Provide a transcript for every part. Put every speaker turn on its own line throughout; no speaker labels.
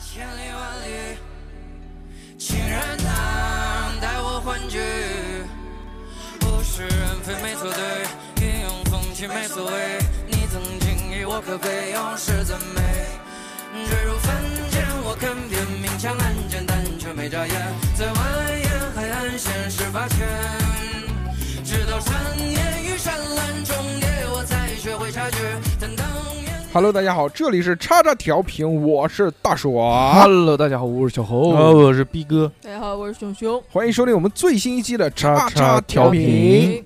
千里万里，情人堂带我欢聚，物是人非没错对，云涌风起没所谓。你曾经与我可悲，永世赞美。坠入凡间，我看遍明枪暗箭，但却没眨眼。在蜿蜒海岸线始发圈，直到山岩与山岚重叠，我才学会察觉。但当年。
Hello，大家好，这里是叉叉调频，我是大 爽，
Hello，大家好，我是小侯，
哦，我是逼哥，
大家好，我是熊熊。
欢迎收听我们最新一期的叉
叉
啊叉调
调
频
频。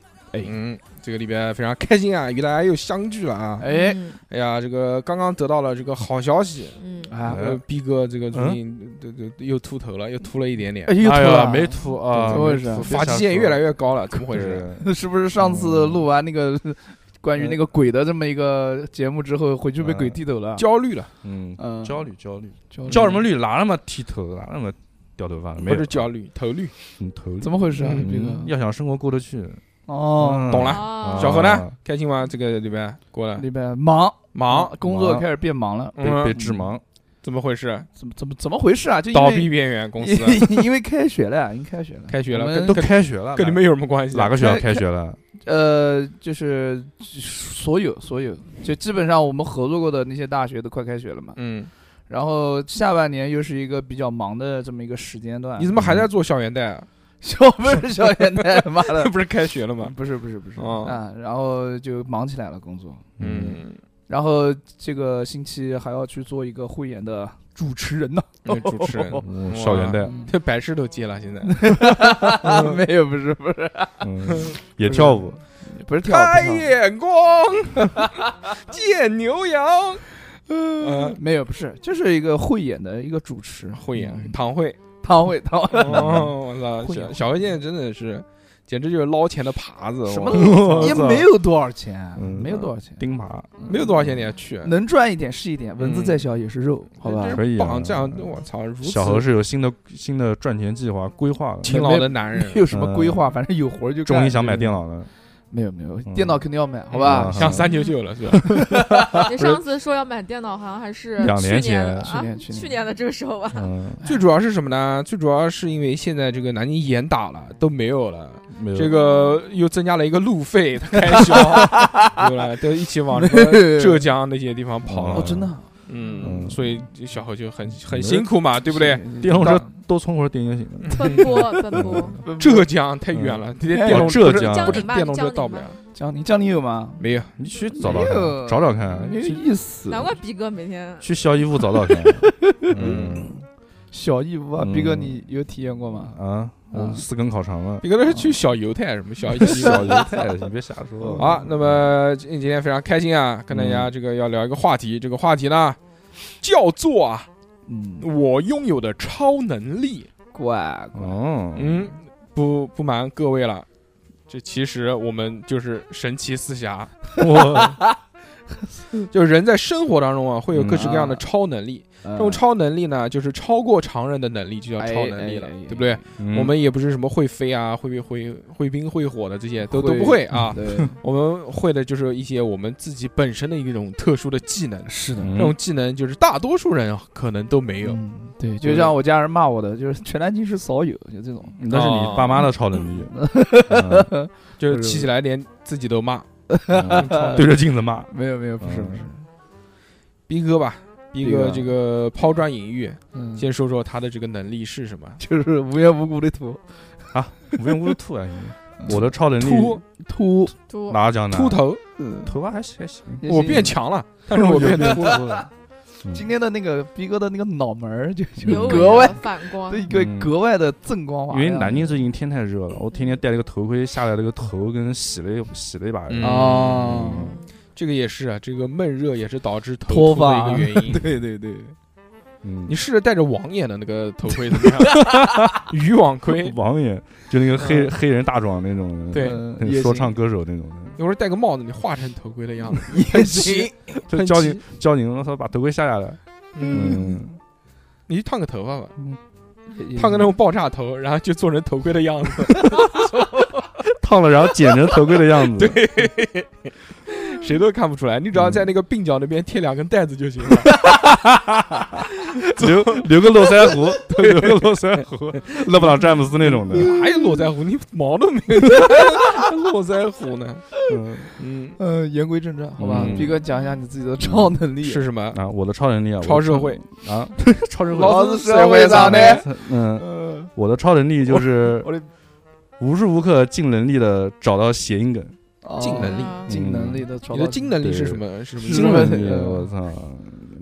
嗯，这个礼拜非常开心啊，与大家又相聚了啊！
哎，
嗯
哎呀，这个刚刚得到了这个好消息，
嗯，
啊，
呃，逼哥这个最近对对对又秃头了，又秃了一点点
哎，又
哎
吐
呀，
了，
没吐啊，
怎么回事
没吐
发际线越来越高了，怎么回？
别瞎
事？
说 对
是不是上次
嗯
录完 那个关于那个鬼的这么一个节目之后，回去被鬼剃头了？
嗯焦虑了，
嗯，
嗯，
焦虑焦虑，
焦
焦什么？虑？哪那么剃头，哪那么掉头发了？没
不
有
是，焦虑，头绿。
嗯头
怎么回事啊？
嗯
这
嗯
个
要想生活过得去，
哦，
嗯
懂了
啊
小何呢
啊？
开心吗？这个礼拜过了
礼拜忙
嗯忙，
工作
忙
开始变忙了，
别
嗯
别致盲，
怎么回事？
怎么怎么怎么回事啊？就因为
倒闭，边缘公司
因为开学了，已经开学了，
开学了，
我
跟
们
都
跟
开学了，
嗯跟你们有什么关系？
哪个学校开学了？
呃，就是所有所有，就基本上我们合作过的那些大学都快开学了嘛。
嗯，
然后下半年又是一个比较忙的这么一个时间段。
你怎么还在做校园贷啊？，
小不是小元太妈 的
不是开学了吗？
不是不是不是
哦
啊，然后就忙起来了工作，
嗯，
嗯，
然后这个星期还要去做一个汇演的主持人呢。
那主持 人，
嗯校园贷，
这白事都接了，现 在
没有，不是不是
嗯， 也跳舞，
不是跳
开
舞，
眼 光，见牛羊，嗯，
没有不是，就是一个汇演的一个主持，嗯
慧眼堂会，
汤会汤会
嗯哦，我操，
慧眼
小小何现在真的是，简直就是捞钱的耙子，
什
我
么
哦我
也
操
没有多少钱，
嗯
没有多少钱，
钉耙，
没有多少钱你还去，
能赚一点是一点，蚊子
嗯
再小也是肉，好吧
真？
可以啊
棒，这样我操，如此
小何是有新的新的赚钱计划规划的。
勤劳的男人
没，有什么规划，反正有活儿就干。
嗯终于想买
就是
电，脑了，
没有没有，
嗯
电脑肯定要买，好吧
嗯？
像三九九了是吧？
你上次说要买电脑，好像还是
啊两年
去年
前
的
去年
啊，
去年
去年的这个时候 吧。
嗯，
最主要是什么呢？最主要是因为现在这个南京严打了，都没有了，
没有
这个又增加了一个路费，他开 销，对吧？都一起往什么 浙江那些地方跑
哦，
了，
真的啊，
嗯，
嗯
所以这小何就很很辛苦嘛，对不对？
电动车多充会儿电就行了。
奔波奔波，
嗯
浙江太远了，这些
哎
电动
哦
车
浙江
不
江
是
宁吧，
电动车
江
到
宁
不
吧
了，。
江宁江宁有吗？
嗯没有，
你去找找
没
看
有，
找找
啊
看，
没有
去
意思。
难怪逼哥每天
去校医部找找看。嗯
小义乌啊，
嗯
逼哥，你有体验过吗？
啊，我四根烤肠了，
你可能是去小犹太什么小
小犹太，你别瞎说
好，那么今今天非常开心啊，跟大家这个要聊一个话题，这个话题呢叫做啊，
嗯，
我拥有的超能力。
怪怪，
哦，
嗯，不不瞒各位了，这其实我们就是神奇四侠，
嗯我
就是人在生活当中啊，会有各式各样的
嗯啊
超能力。
这
这种超能力呢，就是超过常人的能力，就叫
哎
超能力了，对不对？？
嗯
我们也不是什么会飞啊、会会会冰会火的这些都都不会啊，
嗯对，
我们会的就是一些我们自己本身的一种特殊的技能。
是的，
这
嗯
种技能就是大多数人可能都 没有，
嗯对，就像我家人骂我的，就是全南京市少有，就这种。
那是你爸妈的超能力，哦嗯
就是气起来连自己都骂。
嗯对着镜子骂，
没有没有，不
嗯
是不是，
逼哥吧，逼哥
逼哥
这个抛砖引玉，
嗯，
先说说他的这个能力是什么？
就是无缘无故的吐
无缘无故吐啊！你我的超能力啊
秃
吐，
都
哪讲呢？
秃头，
嗯，
头发还行还行，
我变强了， 但是我变秃了。
了。
嗯
今天的那个逼哥的那个脑门儿就
尤
就
为
格外
的反光
的，一个
嗯
格外的正光
因
滑
为
亮，
南京最近天太热了，我天天戴了个头盔下来，这个头跟洗了一洗了一把一样。
哦
嗯
这个也是啊，这个闷热也是导致头
脱
秃的一
发
个原 因。
对对对，
嗯
你试着戴着网眼的那个头盔怎么样？ 渔网盔，
王爷就那个黑
嗯
黑人大壮那种的，
对
嗯
那个说唱歌手那种的。
一会儿戴个帽子，你化成头盔的样 子。
也行，
就交警交警，我操，把头盔下下来。
嗯，
嗯，
你去烫个头发吧，
也 行
烫个那种爆炸头，然后就做成头盔的样子。
烫了，然后剪成头盔的样 子。对，
谁都看不出来。你只要在那个鬓角那边贴两根带子就行了。
留留个络腮胡， 留个络腮胡，勒布朗詹姆斯那种的。
哪有络哎腮胡？你毛都没有， 络腮胡呢？
嗯
嗯，
呃，言归正传，好吧
嗯，
皮哥讲一下你自己的超能力。
是什么？
啊，我的超能力啊，
超社会
我的啊，超社
老子社会上的，
嗯，
呃，
我的超能力就是
我的
无时无刻尽能力的找到谐音梗。
技能力
嗯
尽能力的超
你
能
的
力
精能力是什么？是什嗯么？
是
尽
什么
能力，我嗯操，
呃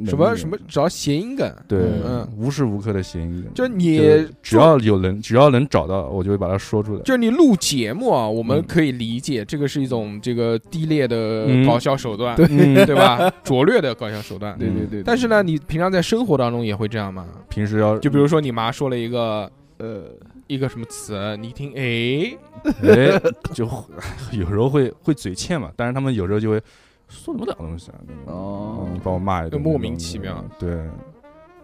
什么什么？只要谐音梗，
对，
嗯
无时无刻的谐音梗，
就是你
就只要有能，只要能找到，我就会把它说出来。
就是你录节目啊，我们
嗯
可以理解，这个是一种这个低劣的
嗯
搞笑手段，
嗯，
对吧？拙劣的搞笑手段。
对对对。
但是呢，，你平常在生活当中也会这样吗？
平时要
就比如说你妈说了一个
呃，
一个什么词，你一听，哎，
哎，就 有时候会会嘴欠嘛，但是他们有时候就会说什么屌东西啊，
哦
嗯把我骂一顿，
莫名其妙。
对，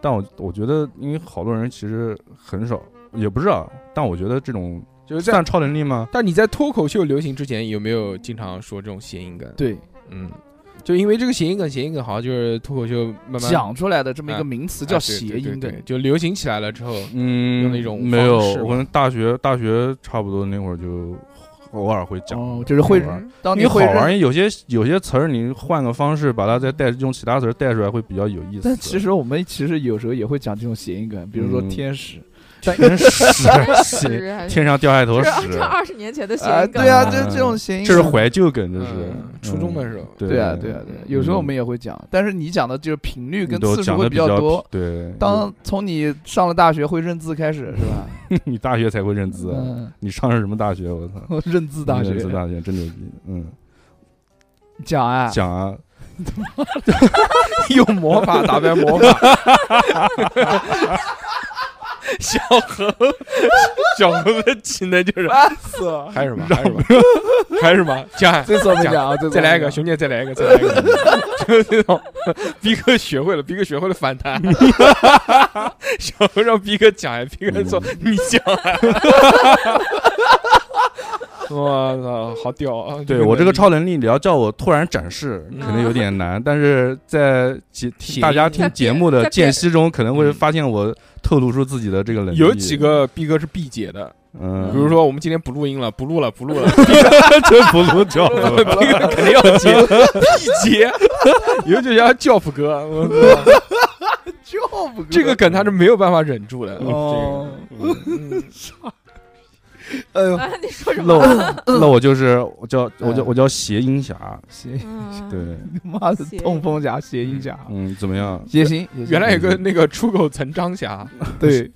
但我我觉得，因为好多人其实很少，也不知道，但我觉得这种
就是在。
算超能力吗？
但你在脱口秀流行之前，有没有经常说这种谐音梗？，
对，
嗯，就因为这个谐音梗，谐音梗好像就是脱口秀慢慢
讲出来的这么一个名词
哎
叫
对
谐
对对
音
对
梗。
就流行起来了之后，
嗯
用那种
没有
方式，
我
吗
们大学大学差不多那会儿就偶尔会讲。
哦，就是会
好玩，
当
你
你
好
会认
玩，有些有些词儿你换个方式把它再带用其他词儿带出来会比较有意思。
但其实我们其实有时候也会讲这种谐音梗，比如说
嗯
天使。
真是
是哎还是
天上掉下一坨
这
屎，
这二十年前的谐
啊，
音梗
对啊，
嗯
就是这种谐音。
这是。怀旧梗，这是
嗯初中的时候，
对
对啊，对啊，对啊，有时候我们也会讲，但是你讲的就是频率跟次数
讲
会
的
比
较
多。
对，
当从你上了大学会认字开始，是吧？
你大学才会认字，
嗯，
你上的什么大学？我操，
认字大学
认字大学真牛逼，嗯，
讲 啊，
讲啊，
用魔法打败魔 法，
小猴，小猴的技能就是
烦死了。
还有什么？还有什么？还有什么？讲，
这次我们
讲
讲啊，这次我们
再来一个，
讲
熊姐，再来一个，再来一个，就是这种。逼哥学会了，逼哥学会了反弹，想让逼哥讲，逼哥说你讲。我操，好屌啊！
对我这个超能力，你要叫我突然展示，可能有点难，但是在 节
谐音
大家听节目的间隙中，可能会发现我透露出自己的这个能
嗯
力。
有几，个逼哥是必解的，
嗯，
比如说我们今天不录音了，不录了，不录了，
真不露 脚了，
逼哥肯定要接， 必接，以后就叫他教父哥。我 操
就不
这个梗他是没有办法忍住的。
哦，
嗯
哎呦，
啊，你说什
那
么？
我 那我就是我
嗯
叫我
哎
叫我叫谐音侠，
谐
嗯，
对，
你妈的
谐音
痛风侠、谐音侠、
嗯，怎么样？
也行，也行
原来有个那个出口成章 侠，
对
嗯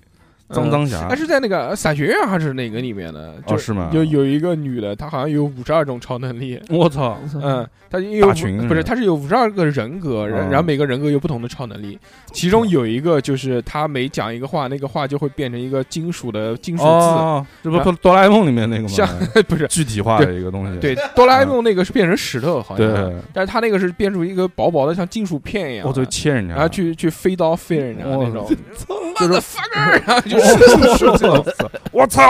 脏脏侠
他， 是在那个伞学院还是哪个里面的？就
哦，是吗？
有有一个女的，她好像有五十二种超能 力。
我操，
嗯，她有
大群嗯
不
是
是，
吧
她是有五十二个人格，然
嗯
然后每个人格有不同的超能力，其中有一个就是她每讲一个话，那个话就会变成一个金属的金属字，
哦，这不哆啦 A 梦里面那个
啊像
吗？
不是
具体化的一个东西，
对哆啦 A 梦那个是变成石头，好像，
对，
但是她那个是变出一个薄薄的像金属片一样的，
我就切人家，
然后啊去去飞刀飞人家那种，就是 fucker，然后 就
我
是
操，我操，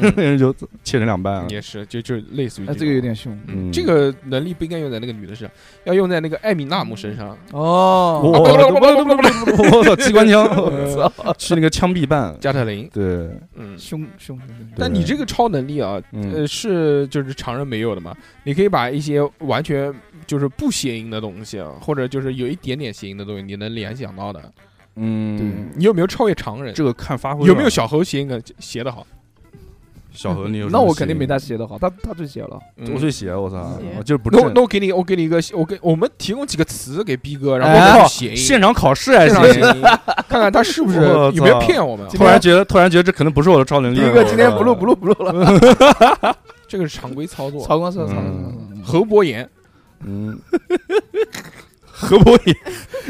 嗯
那人就切成两半了，
也是就就类似于
哎，
种
这个有点凶
嗯
这个能力不应该用在那个女的身上，要用在那个艾米纳姆身上。啊
我
哦。
我操，机关枪，
我 操，
去那个枪 毙办，
加特林，
对，
嗯，
凶凶凶凶！
但你这个超能力啊，
嗯
呃，是就是常人没有的嘛？你可以把一些完全就是不谐音的东西啊，或者就是有一点点谐音的东西，你能联想到的。
嗯，
你有没有超越常人？
这个看发挥啊
有没有小猴谐音梗写得好？
小何你有什么
那我肯定
谐
没
音
他写的好，他他最写了。
嗯
我最邪，我操
邪，
我就是不
那我
正
那。我给你，我给你一个，我给我们提供几个词给逼哥，然
哎
后
靠
去谐音，
现场考试还
现
行
场，谐音，看看他是不是
我
有没有
操
骗我们啊。
突然觉得突然觉得这可能不是我的超能力
第
了。
一个今天不录
我操
不录不录了，
这个是常规操作。
曹光策，曹光策，
嗯
侯伯言，
嗯，何博也，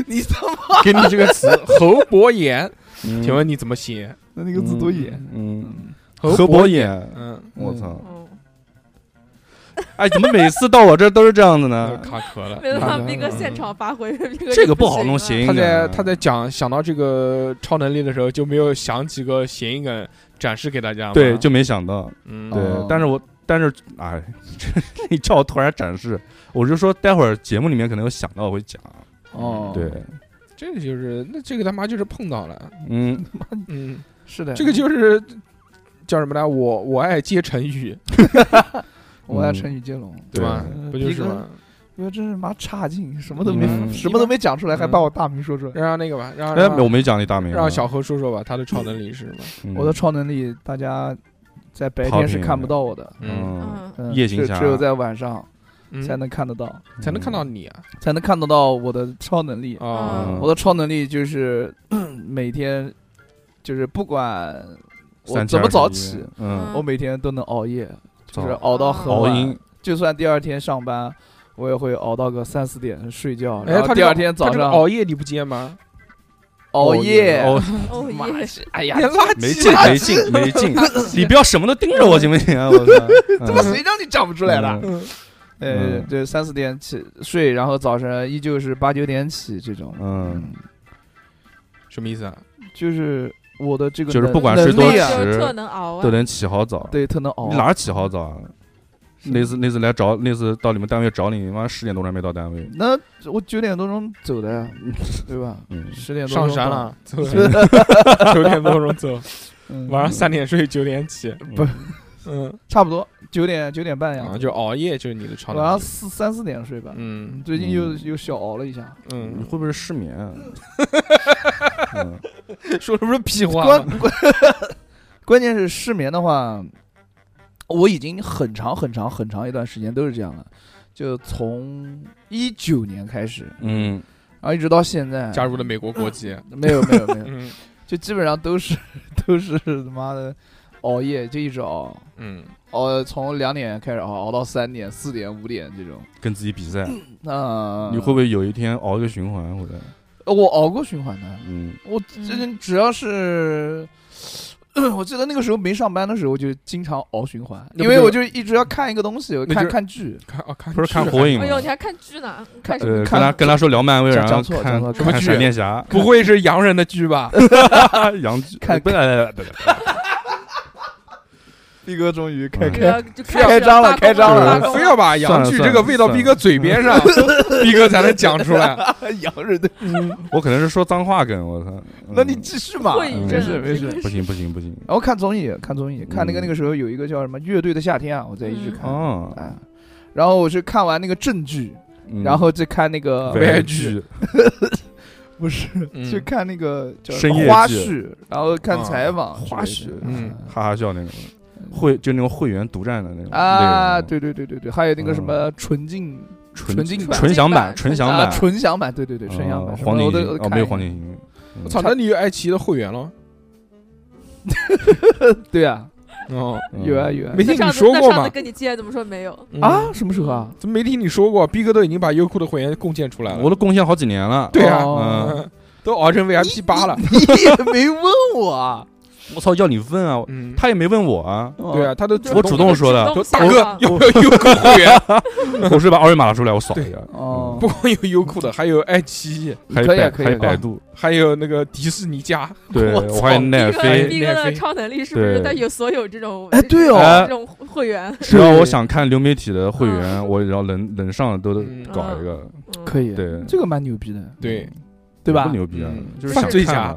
你他妈
给你这个 词，侯伯言，
请
请问你怎么写？
那那个字多野，？
嗯，
侯
何博，也，
嗯，
我操！
哦，
哎，怎么每次到我这儿都是这样子 呢？
卡壳了。
没办
卡
法
壳，了
斌哥现场发 挥，斌哥
这个不好弄谐音
他
梗啊。
在他在讲想到这个超能力的时候，就没有想几个谐音梗展示给大家吗。
对就没想到，
嗯，
对
哦，
但是我但是哎， 这你叫我突然展示，我就说待会儿节目里面可能有想到我会讲。
哦，
对，
这个就是那这个他妈就是碰到了，
嗯，
嗯，
是的，
这个就是叫什么来？我我爱接成语，
我要
嗯
成语接龙，
对吧
嗯？
不就是吗？
因为真是妈差劲，什么都没
嗯
什么都没讲出来，还把我大名说出来。
让那个吧，让
哎，我
让
没讲你大名啊，
让小何说说吧，他的超能力是什么？
嗯
我的超能力，大家在白天是看不到我的，
嗯，
嗯，
嗯
夜行
只
侠
只有在晚上
嗯
才能看得到，
才能看到你啊！
才能看得到我的超能力。
啊
嗯
我的超能力就是 嗯每天，就是不管我
嗯三七
怎么
二十
早
一
起，嗯
嗯，
我每天都能熬夜，就是
早
熬到很
熬
晚，
鹰，
就算第二天上班，我也会熬到个三四点睡觉，
哎，
然
他
后
这
第
个
二天早
他这个
上
熬夜你不接吗？
熬哦夜，
熬
哦
妈
耶，
是哎呀
你，垃圾
没劲，没劲，没劲， 你不要什么都盯着我行不行啊？我操，
他妈谁让你讲不出来了？
嗯
呃，
嗯
这三四点起睡，然后早晨依旧是八九点起，这种
嗯，
什么意思啊？
就是我的这个
就是
能
不管是
能
多
力啊
迟
就是特能熬
都
啊，
能起好早。
对，特能熬
你。哪儿起好早啊？那次那次来找，那次到你们单位找你，你妈十点多钟还没到单位。
那我九点多钟走的呀，对吧？
嗯，
十点多钟
上山
到，
了，走 九点多钟走，
嗯
晚上三点睡，九点起，
不
嗯
差不多九点九点半
啊，
呀，
就熬夜就是你的超
晚上
能力。
四三四点睡吧。
嗯
最近又
嗯
又小熬了一下，
你
嗯，
会不会是失眠 啊？嗯
说的不是屁话
关
吗？
关 关键是失眠的话，我已经很长很长很长一段时间都是这样了，就从一九年开始，
嗯，
然后一直到现在，
加入了美国国籍，
没有没有没有，
嗯
就基本上都是 都是他妈的熬夜，就一直熬。
嗯，
熬从两点开始熬，熬到三点、四点、五点这种。
跟自己比赛，
嗯那呃
你会不会有一天熬一个循环回来？
我熬过循环的，
嗯，
我
嗯
这只要是， 我记得那个时候没上班的时候，就经常熬循环，
那不
因为
就
我就一直要看一个东西，我
那
看
就
看剧，
看啊看
不是看
剧
火影
哎呦，你
吗？
还看剧呢？
看
看
对，
什么？
呃跟他跟他说聊漫威，
讲
然后
讲错
看
讲错
什么
看
剧
闪 电侠，
不会是洋人的剧吧？
杨剧，
看
呃不哎不不不不
逼哥终于
开
这
开，
个就开
开张了开张
了
发功
非要把洋剧这个喂到逼哥嘴边上，
嗯
逼哥才能讲出来。
洋人的，
我可能是说脏话梗，我操！嗯
那你继续嘛，
会
没事
诊
没事。
不行不行 不行
然后看综艺，看综艺，看那个
嗯
那个时候有一个叫什么《乐队的夏天》啊，我在一直
嗯
看啊、
哦，
然后我是看完那个正剧，
嗯
然后再看那个
歪
歪
剧，
不是，
嗯
嗯
去看那个叫
深夜剧
花絮，然后看采访、
花絮
嗯
哈哈笑那种，会就那种会员独占的那种
啊，
内容
对对对对对，还有那个什么纯净
嗯纯
净
版
版
纯享版
纯
纯享
享
啊，
版
纯享版，对对对，纯享
呃
版，什么
黄景
我都
行
我都
哦，
看
没有
一
黄
眼
景行，
我操，那你有爱奇艺的会员了？
对啊，
哦，
嗯
有啊有啊
没听
那
你
上次
说
那
过
上
吗
次？跟你借怎么说没有？
啊，，什么时候 啊？
嗯怎么没听你说过？逼哥都已经把优酷的会员贡献出来了。
我都贡献好几年了，
对啊
哦
嗯，
嗯都熬成 VIP 八了。
你也没问我啊，
我操，要你问啊，
嗯，
他也没问我啊，
对啊，他都
我主动说的
我
都
都
大
想
哥
到
有没有优酷会员？
我是把二维码拿出来，我扫一下，
哦，
不光有优酷的，还有爱奇艺，
还有
可以啊
百
可以啊
还有百度，
还有那个迪士尼家。
对
我操
我还有奈
飞
逼
飞，
哥逼哥的超能力是不
对
是他有所有这种
哎对哦
这种会员？
只要我想看流媒体的会员，
嗯
我只要能能上都
嗯
搞一个，
嗯
可以，
对
这个蛮牛逼的，嗯
对，
对吧
不？牛逼啊
嗯，
就是
犯
想
罪
看
侠
嘛，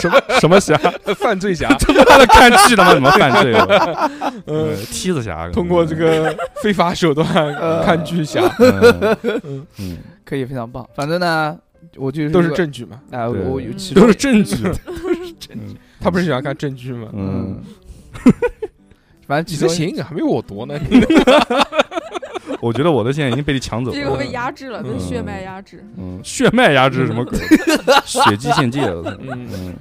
什么什么侠？
犯罪 侠嗯
他妈的看剧他妈怎么犯罪了？
嗯
呃，梯子侠
通过这个非法手段
呃
看剧侠，
嗯嗯，
可以，非常棒。反正呢，我就是
都是证据嘛。
哎，我我
对
有其
都
中
是证据，
他不是喜欢看证据吗？
嗯，
反正
你
其
这
中
行还没我多呢。
我觉得我的现在已经被你抢走
逼哥被
了，
压制了，被血脉压制。
嗯，血脉压制什么 鬼？血迹献祭，我操
嗯
嗯，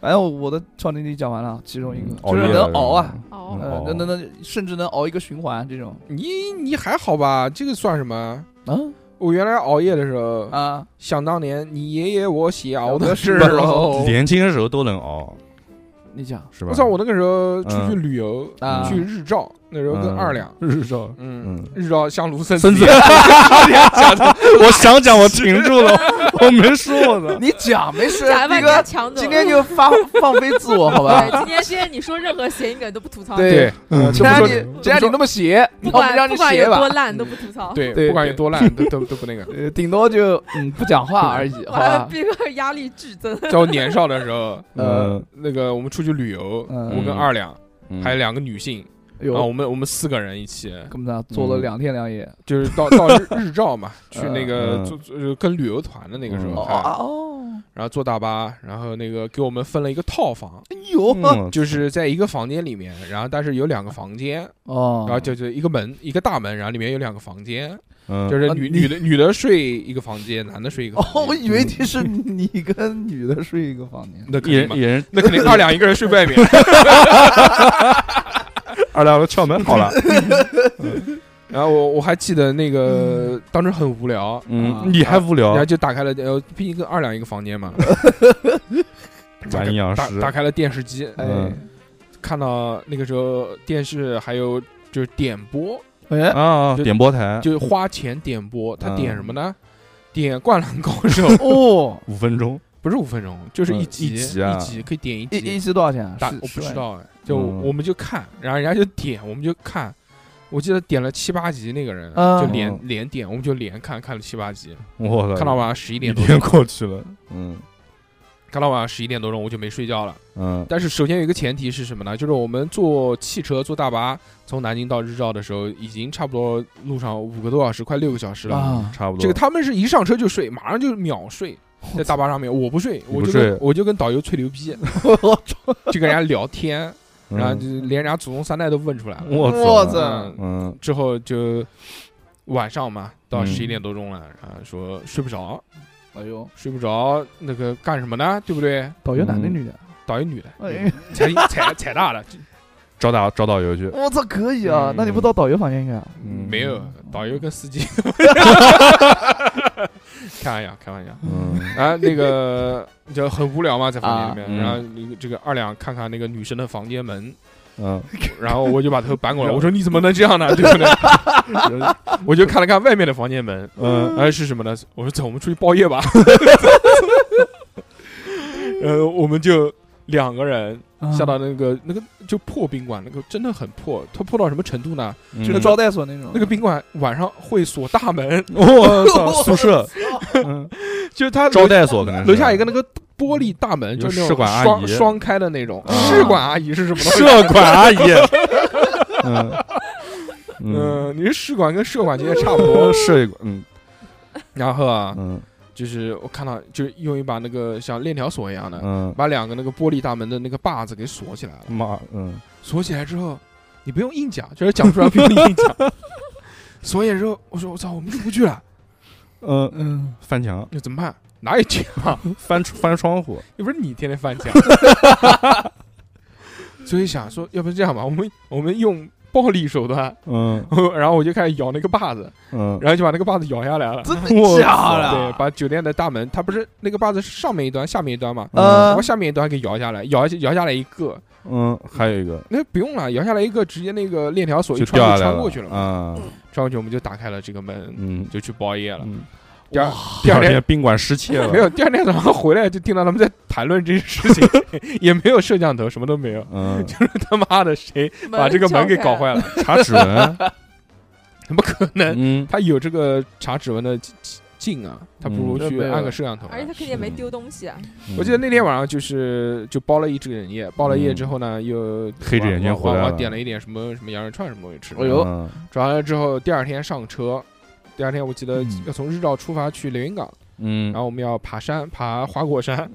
反正我的超能力讲完了，其中一个
熬
就是
夜
能熬啊，
哦，
呃
熬，
能能能，甚至能熬一个循环这种
你你还好吧？这个算什么？
啊
我原来熬夜的时候，
啊，
想当年你爷爷我洗熬的时
不
候，
嗯年轻的时候都能熬，
你讲
是吧？
我操！我那个时候出去
嗯
旅游，
啊
去日照，那时候跟二两，
日照，
嗯，
嗯，
日照香炉森
森子，
子，
我想讲，我停住了，我没说我的，
你讲没事，
假
那
把人
个
抢走。
今天就发放飞自我，好吧？
对，今天今天你说任何谐音梗都不吐槽，
对
对，
嗯
既然你既然你那么写，
不
那我们
管
让你
不管
写
有多
吧。嗯
烂都不吐槽。
对，
对
不管有多烂，都都都不那个。
呃，顶多就嗯不讲话而已，好
完了
吧？
逼哥压力剧增，
在我年少的时候，
呃，
那个我们出去旅游，
嗯
我跟二两
嗯
还有两个女性，然后
有
我们我们四个人一起，
跟不上，做了
嗯
两天两夜。
就是到到日日照 嘛，去那个
嗯
做做跟旅游团的那个时候
嗯
哦
还，
哦，
然后坐大巴，然后那个给我们分了一个套房，
哎呦，
嗯
就是在一个房间里面，然后但是有两个房间，
哦，
然后就就一个门一个大门，然后里面有两个房间，
嗯
就是
啊
女
你
女的女的睡一个房间，男的睡一个
哦，
房
我
间，嗯
以为你是你跟女的睡一个房间。
那肯
一
定
人
嘛
一人
那肯 定二两一个人睡外面，
二两窍门好 了，
然后我我还记得那
嗯
个当时很无聊，
啊
嗯，你还无聊
然后，就打开了，呃，毕竟跟二两一个房间 嘛，
玩阴阳
打
师，
打开了电视 机，
哎
看到那个时候电视还有就是点播，
哎，，
啊，
就
点播台
就是花钱点播，他
嗯
点什么呢？点《灌篮高手》
哦，
五分钟，
不是五分钟，就是一
嗯
集
一集啊
可以点一
一一
集，
期多少钱啊？
打
十
我不
十万
知道哎，就
嗯
我们就看，然后人家就点，我们就看。我记得点了七八集，那个人
啊
就连
嗯
连点，我们就连看，看了七八集，
我操，
看到晚上十一
一
点多
天
钟，
过去了，嗯
看到晚上十一点多钟我就没睡觉了。
嗯
但是首先有一个前提是什么呢？就是我们坐汽车、坐大巴从南京到日照的时候，已经差不多路上五个多小时，快六个小时了。
啊，
差不多，
这个他们是一上车就睡，马上就秒睡，在 大巴上面。我不睡，
你
我
不
就跟
睡
我就跟导游吹牛逼，
我操！
就跟人家聊天，
嗯
然后就连人家祖宗三代都问出来了。
我
我
操，
操！
嗯
之后就晚上嘛，到
嗯
十一点多钟了，然后说睡不着，
哎呦，
睡不着，那个干什么呢？对不对？
导游男的
嗯
女的？
导游女的，
哎，
踩踩踩大的，
找导找导游去，
我操，可以啊！那你不到导游房间去啊？
嗯
没有，导游跟司机， 开玩笑，开玩笑。
嗯
啊，那 个就很无聊嘛，在房间里
啊嗯
面，然后那个这个二两看看那个女生的房间 门，
嗯，
然后我就把头扳 过来，我说你怎么能这样呢？对不对？ 我就看了看外面的房间门，
嗯
哎是什么呢？我说走，我们出去包夜 吧。 呃，我们就两个人
嗯
下到那个那个就破宾馆，那个真的很破，它破到什么程度呢？
嗯
就跟招待所那种。
那个宾馆晚上会锁大门，
我操，宿舍，嗯，
就是它
招待所可能是
楼下一个那个玻璃大门，
嗯有
就那
试
种
管阿
双
姨
双开的那种。
啊
试管阿姨是什么东西？
社管 阿姨，嗯嗯，
嗯，你是试管跟社管其实也差不
我
多。
社管，嗯
然后啊，
嗯
就是我看到就是用一把那个像链条锁一样的，
嗯，
把两个那个玻璃大门的那个把子给锁起来了。
妈，嗯
锁起来之后，你不用硬讲，就是讲不出来不用硬讲。 锁起来之后，我说我操，我们出不去了，
嗯，
嗯，
翻墙，
那怎么办？哪有钱啊？
翻翻窗户，
又不是你天天翻 墙。所以想说，要不这样吧，我们我们用暴力手段，
嗯
然后我就开始咬那个把子，
嗯，
然后就把那个把子咬下来了。
真
我
的啊假
操
对，
的？
把酒店的大门，它不是那个把子是上面一端，下面一端嘛，然
呃
后，下面一端给摇下来，摇摇下来一个，
嗯，还有一个
那不用了，摇下来一个，直接那个链条锁一
就
穿
掉下
就
来
穿过去了嘛，
啊，
穿过去我们就打开了这个门，
嗯
就去包夜了。
嗯，
第二
第二
天
天宾馆失窃了，
没有，第二天早上回来就听到他们在谈论这件事 情，也没有摄像头，什么都没有，
嗯，
他妈的谁把这个门给搞坏了，
查指纹，
怎么可能？
嗯，
他有这个查指纹的劲劲啊，他不如
嗯
去
对
安个摄像头
而且
来。
他肯定也没丢东西啊，
我记得那天晚上就是就包了一整夜，包了夜
嗯
之后呢，又
黑着眼睛回来
晚
了
晚点了一点什么什么羊肉串什么东西吃。
哎呦
嗯
转完了之后，第二天上车，第二天我记得
嗯
要从日照出发去连云港，
嗯，
然后我们要爬山，爬花果山。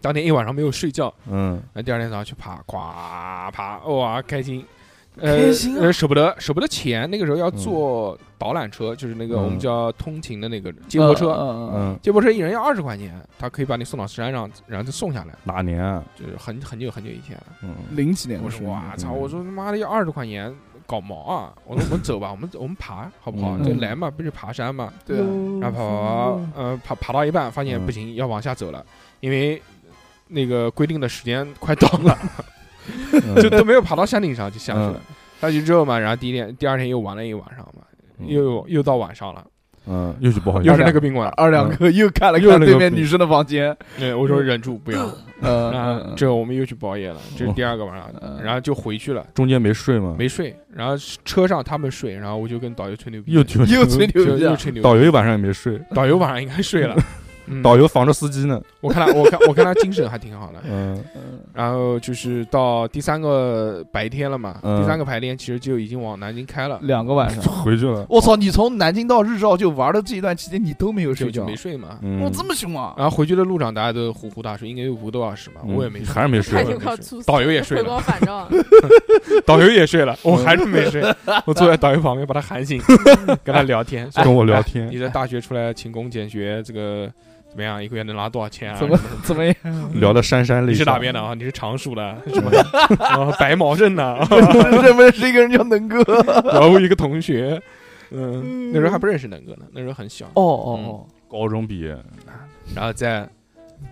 当天一晚上没有睡觉，
嗯
那第二天早上去爬，咵爬，哇，开心。
开心啊嗯
呃，舍不得，舍不得钱。那个时候要坐导览车，就是那个
嗯
我们叫通勤的那个接驳车，
嗯嗯
嗯，
接驳车一人要二十块钱，他可以把你送到山上，然后再送下来，
哪年啊？
就是很很久很久以前了。
嗯
嗯，零几年
我
的
说
时候，
哇操！我说他妈的要二十块钱，搞毛啊！我说我们走吧，我们我们爬好不好？
嗯
就来嘛，不是爬山嘛。
对啊，
然后跑跑，呃，爬爬到一半发现
嗯
不行，要往下走了，因为那个规定的时间快到了，就
就嗯
都没有爬到山顶上就下去了。下去之后嘛，然后第一天、第二天又玩了一晚上嘛，又又到晚上了，
嗯，又去不好意思，
又是那个宾馆。
二两啊哥又看了看对面女生的房间，
对，我说忍住不要。
呃
啊，
嗯，
这我们又去包夜了，这是第二个晚
嗯
上，然后就回去了，
中间没睡吗？
没睡。然后车上他们睡，然后我就跟导游吹牛逼，
又去
又吹
就
牛逼
又嗯
啊，
吹牛逼。
导游一晚上也没睡，
导游晚上应该睡了，嗯
导游防着司机呢。
我看他，我看我看他精神还挺好的。
嗯
嗯
然后就是到第三个白天了嘛，
嗯
第三个白天其实就已经往南京开了，
呃两个晚上。
回去了。
我操！你从南京到日照就玩的这一段期间，你都没有
就
睡
就
觉，
没睡嘛。
嗯，
哇，这么凶啊！
然后回去的路上，大家都呼呼大睡，应该有五个多小时嘛，
嗯
我也没睡，
还是没睡
差
我
点
也
快要
没
猝
睡。
死，
导游也睡
回
了，
光返照，
导游也睡 了，我还是没睡。我坐在导游旁边把他喊醒，跟他聊天，说
跟我聊
哎
天
你在大学出来勤工俭学，这个怎么样？一个月能拿多少钱啊？
怎么
什么什么
怎么 样？
聊的潸潸泪
你
下。
是哪边的啊？你是常熟 的，什么啊白毛镇的？
认不认识一个人叫能哥？
然后一个同学， 嗯，那时候还不认识能哥呢，那时候很小。
哦哦
高中毕业，
然后在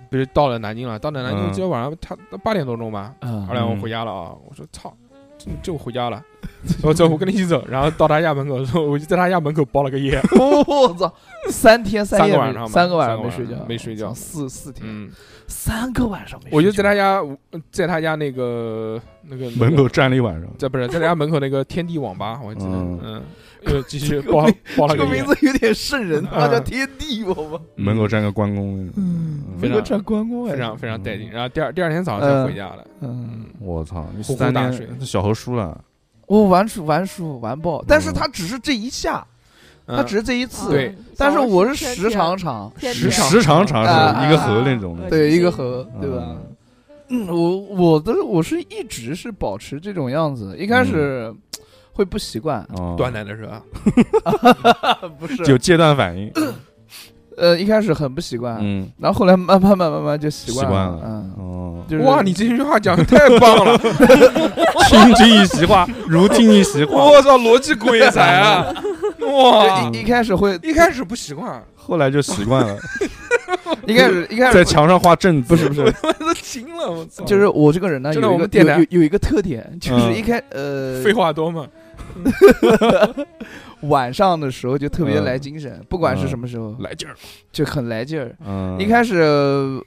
不是到了南京了，到了南京
嗯
今天晚上他八点多钟吧，
哦
后，来我回家了啊，我说操。这这我回家了， 我走，我跟你一起走，然后到他家门口，说我就在他家门口包了个夜，
嗯， 我操，三天三
三
夜
个晚
没
上吧
三个晚上没
三
睡
个晚上
觉，
没睡觉
我操四四天，
嗯，
三个晚上没睡觉。
我就在他家，在他家那个那个
门口站了一晚上。
在不是在他家门口那个天地网吧，我还记得，
嗯
嗯，又继续 包包了
这个
夜
名，字有点瘆人，他妈
嗯
叫天地，我们
门口站个关公，
嗯
非
能
常
够站关公哎，
非常非常带劲。然后第二第二天早上才回家了，
嗯，
嗯，
我操，你
呼呼
三
大
年
睡
这小猴输了，
我玩输玩输玩爆，但是他只是这一下，
嗯
他只是这一次，
嗯
对
但是我是
天
十场场，
天
时
天
尚
时常常
啊
是一个河那种
啊
的。
对一个和，对吧？嗯，
嗯
我我的我是一直是保持这种样子，一开
嗯
始会不 习惯，
哦
断奶的时候，
不是
有戒断反应，
呃，一开始很不习惯，
嗯，
然后后来慢慢慢慢慢就习
习
惯
惯
了，
了，
嗯，
哦，
就是
哇，你这句话讲的 太棒了，
听君一席话，如听一席话。
我操，逻辑鬼才啊， 哇！
就一一 开始会，
一开始不习 惯，
后来就习惯 了，
一开始一开始
在墙上画正字，不是不是，
我都惊了，我操！
就是我这个人呢，有
真的嗯
一
我
个
们电台
有有有一个特点，就是
嗯
一开呃
废话多嘛，
晚上的时候就特别
嗯
来精神，不管是什么时候
来劲儿，
就很来劲儿。
嗯，
一开始呃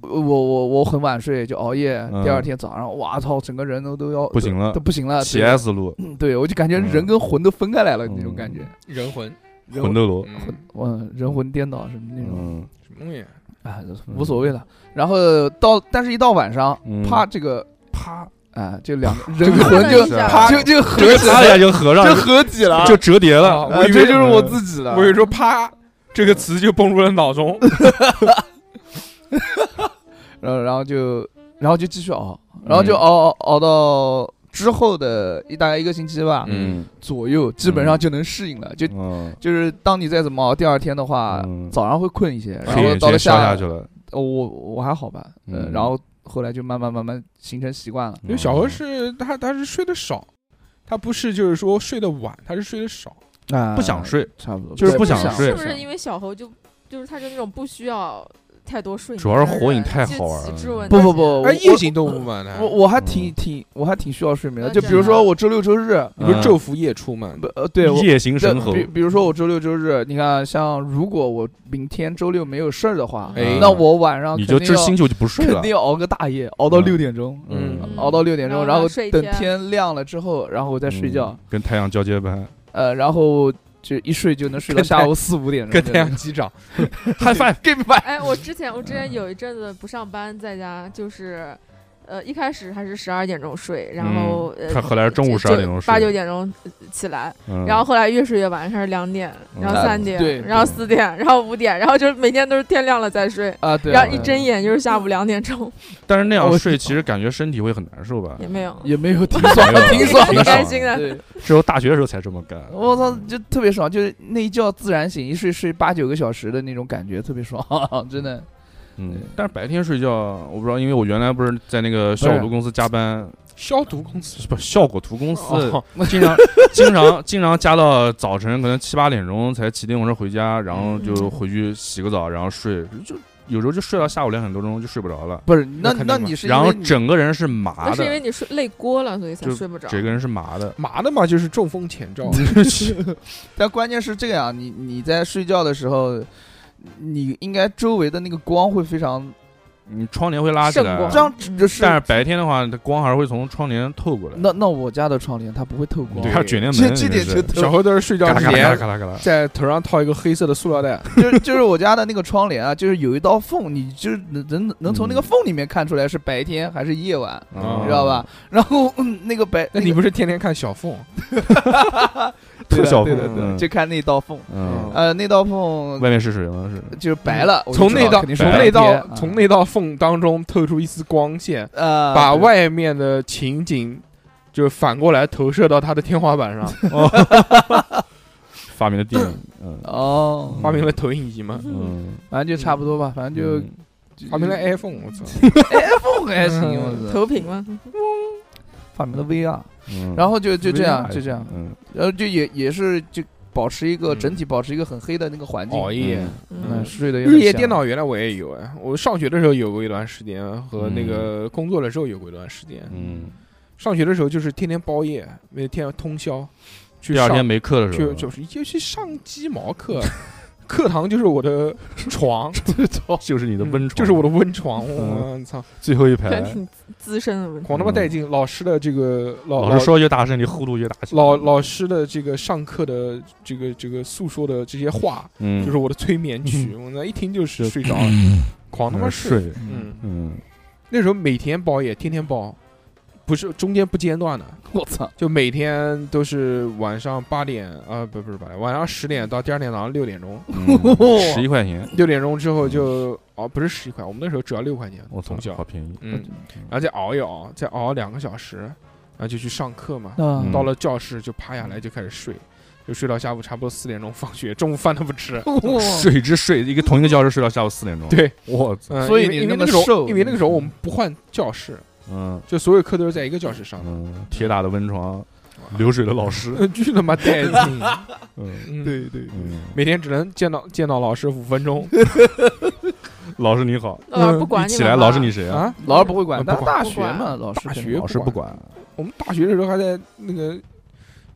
我我我很晚睡，就熬夜，
嗯
第二天早上，哇操，整个人都都要
不行了
都都不行了，
起
对
S 路，
嗯对我就感觉人
嗯
跟魂都分开来了那种
嗯
感觉，
人魂，
人
魂斗罗，
嗯
嗯人魂颠倒什么那种
嗯
什么东西？
啊，无所谓了。然后到但是一到晚上，
嗯
啪这个
啪，
啊，这两个人
就
魂就
一下
就就合
这个
起
擦
来
一下就合上
就
了，
合体了，
就折叠了哎嗯
啊。
啊
我以
这
为
就是我自己了。
我以为说啪这个词就蹦入了脑中，
嗯然后然后就然后就继续熬，然后
嗯
就熬熬熬到之后的一大概一个星期吧、
嗯
左右，基本上就能适应了。就
嗯，
就是当你再怎么熬，第二天的话，
嗯
早上会困一些，然
黑
后
眼
到了
圈消
下
下嗯去了。
呃我我还好吧，呃
嗯
然后后来就慢慢慢慢形成习惯了。
因为小何是他他是睡得少，他不是就是说睡得晚，他是睡得少，
啊
不想，睡，
差不多
就是不
想
想睡
是不是因为小猴就就是他是那种不需要太多睡眠的人？
主要是火影太好玩了
就极致问
不
题
不不，，我
哎，夜行动物嘛，他
我我还挺
嗯
挺我还挺需要睡眠的，
嗯
就比如
真的
说我周六周日，
你不是
嗯
昼伏夜出嘛？
不呃对我
夜行
这
神猴，
比比如说我周六周日，你看，像如果我明天周六没有事儿的话，
哎
那我晚上
嗯你
肯
就
定
这
要
星球就不睡
肯
了
定。要熬个大夜，熬到
嗯
六点钟，
嗯
熬到六点钟，
然
然
后
后
呢睡一
等
天
天亮了之后，然后我再睡觉
嗯，，跟太阳交接班。
呃，然后就一睡就能睡到
跟太
下午四五点钟，
跟太阳击掌，嗨翻，
给买
哎，我之前我之前有一阵子不上班，在家就是，呃，一开始还是十二点钟睡，然后、
嗯
呃
他后来是中午十二点钟睡，
八九点钟起来，
嗯，
然后后来越睡越晚，开始两点，然后
嗯
三点，
对
然后四点，然后五点，然后就是每天都是天亮了再
嗯
睡。
啊，对啊，
然后一睁眼就是下午两点钟，
但是那样
我
睡其实感觉身体会很难受吧？
也没有，
也没有挺爽
没
的，
有
挺
爽
爽
挺
挺
的。
开
爽
心的。
对，
只有大学的时候才这么干。
我操，就特别爽，就是那一觉自然醒，一睡睡八九个小时的那种感觉，特别爽， 真的。
嗯，但是白天睡觉，我不知道，因为我原来不是在那个效果图公司加班，
消毒公司。
不是效果图公司，
哦
经常经常经常加到早晨，可能七八点钟才骑电动车回家，然后就回去洗个澡，然后睡，就有时候就睡到下午两点多钟就睡不着了，
不是，
那
那
肯定
那
嘛
你是因
然后
为你
整个人是麻
那是因为
的，
你睡累锅了，所以才
就
睡不着。
整个人是麻的。
麻的嘛，就是中风前兆。
嗯但关键是这个样，你你在睡觉的时候，你应该周围的那个光会非常
你窗帘会拉起来啊
圣，光
这样，
嗯
这是
但是白天的话，它光还是会从窗帘透过来。
那那我家的窗帘它不会透光，
还有卷帘
这
门，
这点
真
就是
小
透，
何都是睡觉
嘎啦
之
嘎啦
前
嘎啦嘎啦。
在头上套一个黑色的塑料 袋，
就是就是我家的那个窗帘啊，就是有一道缝，你就是能能能从那个缝里面看出来是白天还是夜晚，
啊
嗯
你知道吧？然后嗯那个白，
那
那
你
个
不是天天看小凤？
对
特
的
效
对的
缝
对的，
嗯
就看那道缝，
嗯，
呃，那道缝
外面是水吗？是
就是白了，我就
从
知
那
道
道
肯定是
从
白
那
天
道
啊
从那道缝当中透出一丝光线，
呃
把
对
外面的情景就反过来投射到他的天花板 上，
发明的电影，嗯
哦，
发明了投影仪嘛，
嗯，
反正就差不多吧，反正就
嗯
发明了嗯 iPhone，我 操！
缝还行，我操，
投屏吗？
发明了 VR，
嗯
然后就就这样
VR
就这样，
嗯，
然后就也也是就保持一个
嗯
整体保持一个很黑的那个环境，
熬夜，
嗯
嗯，睡的
日夜颠倒原来我也有哎，我上学的时候有过一段时间，和那个工作的时候有过一段时间。
嗯，
上学的时候就是天天包夜，每天通宵，去
第二
上
天没课的时
就
候，
就是就去上鸡毛课， 课堂就是我的 床，嗯
就是你的温床，
就是我的温嗯床。我操，
最后一排，
你资深的问题。
狂他妈带劲！老师的这个老
老师说越大声，你呼噜越大声。
老老师的这个上课的这个这个诉说的这些话，
嗯，
就是我的催眠曲。我那一听就是睡着了，狂他
那
妈
么
睡。
睡，
嗯，
嗯，
那时候每天包夜，天天包，不是中间不间断的，
我操，
就每天都是晚上八点啊，不不是八点，晚上十点到第二天早上六点钟，
嗯十一块钱，
六点钟之后就哦，不是十一块，我们那时候只要六块钱，
我操
从，小
好，便宜。
嗯，然后再熬一熬，再熬两个小时，然后就去上课嘛。
啊
嗯
到了教室就趴下来就开始睡，就睡到下午差不多四点钟放学， 中午饭都不吃。
睡只睡一个同一个教室睡到下午四点钟，
对，
我操，
嗯，
所以
因为
你
因为
那么
个时候，
瘦
因为那个时候我们不换教室，
嗯
就所有课都是在一个教室上的，
嗯，铁打的温床，流水的老师，
巨他妈带劲。
嗯
嗯，
对对，
嗯，
每天只能见到见到老师五分钟
老师你好，
那老师哦不
嗯
管
一
你
起
们
来，
吗
老师你谁啊？
啊！
老师不会管，
不
但
管
大
不
学
管
嘛，老师
大
肯
学
定
老师不管，
我们大学的时候还在那个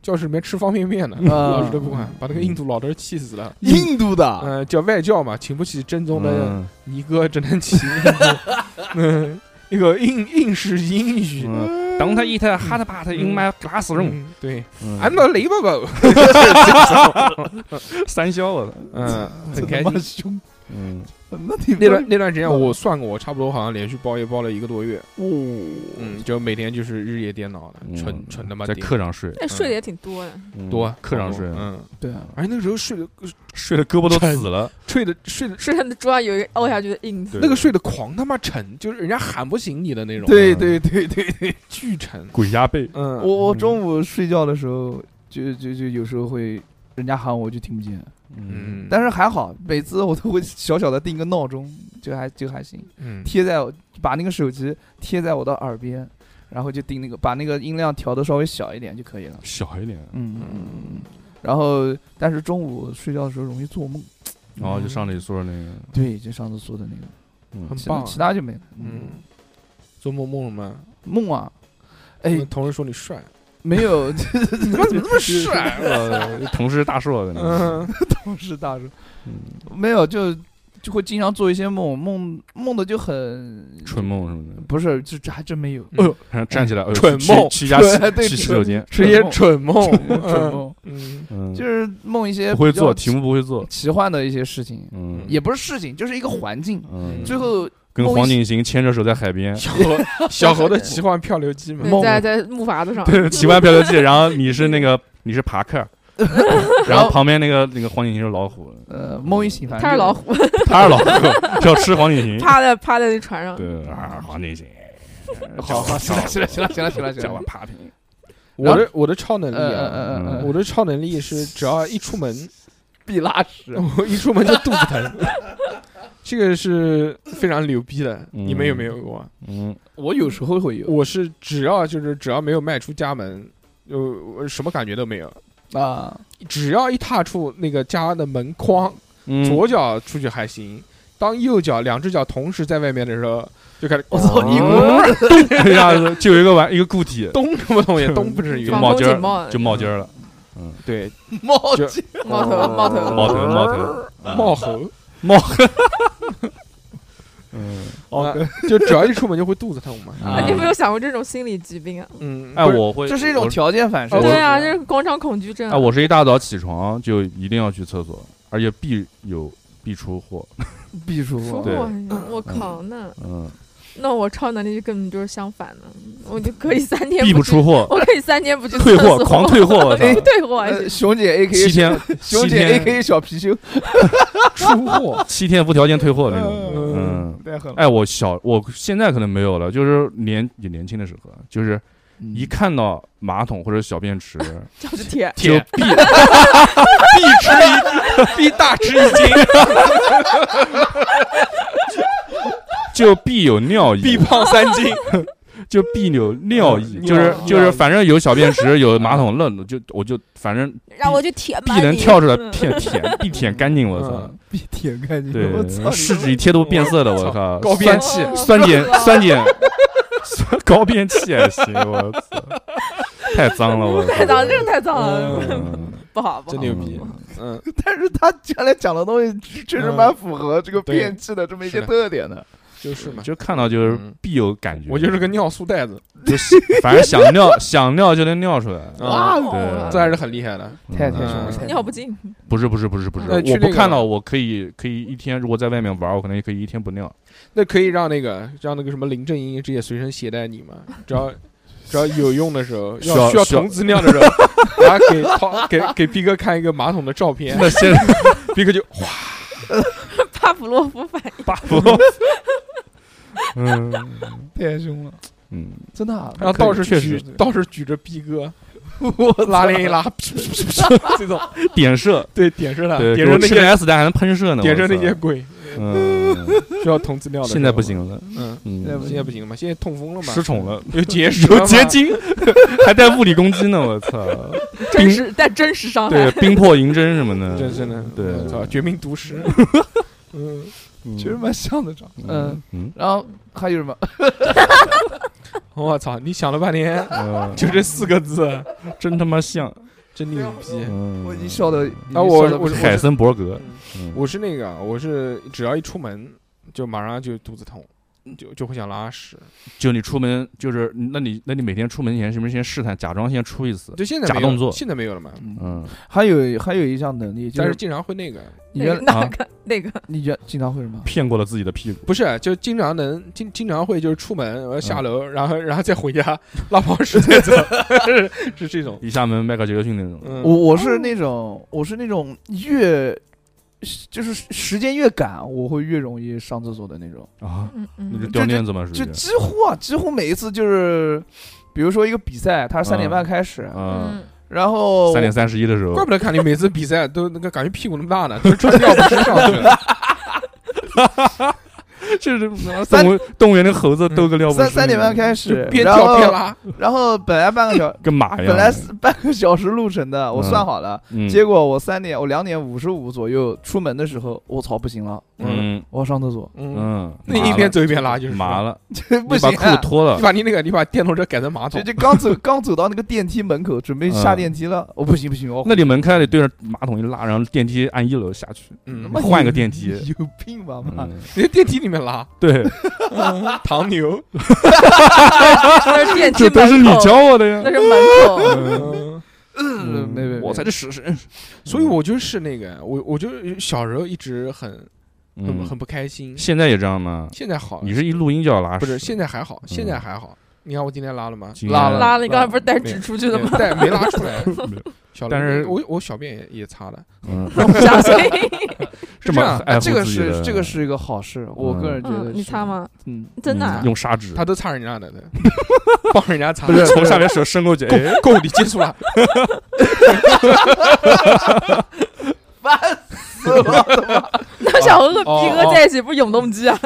教室里面吃方便面呢，
啊
老师都不管，把那个印度老头气死了。
印度的，
嗯，叫外教嘛，请不起正宗的
嗯
尼哥，只能请印度嗯那个 应应试英语。
嗯，Don't eat hard part in my
嗯
classroom，
对
嗯
，I'm a label，
三消了，
嗯，很开
这他妈
心。
凶，
嗯，
那你
那段那段时间，我算过，我差不多好像连续包夜包了一个多月，
哦，
嗯，就每天就是日夜颠倒的，纯纯他妈
嗯在
颠
课上睡，
那哎睡得也挺多的，
嗯
多
课上睡，
嗯，
对啊，
而且那个时候睡的
睡的胳膊都紫了，
睡的睡的
睡上的桌上有一个凹下去的印子。
对
那个睡的狂他妈沉，就是人家喊不醒你的那种，
对对对对对，
巨沉。
鬼压背，
嗯，
我我
嗯
中午睡觉的时候，就就就有时候会。人家喊我就听不见，
嗯，
但是还好，每次我都会小小的定个闹钟，就还就还行。
嗯
贴在我把那个手机贴在我的耳边，然后就定那个把那个音量调的稍微小一点就可以了。
小一点，
嗯嗯。然后，但是中午睡觉的时候容易做梦，
嗯
然哦后就上你说的那个，
对，就上次说的那个，
嗯
很
其
棒
他
啊
其他就没了。嗯，
嗯，做梦梦了吗？
梦啊，
哎
哎，，
同事说你帅，
没有，这
你他妈怎 么那么帅？啊
呃，同事大硕的那个，
嗯，
不是大叔，
嗯
没有，就就会经常做一些梦，梦梦的就很，
嗯春梦什么的，
不是，这这还真没有，
哎呦
然后站起来，呃
蠢
去
梦
去一家
蠢对
洗去洗
蠢
手间，
是一些 蠢梦，
春
嗯
梦，
嗯，
嗯，
就是梦一些
不会
比较
做，题目不会做，
奇幻的一些事情，
嗯，
也不是事情，就是一个环境。
嗯，
最后
跟
梦一
黄景行牵着手在海边，
小何小何的奇幻漂流记嘛，
对，在在木筏子上，
对，奇怪漂流记，然后你是那个你是爬克，然后旁边那个那个黄景行是老虎，
呃，梦一醒，反正
他是
就
老，虎，
他是老虎，要吃黄景行，
趴在趴在那船上，
对啊，黄景行，
好好，行了行了行了行了行了行
叫我
了，
爬平，
我的我的超能
呃
力
呃
啊，
呃呃，
我的超能力是只要一出门，
必拉屎，
我一出门就肚子疼， 这个是非常牛逼的。
嗯
你们有没有过？
嗯，
我有时候会有
我是只要就是只要没有迈出家门，就我什么感觉都没有。
啊，
只要一踏出那个家的门框，
嗯
左脚出去还行，当右脚两只脚同时在外面的时候，就开始
我操，
哦
一股
一下子就有一个玩一个固体，
咚什么 东西，咚不至于
就
防
冒
空
尖
警报
儿
的
就冒尖儿了，
对
冒
就
进
冒头
哦
冒头，
冒头冒头
冒猴，
冒，嗯，
啊就只要一出门就会肚子疼 嘛。
哎你有没
嗯
有想过这种心理疾病啊？
嗯，
哎
不是
我会
这是一种
哦我
条件反射。
我
对啊，这是广场恐惧症啊。
哎我是一大早起床就一定要去厕所，而且必有必出货，
必输
说
对
我呢我靠，那
嗯，
那我超能力就根本就是相反的，我就可以三天
必不
去
出货，
我可以三天不去
退货
厕所
狂退货我操
退货哎还
呃，
是
熊姐 A
七
K
天
熊
七
姐 A
天
K 小貔貅，
出货，
七天无条件退货那种，
嗯
嗯。
太狠了。
哎，我小我现在可能没有了，就是年也年轻的时候，啊就是
嗯
一看到马桶或者小 便池
就是舔，
就
舔
必必吃一必大吃一惊，就必有尿意，
必胖三斤，
就必有尿意，
嗯
就是
尿
就是
尿
反正有小便池有马桶愣就我就反正
让我去舔吧
必
你。
能跳出来
嗯
舔舔必舔干净， 我操
嗯！
必舔干净，
对
我操，，
试纸一贴都变色的，我靠，
高
酸
变器
哦
酸碱
是吧
酸碱酸 高变器也行，我操，太脏了，我操
太脏，这个太 脏了，
嗯
不好不
真
好。
牛逼。嗯，
但是他将来讲的东西确实蛮符合这个变质的这么一
是
些
的
特点的。
就是嘛，
就看到就是
嗯
必有感觉，
我就是个尿素袋子，
就是 反正想尿 想尿就能尿出来，
啊
哇哦
对
这还是很厉害的。
嗯
太太
嗯
凶了，太
尿不尽，
不是不是不是不是，
呃去
我
那
不
个
看到我可以可以一天，如果在外面玩，我可能也可以一天不 尿，
那可以让那个让那个什么林正英这些随身携带你吗？只要只要有用的时候，
需要
要需要
需要
童子尿的时候，然后给掏给给逼哥看一个马桶的照片，
那现在
逼哥就
帕甫洛夫反应。
把 不，嗯
太凶了，
嗯，
真的啊。
然后道士
确
举
实
道士举着逼哥
我操
拉链一 拉，噗噗噗噗噗这种
点射，
对点射他，
对，
啊点
给
射
我
那
吃个
些
S 弹还能喷射呢，
点
我
射那
操
些鬼，
嗯，
需要童子尿的。
现在不，行了，
嗯，
嗯，
现在不
现在不行了嘛，现在痛风了嘛
失，宠了，
有结石，
有结，晶，还带物理攻击呢，我操！
真实但真实伤
对，，
害
冰魄银针什么的，
嗯真是的，
嗯对
我操，绝命毒师， 嗯，
嗯
其实蛮像的，长得嗯。
嗯
然后还有什么？
我操，你想了半天，
嗯，
就这四个 字，
真他妈像，
真牛逼。
嗯
我已经笑的
啊我我嗯
海森伯格，嗯
我是那个，啊我是只要一出门就马上就肚子疼，就就会想拉屎。
就你出门就是，那你那你每天出门前是不是先试探，假装先出一次？
就现在
假
没有
动作
现在没有了嘛。
嗯，
嗯，
还有还有一项能力，就
但是
是
经常会那个，
你
那
原
个
来
啊
那个那个
你原经常会什么？
骗过了自己的屁股，
不是啊就经常能经经常会就是出门我要下楼，
嗯
然后然后再回家 拉泡屎再走， 是是这种。
一下门迈克尔杰克逊那种，
嗯，
我我是那种我是那种越就是时间越赶，我会越容易上厕所的那种。
啊，
嗯
那就
嗯，
掉链子嘛，是不？
就是几乎啊，几乎每一次就是，比如说一个比赛，它是三点半开始，
嗯，
然后
三点三十一的时候
怪，不得看你每次比赛都那个感觉屁股那么大 呢，就是穿尿不湿上去了。
这是动物动物园的猴子逗个尿不湿
三三点半开始，
边
然
跳
后
边拉，
然后本来半个小，
跟马一样，
本来是半个小时路程的，我算好了，
哎嗯
结果我三点我两点五十五左右出门的时候，我操不行了，
嗯
我要上厕 所，
嗯，
嗯，
那一
麻
边
了
走一边拉就是
麻。了，
这不
你把
行、啊
裤。脱了
你，把你那个，你把电动车改成马
就
桶，
就刚走刚走到那个电梯门口，准备下电梯了，我、不行不行，我
嗯那你门开了，对着马桶一拉，然后电梯按一楼下去，
嗯，
妈
换个电梯
有病吧妈！
嗯
你在电梯里面 拉，
对，
唐牛，
电梯
啊这都是你
门口
教我的
那
呀。
是门 口，
嗯，
嗯没没没
我才是食神，
所以我就是那个，我我就是小时候一直很很
嗯
很不开心，
现在也这样吗？
现在好了，
你是一录音就要拉屎？
不是现在还好，
嗯
现在还好。你看我今天拉了吗？
今天
拉
拉了，你
啊
刚才不是带纸出去的吗？
但没拉出 来
没有。
小
但
刘
是
我我小便也也擦了，
嗯，
小心，
是
这么
样
爱
哎，
护
这个
自己
是
的
这个是一个好事，我个人觉得、
嗯，你擦？吗？
嗯，
真的
嗯
啊，
用砂纸，
他都擦人家的， 对帮人家擦，
不是
从下面手伸过去，
够
哎
够你接触 了，
烦死了！
那小
啊
何和
哦
逼哥在一起不是永 动机啊？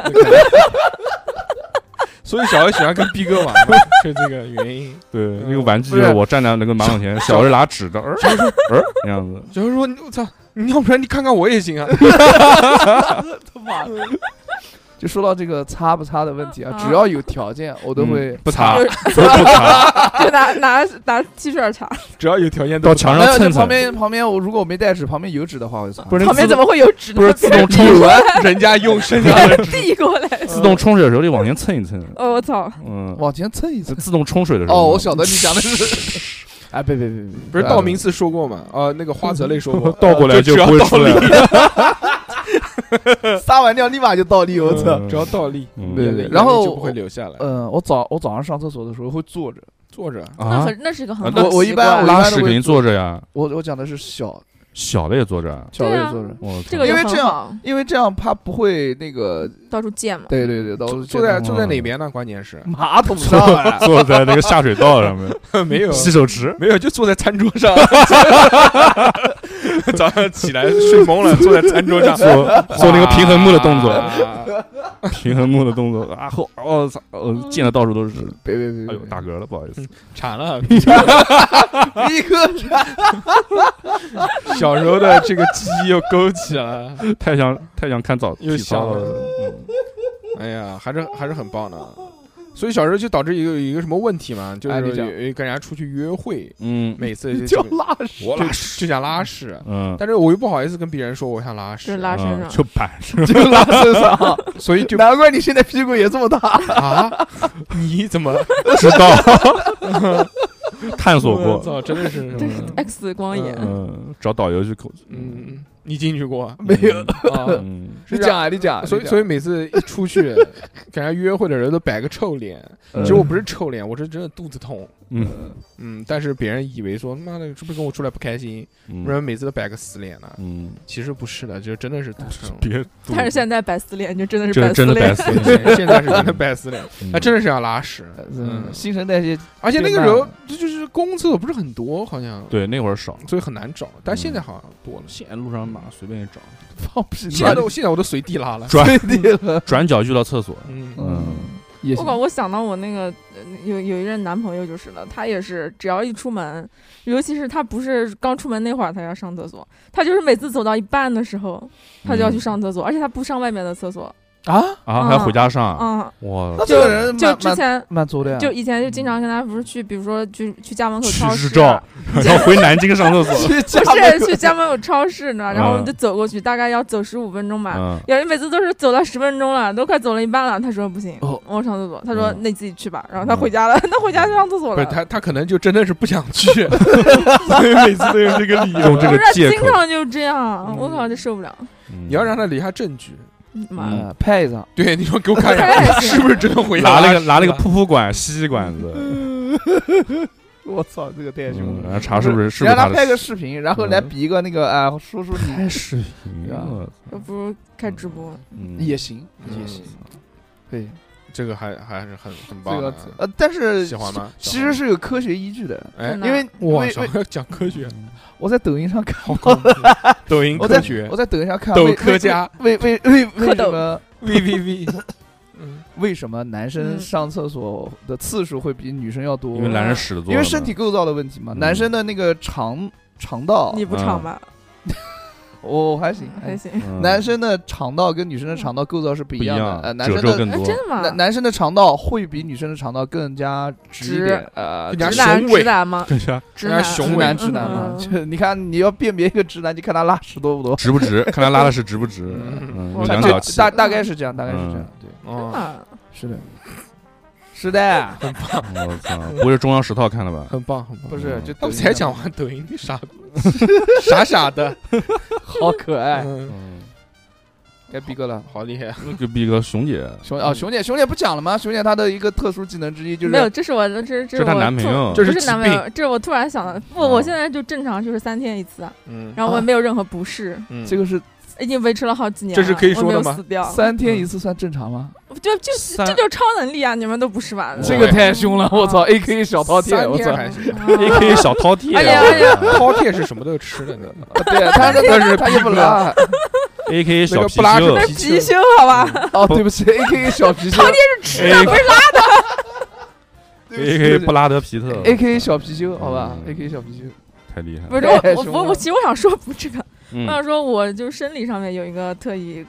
所以小孩喜欢跟逼哥玩 嘛，就这个原因。
对，
嗯
那个玩具
不是
我站在那个马桶前，小时候拿纸的，呃呃那样子，
小时候说你我操，你要不然你看看我也 行啊。
他妈的！就说到这个擦不擦的问
嗯
题啊，只要有条件，我都会
嗯不擦，
就
不擦，
就拿拿拿 T 恤擦，
只要有条件
到
都
墙
没
上
有，就旁
蹭蹭，
边旁边我如果我没带纸，旁边有纸的话，我就擦。
不是
旁边
自
怎么会有纸呢？
不是自 动冲
有啊，
人家用啊身上的
递过来的。
自动冲水的时候就往前蹭一蹭，
哦，我操！
嗯，
往前蹭一蹭
就。自动冲水的时候。，
哦，我晓得你讲的是， 哎，别别别别，
不是道明寺说过嘛？啊，那个花泽类说过
嗯 倒过来
就只要
不会
倒
出来
呃
立，
了。
撒完尿立马就倒立，我操！
嗯
哦只要倒立，
嗯
对对
眼泪
然后
就不会流下来。
嗯，我早我早上上厕所的时候会坐着，
坐着，
嗯
那
啊，
很那是一个很
啊
好
那
的
我我
习
一般
惯
我
拉
一般
屎
都
肯
会
定坐着呀，
我我讲的是小
小的也坐着。
小
对
位
啊
坐着，
我
这个
靠，
就
因为
很
这样
好
因为这样怕不会那个，
到处溅嘛。
对对对，到时候
坐在
嗯，
坐在哪边呢？关键是
马桶上啊
坐在那个下水道上 面，
没有
洗手池。
没有，就坐在餐桌上。
啊
早上起来睡懵了，坐在餐桌上
做做那个平衡木的动作，
作。
平衡木的动作啊！后哦操，哦溅的到处都是。
嗯
别别别，
哎呦，
别
打嗝了，不好意思。
馋了，
立刻
小时候的这个记忆又勾起了。
太想太想看早
嗯又
体操
想
了，
哎呀，还是还是很棒的。所以小时候就导致一个一个什么问题嘛，就
哎
是
你讲
有有跟人家出去约会，
嗯
每次就
叫
就
拉屎，
我拉
屎就想拉屎，
嗯
但是我又不好意思跟别人说我想拉
就
屎
是，拉身
嗯，
上，
就板上。
就拉身上，
所 以就
难怪你现在屁股也这么大。
啊，你怎么
知道， 探索
我
过，
操，真的是
这是 X 光眼，
嗯，找导游去口，
嗯，你进去过啊？
没有，
嗯，
你
是这
讲
样
啊，你讲啊，
所以，所
以
以每次一出去， 跟人家约会的人都摆个臭脸。其实我不是臭脸，我是真的肚子痛。
嗯
嗯，但是别人以为说，妈的，是不是跟我出来不开心？
嗯
不然每次都摆个死脸呢？
嗯，
其实不是的，就真的是
哎
肚子痛。
别，
但是现在摆死脸就真的是
这
摆
真的
死哎
白
脸，
死
对现 在现在是真的摆死脸，那真的是要拉屎。
嗯，
嗯
新陈代谢
而且那个
变
时候
慢了
就就是公厕不是很多，好像，
对那会儿少，
所以很难找。
嗯
但现在好像多了。
现在路上嘛随便 一找，
放屁，
现在都现在我都随地拉了。
转
对地了，
转角遇到厕所，
嗯，
嗯，
也
我
行
管我想到我那个呃有有一任男朋友就是了，他也是只要一出门，尤其是他不是刚出门那会儿他要上厕所，他就是每次走到一半的时候他就
嗯
要去上厕所，而且他不上外面的厕所，
啊。
啊，还要回家上，
嗯，
哇，
那这个人
就
蛮
之前。
蛮作的呀，
就以前就经常跟他不是去，比如说去去家门口
去
超
日
市，啊
照， 然后回南京上厕 所，
去家
不
门
是
口
去家门口超市呢，然后我们
嗯
就走过去，大概要走十五分钟吧。
嗯，
有人每次都是走了十分钟了，都快走了一半了，他说不行，
哦
我上厕所。他说
嗯
那你自己去吧，然后他回家了， 他回家就上厕所
哦不是
了。
他，他可能就真的是不想去， 所以每次都有这个理由
用。这
不
个
是
借
经
口，嗯
常就这样，
嗯
我靠，就受不了。
你要让
他
他留下证据，
妈
嗯
的，
呃拍一张，
对，你说给我看一
哎
下， 是不是真的回
拿了个
拉
拿了个
屎
噗噗管吸吸管子，
我操，这个太凶了。
嗯然后查是不是是不
让
是
他
他
拍
的嗯
个视频，然后来比一个那个啊，说说
拍
嗯
你
视频啊，
要不如开直播。
嗯
也行，
嗯
也行，可以。
这个还还是很很
啊
这
棒
个
的，
呃，但是
喜欢吗？
其实是有科学依据的，
哎
真，的
因为因
哇，
为因
小
为
孩讲科学，
我在抖音上看，
好
嗯
恐怖！抖音
我在
科学
我在抖音上看
抖
为
科家
为为为为为
蝌蚪
什么
V V V，嗯，
为什么男生
嗯
上厕所的次数会比女生要多？
因为男人屎的多，
因为身体构造的问题嘛，
嗯
男生的那个肠肠
嗯
道，
你不唱吧？
我我还行，
还
还
行。
嗯
男生的肠道跟女生的肠道构造是不
不
一
一
样的
样，，
呃，男
褶
生
皱
的
嗯
更
哎，
多
真，的吗
男？男生的肠道会比女生的肠道更加直一
直
点，呃，
更
就
加
是
直男，
雄伟
直男吗？
更 加
直男，
雄
直
伟
男直男嘛，
嗯
就你看你要辨别一个直男，就看他拉屎多不多，
直不 直？看他拉的是直不直？
嗯
嗯，有
我
两
这
脚
大
气。
大大概是这样，大概是这样，对，
哦，
啊，
是的，是的，
嗯我操，不会是中央十套看了吧？
很棒很棒。
不
嗯
是就
他们才讲完抖音，你傻 傻傻的，
好可爱，
嗯，
嗯，
该逼哥了。
好厉害，
那个逼哥熊姐，
熊哦，熊姐，熊姐不讲了吗？熊姐她的一个特殊技能之一就是
嗯没有，这是我的，这是
这
这是
是她
我
男朋友
突
这是
不是
疾
男朋友
病，哦
这是我突然想到，不，我现在就正常就是三天一次，
嗯
然后我
啊
也没有任何不适，
嗯，
这个是
已经维持了好几年
这
了，
是可以
我
说
没
的
有
吗
死掉，
三天一次算正常吗？
就就
三
这就是超能力啊！你们都不是吧？
嗯这个太凶了，我操
啊
！A K 小饕餮，
三
我
天
操！
还行。
也可以小饕餮啊
哎呀哎呀
饕餮是什么都吃的那个，
对，他他是他也不拉。
，A K 小
那个不拉
貔
扯
貅
皮
貔
貅
貅，好
嗯
吧，
哦，对不起，A K 小貔貅，
啊
，A K 布拉德皮特
A K 小貔貅，好吧
嗯
，A K 小貔貅。
太厉害
哎不
了，
是
太
我，我
凶
我
了
我其实我想说不这个，我
嗯，
想说，我就生理上面有一个特异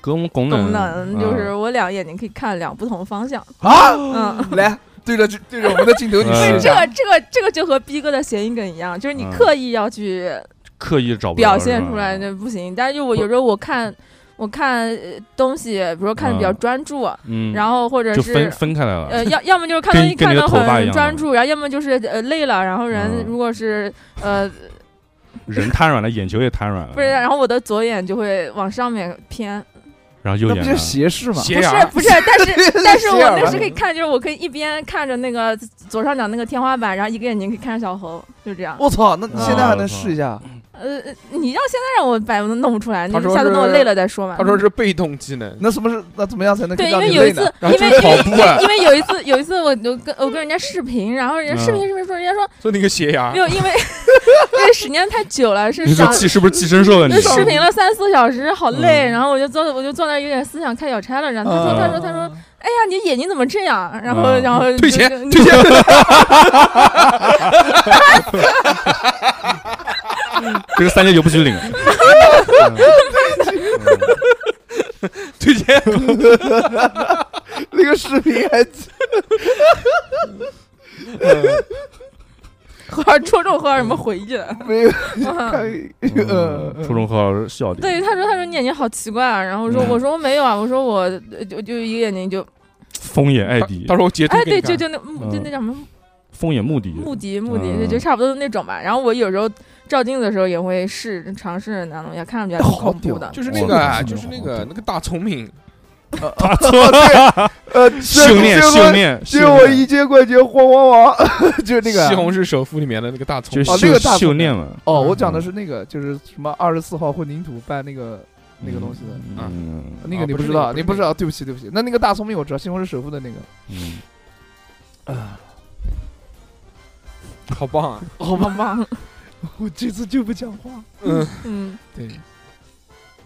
功功
功
能
能，就是
嗯
我两眼睛可以看两不同方向。
啊！
哦
嗯，
来对着这对着我们的镜头，你
嗯
试一
这
下
个这个这个就和逼哥的谐音梗一样，就是你
嗯
刻意要去
刻意找不到
表现出来
是吧啊
那不行。但是就我有时候我看我看呃东西，比如说看的比较
嗯
专注，
嗯，
然后或者
就是分分开来了，
呃，要要么就是看
啊跟
东西
跟
看
你的
得
头发一
很
样
专注，然后要么就是呃累了，然后人
嗯
如果是呃
人瘫软了，眼球也瘫软了，
不是，然后我的左眼就会往上面偏，
然后右
那
眼
不
呢
就斜视吗？啊
斜
不是
眼儿
不是，但 是但是我
斜眼儿
那是可以看，就是我可以一边看着那个左上角那个天花板，然后一个眼睛可以看着小猴，就这样。
我操！那你现在还能
嗯
试一下？
呃，你要现在让我摆，我都弄不出来。你
他说
下次等我
是
累了再说嘛。
他说是被动技能，
那什么是？那怎么样才能
对，因
让
为
你
有一
累
次
呢？，
然
因
后出
为因
去
为
跑步啊，
因为有一次，有一次我就跟我跟人家视频，然后人家视频视频说，人家说
说那个斜牙
没，有，因为 因为时间太久了，是
你说
想
寄是不是寄生兽啊？你
就视频了三四小时，好累。
嗯
然后我就坐，我就坐那儿有点思想开小差了。然后他说，他说，他说，
啊
哎呀，你眼睛怎么这样？啊然后，
嗯
然后
退
就
钱退
就
钱，
这个三千九不许 领。
退钱，
那个视频还
嗯
和 戳中和什么回忆了。
没有看
嗯，
呃
初中号笑点，
对，他说，他说你眼睛好奇怪啊。然后我说，
嗯
我说我没有啊，我说我呃就就一个眼睛就
风眼艾迪
他，说我截图
哎，
给你
对，
看
就，就那嗯就那叫什么
风眼目的，
目的目的，
嗯
就就差不多那种吧。然后我有时候照镜子的时候也会试尝试那种，也看上去还挺
好
恐怖
屌
的。
就是那个啊，
我
就是那
哦
个那个大聪明，
他错了，
呃，
训
结
练
果
训练，
结果一千块钱晃晃晃， 就是那个
西红柿嗯首富里面的那个大聪
就
明，
哦那
训
个大
训练嘛，
哦，我讲的是那个，就是什么二十四号混凝土办那个那个东西的，
嗯
那个你
哦不
不
是那
知
个
道，
不
你
是
不知
那
道，对不起对不起。那那个大聪明我知道，西红柿首 富的那个，
嗯，
好棒啊！
好吧，
棒，
我这次就不讲话。
嗯，
嗯，
对，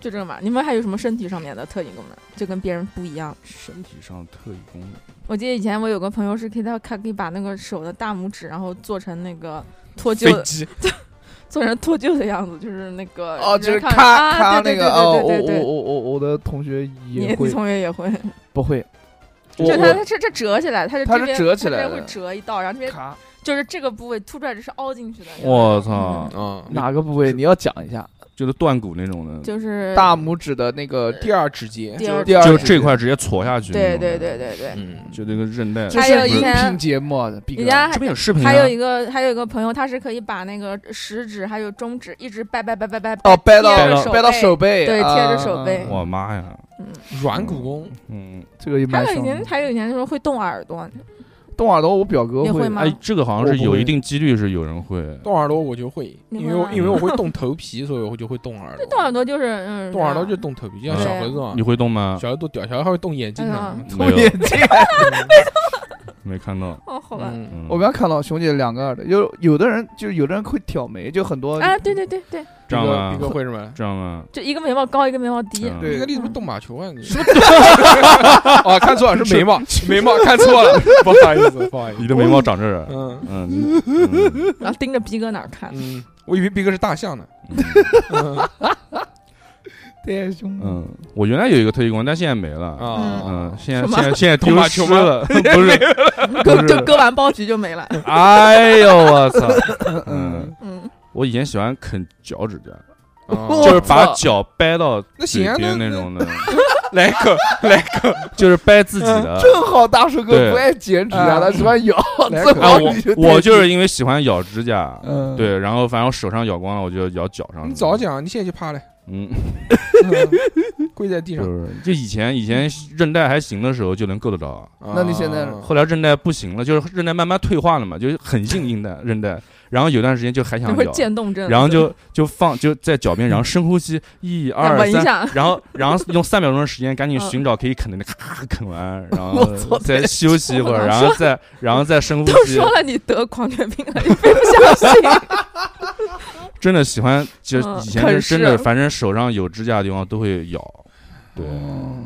就这个嘛。你们还有什么身体上面的特异功能，就跟别人不一样？
身体上特异功能，
我记得以前我有个朋友是可以他看可以把那个手的大拇指，然后做成那个脱
飞
臼，
机，
做成脱臼的样子，就是那个
哦，就是
人看
咔
啊
咔那
对对对
个哦，我
对对
我
对。
我我我的同学
你
也
你
会
同学也会，
不会？我
就它
我
它这这折起来，它是
它是
这边
折起
它这
来
边
的
会折一道，然后这边
咔
就是这个部位凸出来，这是凹进去的。
我操，
嗯，
哪个部位？你要讲一下
就是断骨那种的，
就是
大拇指的那
呃
个
第二指节，
第二
第二
就
指
这
节
块直接戳下去，
对对对，对对。
嗯，
就那个韧带，
这
还有
是
以
音
前
频节目啊，毕
人
哥
家
这边有视频，啊
还有一个还有一个朋友，他是可以把那个食指还有中指一直掰掰掰掰掰
哦，掰到
贴着
了
手
掰到
背
手背，
对
啊
贴着手背
啊啊
我妈呀，
软骨功，
嗯，
这个也
还
蛮
有以
爽的
前还有以前说会动耳朵，
动耳朵，我表哥
你会
会
吗
哎，这个好像是
我不
有
会
一定几率是有人会，
动耳朵我就会，
你
因
会
为我
吗
因为我会动头皮，所以我就会动耳朵。
动耳朵就是嗯，
动耳朵就
嗯
动头皮，就像小
对
猴子嘛
你，会动吗？
小猴子多屌，小猴还会动眼睛啊呢
嗯。
没
我
有
眼，睛。
没看到，
哦，好吧，
嗯，
嗯
我刚看到熊姐两个耳朵，有有的人就有的人会挑眉，就很多
啊，对对对对，
这样
个
吗
逼？哥会什么？
这样吗？
就一个眉毛高，一个眉毛低，
嗯
逼
对
哥你怎么动马球啊？你哦，看错 了，是眉毛，眉毛看错了，不好意 思，不好意
你
思。
的眉毛长这儿，
嗯
嗯，你嗯
然后盯着逼哥那儿看。
嗯，我以为逼哥是大象呢。
嗯
嗯
太凶了。
嗯，我原来有一个特异功能，但现在没了。
啊
嗯，，现在
什么
现在现在
动
丢
马
失
球吗
了，不是，
就
不，
就是割完包皮就没了，
哎呦我操！ 嗯，
嗯，
我以前喜欢啃脚趾甲，
哦
就是把脚掰到
那
嘴
行啊，那
边那种的，
来一口，来一口，
就是掰自己
嗯
的。啊
正好大叔哥
对
不爱剪指
啊
甲，他喜欢咬，
来
正
口
啊，
好
我
你就
我就
对
是因为喜欢咬指甲，
嗯
对，然后反正我手上咬光了，我就咬脚上。
你早，讲，你现在就趴了，
嗯，
嗯跪在地
就
上。
是就以前以前韧带还行的时候就能够得着，
那你现在
啊
后来韧带不行了，就是韧带慢慢退化了嘛，就是很硬硬的韧带。然后有段时间就还
就
想
会
咬，
渐冻
嗯
症，
然后就就放就在脚边，然后深呼吸，一
再
二
闻一
三，
下，
然后然 后用三秒钟的时间赶紧
嗯
寻找可以啃的那个，咔啃完，然
我操
后再休息一会
我
儿，
能
然后再然后再深呼
都
吸
说。了你得狂犬病了，你非 不相信？
真的喜欢，就
嗯
以前
啃
是真的，
食
反正手上有指甲的地方都会咬。对，
哦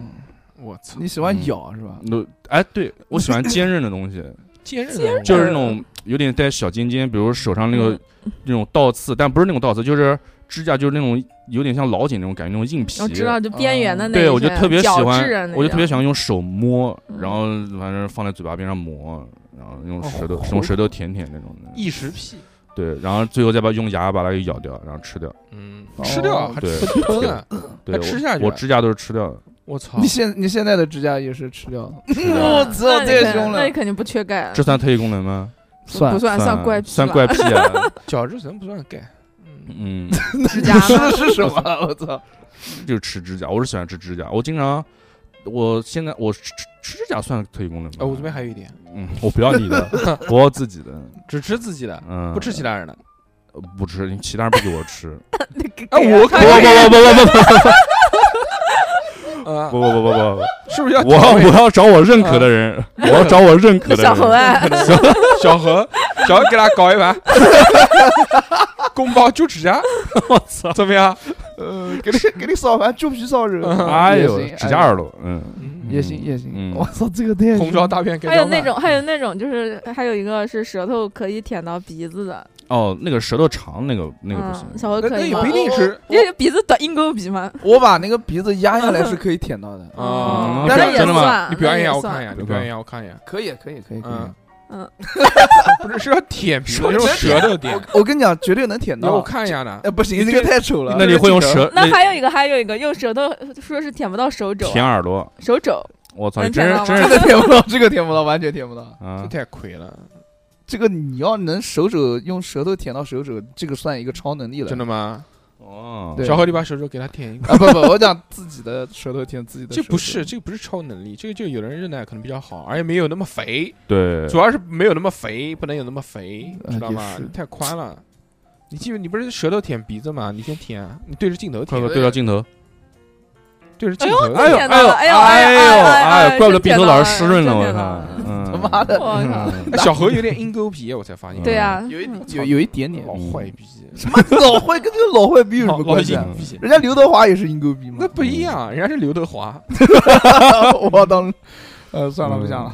我操，
嗯你喜欢
嗯
咬是吧？
那哎，对我喜欢坚韧的东 西，
坚韧啊，
就是那种有点带小尖尖，比如手上那个
嗯
那种倒刺，但不是那种倒刺，就是指甲就是那种有点像老茧那种感觉，那种硬皮。
我知道，就边缘的
嗯
那
对，我就
些
特别喜
角质啊
欢，
那
我就特别
种
喜欢用手摸，
嗯
然后反正放在嘴巴边上磨，然后用
哦
舌头
好
用舌头舔舔那种的。
异食癖，
对，然后最后再把用牙把它给咬掉，然后吃掉。
嗯，
哦
吃掉还
对
吃吞啊，还
对，我
吃下去
我
啊
指甲都是吃掉的。
我操
你！现你现在的指甲也是吃 掉的，
那
我操，
你
太
肯
凶
那
了
你，肯定不缺钙，啊
这算特异功能吗？
不算
算
怪癖，
算 怪。癖啊。
角质层不算钙，嗯，
嗯，
指甲吗
是是什么？啊我 操，
就是吃指甲，我是喜欢吃指甲。我经常，我现在我吃吃吃指甲算特异功能吗？
哦，我这边还有一点，
嗯，我不要你的，我要自己的。
只吃自己的，
嗯，
不吃其他人的。
呃，不吃，你其他人不给我吃。
哎，我
不不不
啊，
不不不不不不不
是不是要
不，我要我要找我认可的人，我要找我认可
那
的
小
人。
猴啊，
小何，小何给他搞一盘，宫保鸡指甲，
我操！
怎么样？
呃，给你给你扫完猪皮扫肉，
哎
嗯也
呦，
行
指甲耳朵，嗯，
嗯
也行也行，
嗯
我操，这个太
红烧大便盖
还有
浇饭
那种，还有那种，就是还有一个是舌头可以舔到鼻子的，
哦，那个舌头长，那个那个不行呃
嗯，。小猴
那
可
那
以
也
吗
不？一定吃
因为鼻子短，鹰钩鼻嘛，
我把那个鼻子压下来是可以舔到的，
啊
嗯！
你
那
表
也
真的吗
算，
你表演一
那
下，
也
我看一下，
算。
算
你表演一下，我看一下。
可以可以可以可以
嗯，
嗯，
不是是要舔鼻子，
手
用
指
舌头舔。
我跟你讲，绝对能舔
那我
到。
看一下呢
哎，，不行，
你
这
这
个太丑了。
那你会用舌
那
那
还有一个，还有一个用舌头说是舔不到手肘啊，
舔耳朵？
手肘，
我操！
能
你真是
舔到
真
这
吗
是
个舔不到，这个舔不到，完全舔不到。
这
啊！
太亏了，
这个你要能手肘用舌头舔到手肘，这个算一个超能力了。
真的吗？
哦，
对
小何，你把手肘给他舔一个。
啊，不不，我讲自己的舌头舔自己的手
这
肘。
不是，这个不是超能力，这个就有的人韧带可能比较好，而且没有那么肥，
对，
主要是没有那么肥，不能有那么肥，
呃
知道吗
也是？
太宽了。你记住，你不是舌头舔鼻子吗？你先舔啊，你对着镜头
快
舔
快，对照镜头。
对着镜头。
哎呦
呦哎呦
哎
哎
呦哎呦
呦
哎呦
怪不得鼻头
真舔到
老
了
是湿润了，
真
我
舔到
操
了！
嗯，
他妈的，
我靠，
嗯
哎小何有点鹰钩皮，我才发现。
对呀，
有一有
有
有一点点
老坏逼，
什么老坏，跟这个老坏逼有什
老
么
老
关系？
鹰
啊？
啊
逼，
人家刘德华也是鹰钩鼻嘛
那。不一样，人家是刘德华，
我当，呃，算了，不讲了。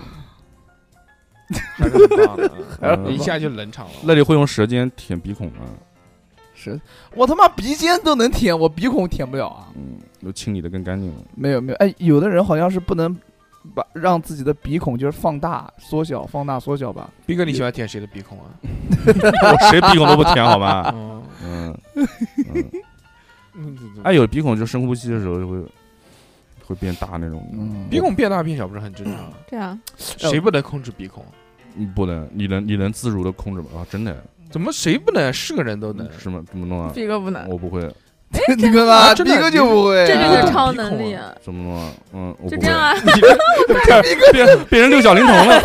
还是很棒的
嗯
一下就冷场了。
那你会用舌尖舔鼻孔吗？
是我他妈鼻尖都能舔，我鼻孔舔不了啊！
嗯，都清理的更干净了。
没有没有，哎，有的人好像是不能把让自己的鼻孔就是放大、缩小、放大、缩小吧。
斌哥，你喜欢舔谁的鼻孔啊？
我谁鼻孔都不舔好吗？
嗯，
嗯，嗯
嗯
哎，有鼻孔就深呼吸的时候就会会变大那种。
嗯哎
鼻孔变大变小不是很正常？
这样
谁 不能控制鼻孔？
嗯不能，你能你能自如的控制吗？啊，真的
怎么谁不能？是个人都能。
是吗？怎么弄啊？
逼哥不能，
我不会，
你看吧，
啊
逼
真的
哥就不会，
这就
啊
是超能力啊，
怎么弄啊？嗯，我
就
不
这
会
样。啊，
变变成六小龄童了。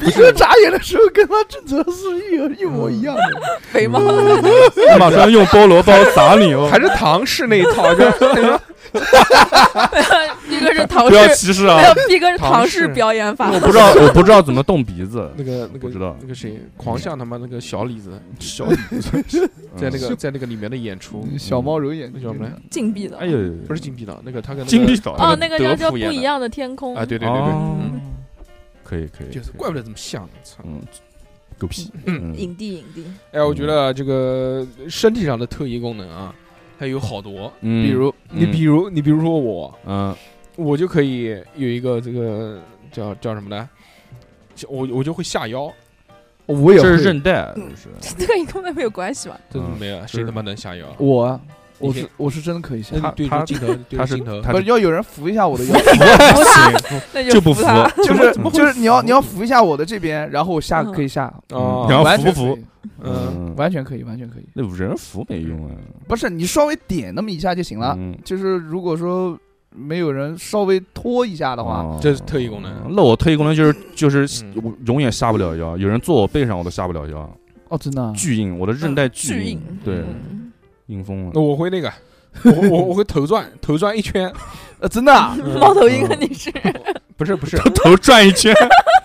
逼哥眨眼的时候跟他正常是一模一模一样的。
肥猫，
我马上用菠萝包砸你哦！
还是唐氏那一 套，就是
逼 哥是唐
不要
氏，
歧视啊
没！有逼哥是唐
唐
氏
氏。
表演法，
我不知道，我不知道怎么动鼻子
那个那
不
个
知道
那个谁，狂象他妈那个小李子，
小鼻子，
在
嗯
那个在那个里面的演出，
嗯小猫揉眼
那叫什么来？
禁闭的，
哎呦，
不是金币岛，那个他跟那个
金币岛
哦，
那
那个
德
叫叫
芙
不
演
一
的
样的天空
啊，对对对对，
哦
嗯
可以可以，
就是怪不得这么像，操！
嗯，狗屁，
嗯
嗯
影帝影帝，
哎，我觉得这个身体上的特异功能啊，它有好多，
嗯，
比如你
嗯
比如你比如说我，
嗯
我就可以有一个这个叫叫什么呢？就我我就会下腰，
嗯我也
这是
会，
韧带，就是
这跟你根本没有关系吧？
真的
嗯
没有
是
谁他妈能下腰？
我啊
你
我
可以
是我是真的可以下
那，你
他
对
他
着镜头，对
他
着
是
镜头，
他
不
是
是要有人扶一下我的腰，
不行，
那
就不服
服他，
就是
怎么
就是你要
扶
你要扶一下我的这边，然后我
嗯
下可以下，啊
哦
然后
完
服
全
不
可
服
以？
嗯，
完全可以，完全可以。
那人服没用啊，
不是你稍微点那么一下就行了，
嗯
就是如果说没有人稍微拖一下的话，
哦
这是特异功能。
那我特异功能就是就是
嗯
我永远下不了腰，有人坐我背上我都下不了腰，
哦，真的啊、
嗯
巨硬，我的韧带
巨
硬
硬，
对，
嗯
硬啊疯了
那。我会那个，我我我会头转，头转一圈，
呃，真的啊、
猫头鹰啊，你是
嗯
不是不是
头转一 圈，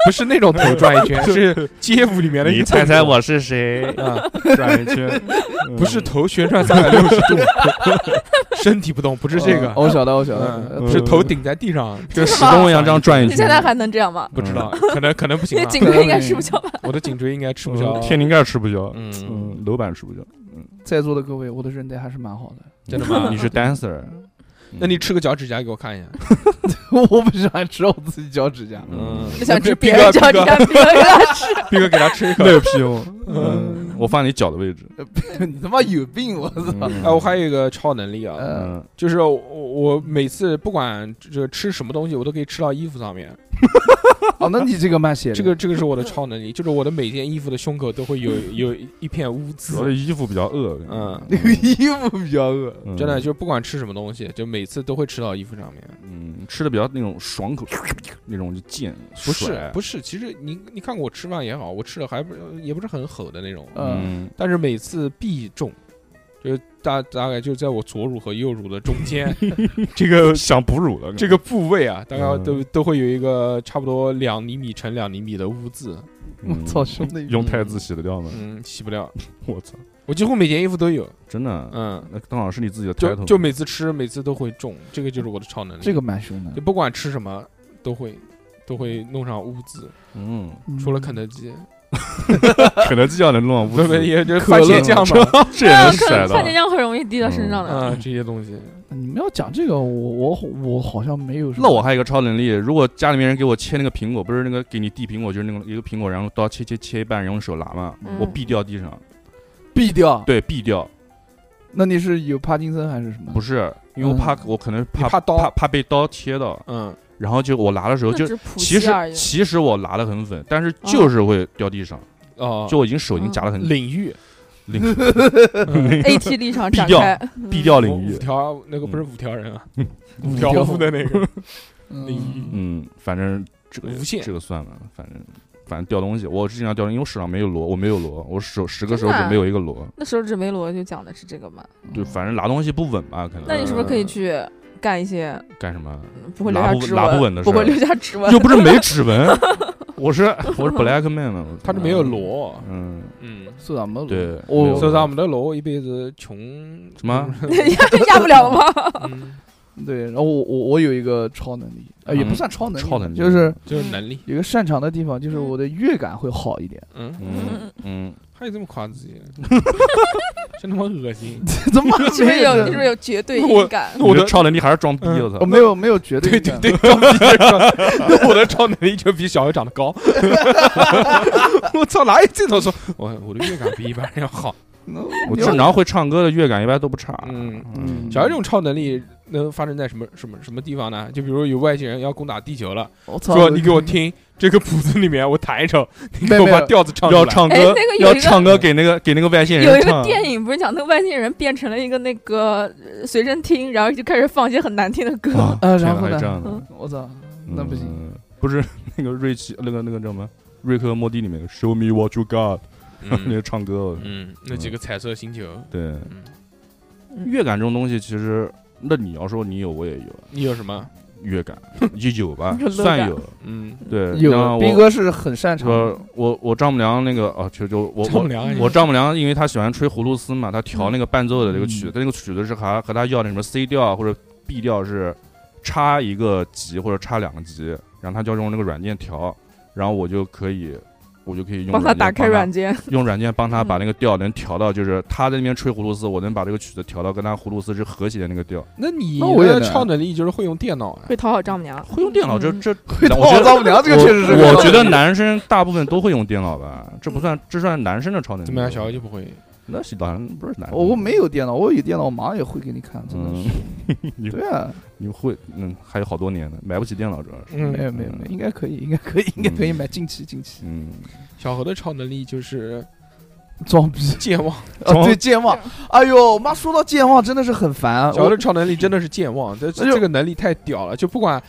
不是那种头转一圈，是街舞里面的一
你
个
猜猜
动作
我是谁？嗯
啊，
转一圈，
不是头旋转三百六十度，身体不动， 不是这个
哦，我晓得，我晓得，
嗯，
呃
是头顶在地上，
跟石东一样这样转一
你
圈。嗯
现在还能这样吗？
不知道，可能可能不行
那
了，
颈椎应该吃不消吧？
嗯
我的颈椎应该吃不消
天灵盖吃不消，
嗯，
嗯，楼板吃不消，
在座的各位，我的韧带还是蛮好的。
真的吗
你是 dancer，嗯
那你吃个脚趾甲给我看一下。
我不喜欢吃我自己脚趾甲，
嗯，
不想吃
逼
别
哥
人脚趾 甲，别人要吃。
逼哥给他吃一口。
那有 屁用？嗯，我放你脚的位置。
你他妈有病！我操！
哎，我还有一个超能力啊，
呃，
嗯，
就是我我每次不管这个吃什么东西，我都可以吃到衣服上面。
哦，那你这个蛮邪的。
这个这个是我的超能力，就是我的每件衣服的胸口都会有有一片污
主要的
渍。
衣服比较恶。
嗯
那个 衣服比较恶。
嗯
真的，就不管吃什么东西，就每次都会吃到衣服上面。
嗯，吃的比较那种爽口， 那种就贱。
不是
甩
不是，其实你你看过我吃饭也好，我吃的还不也不是很吼的那种，
嗯，
嗯，
但是每次必中，就是大大概就在我左乳和右乳的中 间
这个想哺乳 了，
这个部位啊，大概
嗯
都都会有一个差不多两厘米乘两厘米的污渍，
嗯
我操，兄弟，
用汰渍洗得掉吗？
嗯，洗不掉。
我操，
我几乎每件衣服都有，
真的，啊
嗯，
那刚好是你自己的
就
title，
就每次吃每次都会中，这个就是我的超能力。
这个蛮凶的
就。不管吃什么都会都会弄上污渍，
嗯，
除了肯德基，
肯德基要能弄上污
对不对？
渍，
也就是
可
番
乐
茄酱嘛，
这也能
可
甩
能番
到
茄。酱很容易滴到
嗯
身上的。
啊，这些东西。
嗯你们要讲这个，我我我好像没有什么。
那我还有一个超能力，如果家里面人给我切那个苹果，不是那个给你递苹果，就是那个一个苹果，然后刀切切切一半，然后用手拿嘛，
嗯
我必掉地上，
毙掉。
对，必掉，
那你是有帕金森还是什么？
不是，因为我怕
嗯
我可能
嗯你
怕
怕刀
怕怕被刀切到，
嗯，
然后就我拿的时候
那
就
只是普
其
及
实
而已。
其实我拿的很稳，但是就是会掉地上，
哦，
就我已经
嗯
手已经夹得很
领域
领
AT 立场展
必掉
开，
必掉
五
领
五
域，嗯
条那个不是五条人啊，
五
条
条
悟的那个
嗯，
嗯，反正这个
无限
这个算了，反正反正掉东西，我是经常掉东西，因为我手上没有螺，我没有螺，我手十个手
真的
指
啊
没有一个螺，
那手指没螺就讲的是这个嘛？
嗯
就反正拿东西不稳吧，可能。
那你是不是可以去干一些
干什么？
不会留
拿
下
嗯不
指
拿不稳
纹
的、
不
事
会
儿
留下指纹？
又不是没指 纹，我是我是 black man 嘛，我
他这没有，螺，
嗯，
嗯，
受咱们
对，
我
没有
所以说
螺
我们的螺一辈子穷
什 么？
压不了 吗？
嗯
对，然后我我我有一个超能力，呃，也不
嗯
算超能力，
超能力
就是
就是能力，
有一个擅长的地方，就是我的乐感会好一点。
嗯，
嗯 嗯，
还有这么夸自 己的，真他妈恶心！
怎么
是不
没
是有？
有
你是不
的？
是有绝对
我
音感？
那我
你
的
这超能力还是装逼，
嗯
我操
我！没有没有绝对
对
感
对，对，装逼的装，那我的超能力就比小何长得高。我操，哪有这种说？我我的乐感比一般人要好。
那
我
你要
正常会唱歌的乐感一般都不差。
嗯
嗯
小何这种超能力能发生在什么什么什么地方呢？就比如有外星人要攻打地球了，
我操，
说你给我听这个谱子里面我弹一首，你给
没有
我
没
把
有
调子唱出
要
来。
唱
哎
歌
那个，有
要
一个
唱歌给那个给那个外星
有
人
一个
唱。
电影不是讲那个外星人变成了一个那个呃随身听，然后就开始放一些很难听的歌。
啊
呃
天
然
哪
后
还
呢
这样的
嗯
我操，那不行，
嗯不是 那个瑞奇，那个那个叫什么？瑞克和莫蒂里面的 “Show me what you got”，那
嗯
个唱歌，
嗯，那几个彩色星球，
对
嗯，
嗯，
乐感这种东西，其实那你要说你有，我也有
你有什么？
乐感，也有吧
有乐
算
感
有。
嗯，
对，然后
有逼
我
哥是很擅长的
说我我丈母娘那个啊，就就我
丈母
我
娘啊，
我丈母娘，因为她喜欢吹葫芦丝嘛，她调那个伴奏的这个曲，
嗯
她那个曲子是还和她要那什么 C 调啊或者 B 调是差一个级或者差两个级，然后她就要用那个软件调，然后我就可以。我就可以用
帮他
软件
打开
帮她
软件，
用软件帮他把
嗯
那个调能调到，就是他在那边吹葫芦丝，我能把这个曲子调到跟他葫芦丝是和谐的那个调。
那你
那我也
的
能
超能力就是会用电脑啊
会讨好丈母娘，
会用电脑，这
嗯
这
会当我
我觉得
丈母娘这个确实是个
我
超
我觉
能
得
力
男生大部分都会用电脑吧，这
嗯
不算这算男生的超能力。
怎么样？小何就不会？
那是当然不是男生，
我我没有电脑，我有电脑我马上也会给你看，真的
嗯
是，
你
对啊，
你会嗯还有好多年呢，买不起电脑主要是
嗯
没有没有没有，应该可以，应该可以，应该可以买，近期近期
嗯
小何的超能力就是
装逼
健忘。
啊，对健忘，哎呦妈，说到健忘真的是很烦啊，
小何
我
的超能力真的是健忘，这
那就
这个能力太屌了，就不管。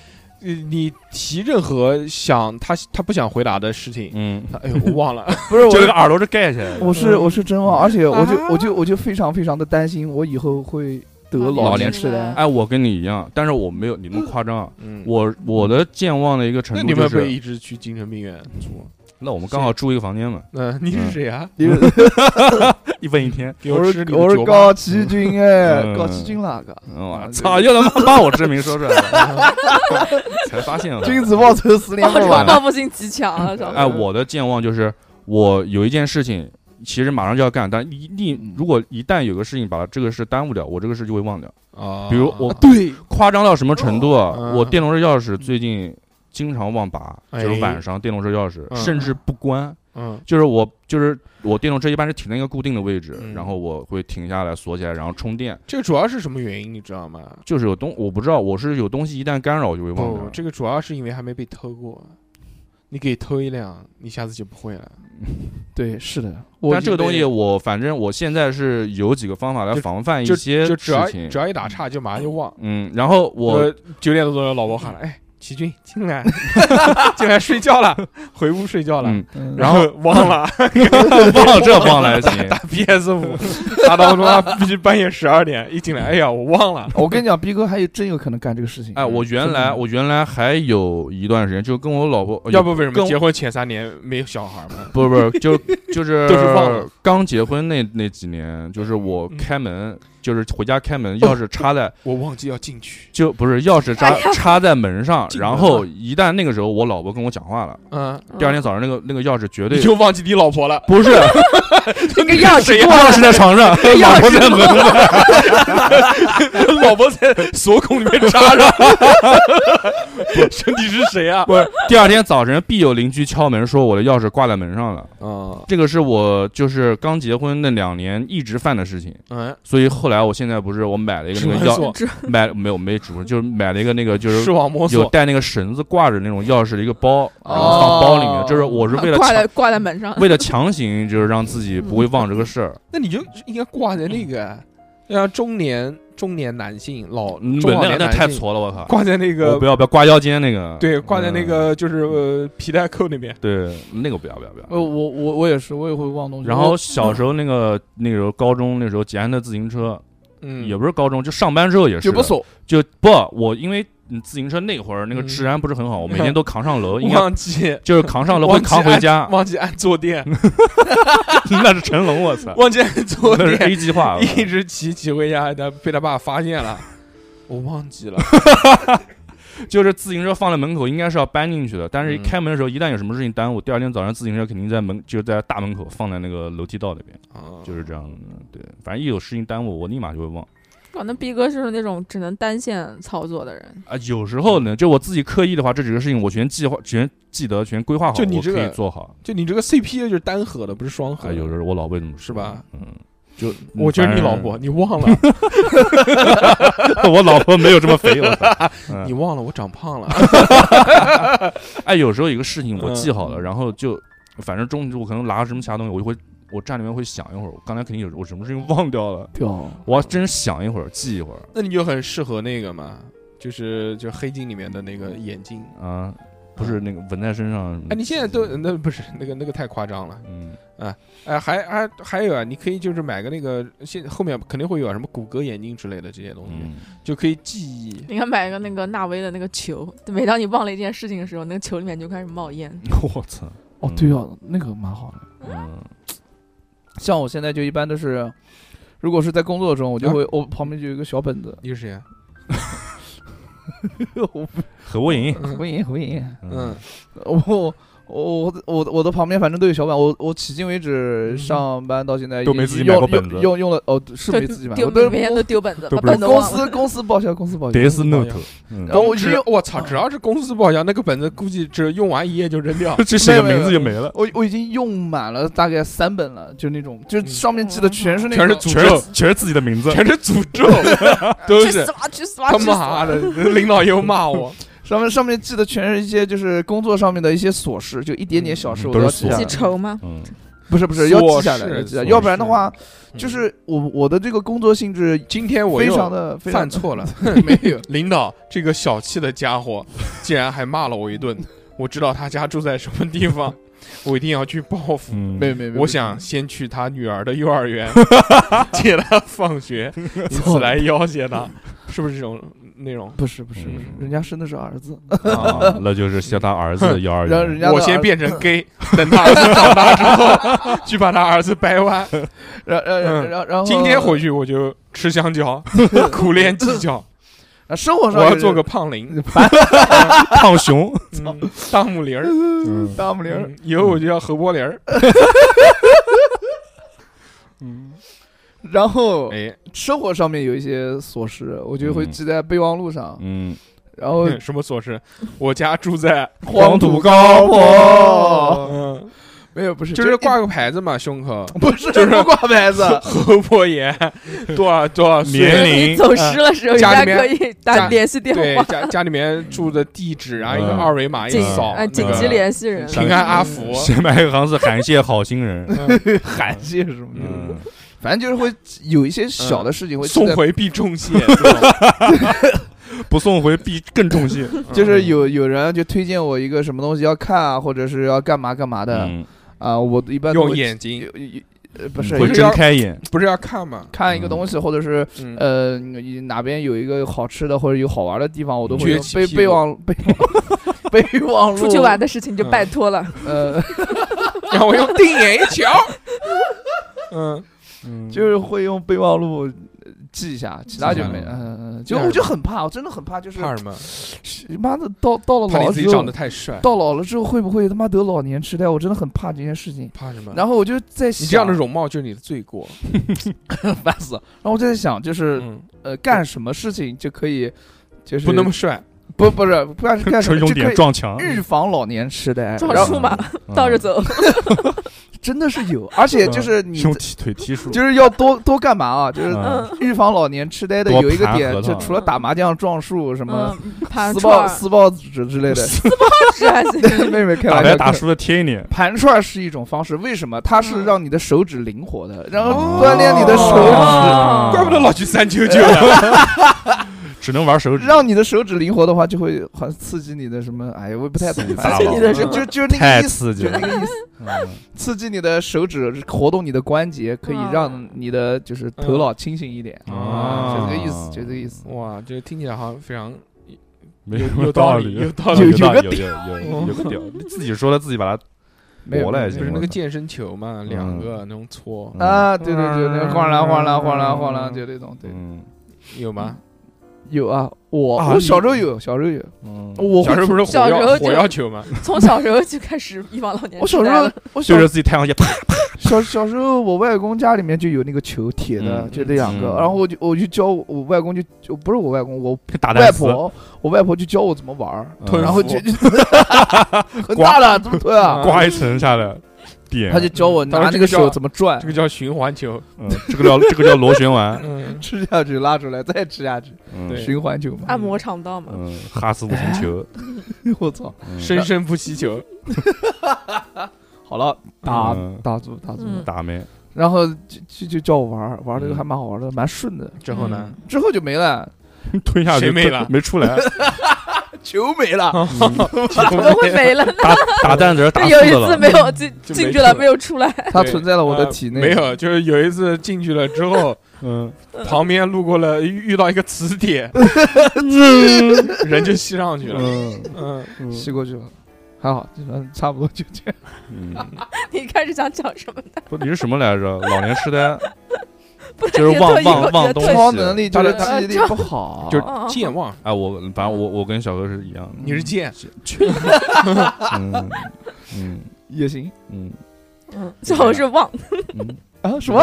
呃你提任何想他他不想回答的事情，
嗯，
他哎呦我忘了，
不是
就那
我
个耳朵是盖起来的。
我是我是真忘，而且我就
啊
我就我就非常非常的担心，我以后会得
老
年
年
痴
痴
呆
呆。
哎，我跟你一样，但是我没有你那么夸张啊。
嗯，
我我的健忘的一个程
那
度
你们
就
被
是，
一直去精神病院住？
那我们刚好住一个房间嘛，
嗯，你是谁啊？
因为
一问一天，
给
我
吃
是
你
我
的
是
酒吧
高启军哎，
嗯
高启军那个，
我嗯操！又他妈把我之名说出来了， 才发现了。
君子报仇十年不
哦，
晚。
创造性极强啊！小
哎，
何
我的健忘就是我有一件事情其实马上就要干，但一
嗯
定如果一旦有个事情把这个事耽误掉，我这个事就会忘掉。
啊，
比如我
啊
对，
夸张到什么程度啊？
嗯
我电动车钥匙最近经常忘拔，
哎
就是晚上电动车钥匙
嗯
甚至不关，
嗯
就是我就是我电动车一般是停在一个固定的位置
嗯，
然后我会停下来锁起来，然后充电。
这个主要是什么原因，你知道吗？
就是有东我不知道，我是有东西一旦干扰我就会忘
不，
掉。
这个主要是因为还没被偷过。你给偷一辆，你下次就不会了。
对，是的。我
但这个
以为
东西我反正我现在是有几个方法来
就
防范一
就
些
就只要
事情
只。要一呃打岔，就马上就忘。
嗯，然后我
九点多钟，老婆喊了：“哎，齐军进 来， 进来睡觉了，回屋睡觉了。
嗯，
嗯
然后
忘了
忘这忘了还行。
PS 五，打到他妈啊必须半夜十二点一进来，哎呀，我忘了。
我跟你讲，逼哥还有真有可能干这个事情。
哎，我原来我原来还有一段时间，就跟我老婆，
要不为什
跟
么
我
结婚前三年没有小孩嘛？
不是不是，就 就是
都是忘了嗯
刚结婚那那几年，就是我开门，就是回家开 门，钥匙插在
我忘记要进去。
就不是钥匙插
哎呀
插在门上，
进门
然后一旦那个时候我老婆跟我讲话了，
嗯，
第二天早上那个那个钥匙绝对
你就忘记你老婆了。
不是
这个钥匙
谁钥匙在床上， 老婆在门外，
老婆在锁孔里面扎 着， 身体是谁啊？
不是第二天早晨必有邻居敲门说我的钥匙挂在门上了。
嗯
这个是我就是刚结婚那两年一直犯的事情，
嗯，
所以后来我现在不是我买了一个那个
指纹锁
钥买没有没指纹，就是买了一个那个就是
视网膜
有
锁。
带那个绳子挂着那种钥匙的一个包，然后
哦
放包里面。就是我 是 为了
挂在
强
挂在门 上，
为了强行就是让自己不会忘这个事儿，
那你就应该挂在那个，让中年中年男性老
嗯
中老
那
年
那
男
太
性
矬了，我靠！
挂在那
我
个
不要不要挂腰间那个，
对，挂在那
嗯
个就是呃皮带扣那边。
对那个不要不要不
呃，
要。
我我我也是，我也会忘东西。
然后小时候那个那个时候高中那时候捷安特自行车
嗯
也不是高中，就上班之后也是
就不
的
锁，
就不我因为嗯自行车那会儿那个
嗯
治安不是很好，我每天都扛 上楼，应该
忘记
就是扛上楼会扛回家，嗯
忘记按坐垫，
那是成龙，我操，
忘记按坐
那是 A
垫，
计划，我操
一直骑骑回家，他被他爸发现 了，我忘记了。
就是自行车放在门口，应该是要搬进去的，但是一
嗯
开门的时候，一旦有什么事情耽误，第二天早上自行车肯定在门就在大门口放在那个楼梯道那边，
啊
就是这样的。
哦
对，反正一有事情耽误，我立马就会忘
哇那逼哥就是那种只能单线操作的人，
啊。有时
嗯
候呢，就我自己刻意的话，这几个事情我全计划、全记得、全规划好，
就你这个
我可以做好。
就你这个 CP 就是单核的，不是双核
啊，。有时候我老婆这么说
是吧？
嗯，哎就
我觉得你老婆，，你忘了，
反正 我老婆没有这么肥，我操。 嗯
你忘了我长胖了。
哎，有时候一个事情我
嗯
记好了，然后就反正中途我可能拿什么其他东西，我就会我站里面会想一会儿，我刚才肯定有我什么事情忘掉了。
屌，
我要真想一会儿，记一会儿
那你就很适合那个嘛，就是就黑镜里面的那个眼镜。
啊，不是那个纹在身上。
哎，你现在都那不是那个那个太夸张了。
嗯，
哎，还还还有啊，你可以就是买个那个，现后面肯定会有啊什么谷歌眼镜之类的这些东西，
嗯
就可以记忆。
你看买个那个纳威的那个球，每当你忘了一件事情的时候，那个球里面就开始冒烟。
我操，
哦
嗯
对哦，那个蛮好的。
嗯，
像我现在就一般都是，如果是在工作中，
嗯
我就会我旁边就有一个小本子，
你是谁 啊？
我
何过瘾。
不赢不赢，
嗯，
我。我我我的旁边反正都有小本，我我迄今为止
嗯
上班到现在
都
已
没
经
自己买过
用
本子
用用用了哦是没自己买，
丢
我都是
每天都丢本子，
都
把
不是
本子
公
忘了。
司公司报销公司报销，
Death
报
Note，
销
然
嗯，。
后我
只
只
我操，只要是公司报销，那个本子估计只用完一页就扔 掉
这写个名字就没了，
我我已经用满了大概三本了，就那种，就上面记的全是
嗯
那
全
种，
是诅 咒，
全是自己的名字
全是诅咒，都
去
是
死吧，去死吧，
他
去死吧！
妈的，领导又骂我。
上面上面记的全是一些就是工作上面的一些琐事，就一点点小事
嗯
我都要
都是
记下
琐
记
来
事，
仇吗？
嗯，
不是不是要记下来，
琐事
要记下来，
琐
要不然的
事
话，
嗯
就是我我的这个工作性质
今天我
非常
又
的非常
犯
的
错 了，没有领导这个小气的家伙，竟然还骂了我一顿。我知道他家住在什么地方，我一定要去报复。
嗯
没有没有没有，
我想先去他女儿的幼儿园接他放学，以此来要挟他，是不是这种内容？
不是不是不是，
嗯
人家生的是儿子，
啊，那就是像他儿子的幼儿
然后人
园，
家的
我先
儿，
变成 gay，等他儿子长大之后，去把他儿子掰弯。
然然然
嗯
然然后
今天回去我就吃香蕉，苦练技巧，
啊生活
我
上
要
也是
做个胖嗯林，
胖熊，
嗯大木林儿，
嗯
嗯
大木铃儿，
嗯以后我就叫何波林儿。嗯，
然后
哎，
生活上面有一些琐事，我就会
嗯
记在备忘录上，
嗯，
然后
什么琐事？我家住在
黄
土
高
坡
嗯，
没有不是，
就是哎挂个牌子嘛，胸口
不是就是不挂牌 子，
何伯言多少多少
年
岁。
龄
你走失了时候，人
家里面
可以
家
打联系电
对
话，
家家里面住的地址，然后一个
嗯
二维码一
紧
扫，
啊
那
紧
个
急联系人。
啊
平安阿福，
先买一行字，感谢好心人。
韩系什么的，
嗯，
反正就是会有一些小的事情会记
嗯送
在
回必 中谢，这种
不送回必更重谢。
嗯
就是有有人就推荐我一个什么东西要看啊，或者是要干嘛干嘛的
嗯，
啊，我一般都
用
会
眼睛，
呃不是
会
就
睁
要
开眼。
不是要看吗？
看一个东西，或者是
嗯，
呃哪边有一个好吃的或者有好玩的地方，我都会
撅
用
起
备
屁股
备忘 备忘备忘录
出去玩的事情就
嗯
拜托了，
呃，
然 后我 用定眼一瞧，嗯嗯，
就是会用备忘录呃记一下，其他就没
记下来
嗯、呃，就
那
我
是
就很怕，我真的很怕，就是
怕什么？
妈的到到了
怕
老
你
了
自
之
己长
后
得，太帅，
到老了之后会不会他妈得老年痴呆？我真的很怕这件事情。
怕什么？
然后我就在想，
嗯你这样的容貌就是你的罪过。
烦死了。然后我就在想，就是、
嗯，
呃，干什么事情就可以，就是
不那么帅，
不不是不干干什
吹
么
重
就可
点
以
撞墙，
预防老年痴呆。
撞
然后
树嘛，
嗯
倒着，走。
真的是有， 而且就是你
用踢腿踢树，
就是要多多干嘛啊？就是
嗯
预防老年痴呆的
多
有一个
盘
点，
核
就
桃
除了打麻将、撞树什么。
嗯，盘
撕
串
报
儿
撕报纸之类的，
是还行。
妹妹开
打
玩
牌
笑。
打输了贴一脸。
盘串儿是一种方式，为什么？它是
嗯
让你的手指灵活的， 然
哦
后锻炼你的手指，
哦
怪不得老去三九九了。
只能玩手指，
让你的手指灵活的话，就会好像刺激你的什么？哎呀，我也不太懂，
刺激
反
大
正就
脑
就就就那
太
个意思，
刺激
就那
了。
个意思，
嗯
刺激你的手指，活动你的关节，可以
嗯
让你的就是头脑清醒一点
嗯
啊，就这个意思，
哦
就这个意思。
哇，这听起来好像非常
没
有
什
有
么
道
理，
有道
有
理。
有有
道
个
理有有有有个屌，你自己说的，自己把它
没有
活了已
不
经
是那个健身球嘛，两个那种搓
嗯
啊，对对对，那个晃啦晃啦晃啦晃啦，就那种对。
嗯
有吗？
有啊，我
啊
我
你
小时候有，小时候有，
嗯，
我
小时候
会
不是火
小时候
药
就
火药球吗？
从小时候就开始预防老年
我
痴
小时
呆
候
了。
我小
对
时候
着自己太阳穴啪，
小小时候，我外公家里面就有那个球，铁的，
嗯
就这两个。
嗯
然后我就我就教我我外公就就不是我外公，我
打
外
单词，
婆，我外婆就教我怎么玩儿，
嗯
然后就 很
刮
大了，怎么推啊？
刮一层下来，点，
他就教我
当
拿
时
那
这
个
个叫
手怎么转
这，个叫循环球。
嗯这个叫这个叫螺 旋丸，
嗯，
吃下去拉出来，再吃下去，
嗯
对
循环球嘛。
按摩肠道嘛，
嗯，哈斯五星球，
我操！
嗯
生生不息球。
好了，打
嗯
打住打住。
嗯
打没，
然后就就就叫我玩儿，玩儿这个
嗯
还蛮好玩的，蛮顺的。
之后呢？
之后就没了，
嗯吞下去
谁没了
没出 来，
球没了。
怎么会没了呢？
打打弹子打
这
输
有
的
一次
了，嗯
没有进
就没
进去
出
了，
来
没有出来。
它存在了我的
呃
体内。
没有，就是有一次进去了之 后，
嗯，
旁边路过了遇遇到一个磁 铁，
嗯
人就吸上去了。
嗯
哦
嗯，
吸过去了，还好，就差不多就这样。
嗯，
你开始想讲什么？
不，你是什么来着？老年 痴呆，
不
就是
然你
忘
特意
忘
我觉
忘
得
东
特
西
意
超能力就是
他的
记忆力不好，
就
哦哦
是健忘，
哎，我反正我我跟小哥是一样的，
你是健，
嗯嗯
也行
嗯
嗯，最好是忘。
嗯，
啊？ 什么？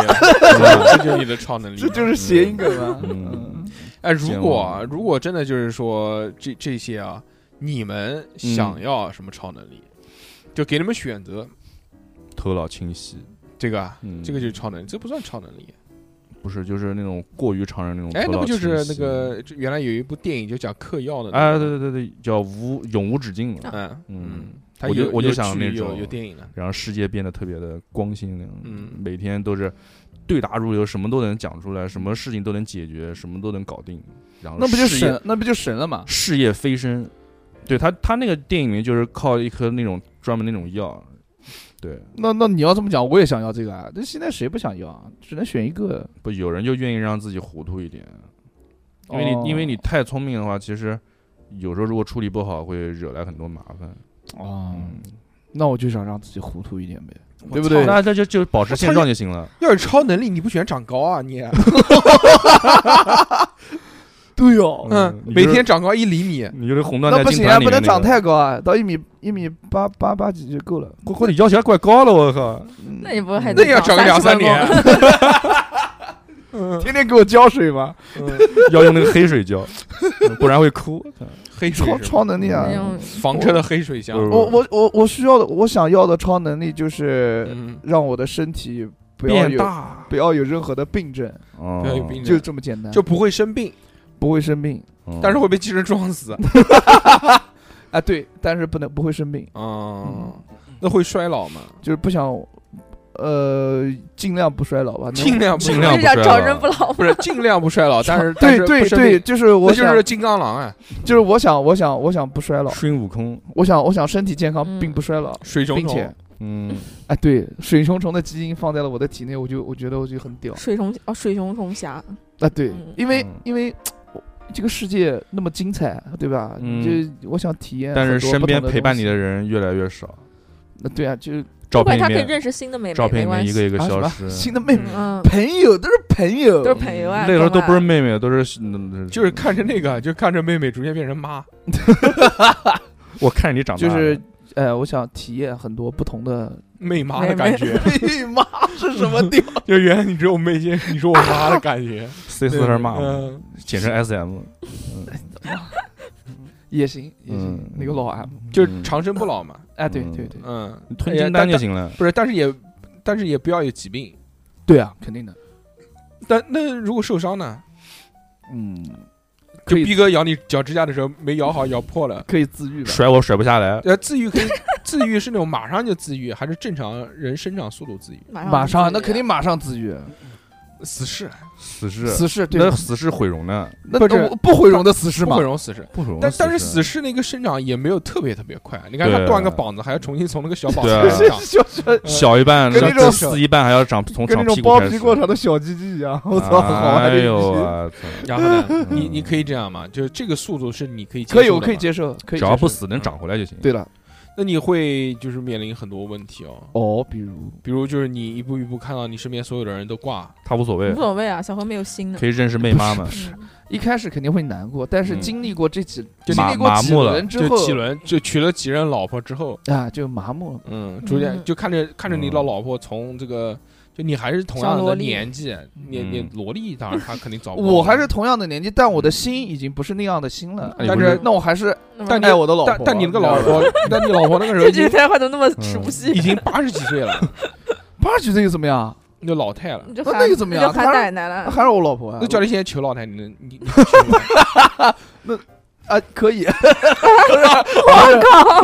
这就是你的超能力
这。就是谐音梗吗？
嗯
哎，如
健
果啊
忘
如果真的就是说这这些啊，你们
嗯
想要什么超能力，就给你们选择
头脑清晰，
这个啊，
嗯，
这个就是超能力，这不算超能力。
不是就是那种过于常人那种，
哎，那不就是那？个这原来有一部电影就讲嗑药的？
啊
哎，对，对对对，叫无永无止境了，
嗯嗯
嗯，
它
我就
有
我就
有
想
剧
那
有
种
有电影的，
然后世界变得特别的光鲜那种，
嗯
每天都是对答如流，什么都能讲出来，什么事情都能解决，什么都能搞定，然后
那不就
事业
神？那不就神了吗？
事业飞升？对他，他那个电影里面就是靠一颗那种专门那种药，对，
那那你要这么讲，我也想要这个啊！那现在谁不想要啊？只能选一个。
不有人就愿意让自己糊涂一点，因为你、
哦
因为你太聪明的话，其实有时候如果处理不好，会惹来很多麻烦。
哦
嗯，
那我就想让自己糊涂一点呗。
我
对不
操
对
那那就就保持现状就行了。
要有超能力，你不喜欢长高啊？你
对哦，
嗯，
你
每
就是
天长高一厘米，
你就是红缎带
那不
金
行
团
啊，
里
不
面
能
那
长
个
太高啊，到一米一米八八八几就够了。
郭郭，你要求还怪高了，我靠！
嗯
那你不还
那
得
也要长个两三
30分钟
年。 嗯
天天给我浇水吗？
要用那个黑水浇，不然会哭。
黑水
超
是吧
超能力啊
没！有
房车的黑水箱，
哦
我我我我需要的，我想要的超能力就是
嗯，
让我的身体不要
变
有
大，
不要有任何的病症，
不
要有病
就这么简单，
就不会生病，
不会生病
哦
但是会被汽车撞死。
啊。对，但是不能不会生病，
嗯，那会衰老吗？
就是不想，呃，尽量不衰老吧。能
尽量不
尽
衰
量
老
这
不
叫
衰
长
老
生不老
不是尽量不衰老，但 是但
对
是
对
不生
对，
病
就是我
那就
想，
是金刚狼啊，
就是我想，我想，我想不衰老，
孙悟空，
我想，我想身体健康
嗯
并不衰老，
水肿
并
肿
且，
嗯，
哎，对，水熊虫的基因放在了我的体内，我就我觉得我就很屌
水熊哦，水熊虫侠，
啊。对
嗯，
因为
嗯
因为我这个世界那么精彩，对吧？
嗯
就我想体验
但
很多
是
不同的东西，
身边陪伴你的人越来越少，
啊，对啊，就是
照
不管
片
他
里
可以
面，
认识新的美眉，
照片
没
里面
关
一
系，
个一个
啊什
消
么
失。
新的妹妹，
嗯，
朋友都是朋友，
都是朋友啊，
嗯那时候
懂
都
吧
不是妹妹，都是嗯
就是看着那个，就看着妹妹逐渐变成妈。
我看着你长大
就
的，
是。哎，我想体验很多不同的。
妹妈的感 觉，
哎妈，是什么地方？
就原来你只有妹姐，你是我妈的感 觉。
C 四这骂我，
嗯，
简称 SM，
哎也行，也行
嗯，
那个老 M，
就是长生不老嘛。
哎，对
嗯
对对
嗯，
吞
哎呀
金
但
丹就行了
但。不是，但是也，但是也不要有疾病。
对啊，肯定的。
但那如果受伤呢？
嗯，
就
可以
逼哥咬你脚指甲的时候没咬好，咬破了。
可以自愈吧？
甩我甩不下来，
呃，自愈可以， 自愈是那种马上就自愈，还是正常人生长速度自愈？
马上
马上，
就
那
自己
肯定马上自愈。
死士，
死士，
死士对
那
吧，
死士毁容的，
那
不是
那我不毁容的死士
不
嘛。
毁？容死士。
不毁容的
但但是
士
死士那个生长也没有特别特别快，啊你看
对啊
他断个膀子，还要重新从那个小膀子
对啊
开始长
就是
小一半，
跟那种
四一半还要长从
跟那
长
种
屁股
包
开
皮
始。
过长的小鸡鸡一样，我操，好玩
哎
这
呦
个
我操！
然后 呢，你
嗯
你可以这样嘛？就是这个速度是你可以接
可以，
受
我
的
可以
嘛。
接受，可以。
只要不。死能长回来就行。
对了，
那你会就是面临很多问题哦，
哦，比如
比如就是你一步一步看到你身边所有的人都挂，
他无所谓
无，所谓啊，小何没有心的
可，以 认识妹妈们。
嗯
一开始肯定会难过，但是
嗯
经历过这几，
就
经
麻
历过
麻
几
木了
轮之
就
后，
几轮就娶了几任老婆之后，
啊，就麻木了。
嗯，逐渐
嗯
就看着看着你
嗯
老老婆从这个，就你还是同
小
样的
萝莉
年纪，你你
嗯
萝莉当然她肯定找不到
我还是同样的年纪，但我的心已经不是那样的心了。
那你
但
不
是
那我还是
嗯那么
但你
爱我的老婆
但。但你那个老婆，但你老婆那个时候
这
已
句
经
台话怎么那
嗯
么熟悉？
已经八十几岁了，
八十几岁又怎么样？
那老太 了
你。就
那
喊
那个怎么样
你就喊
他
奶奶了，
还是我老婆啊？
那叫你现在求老太，你能你你求吗
啊，可以。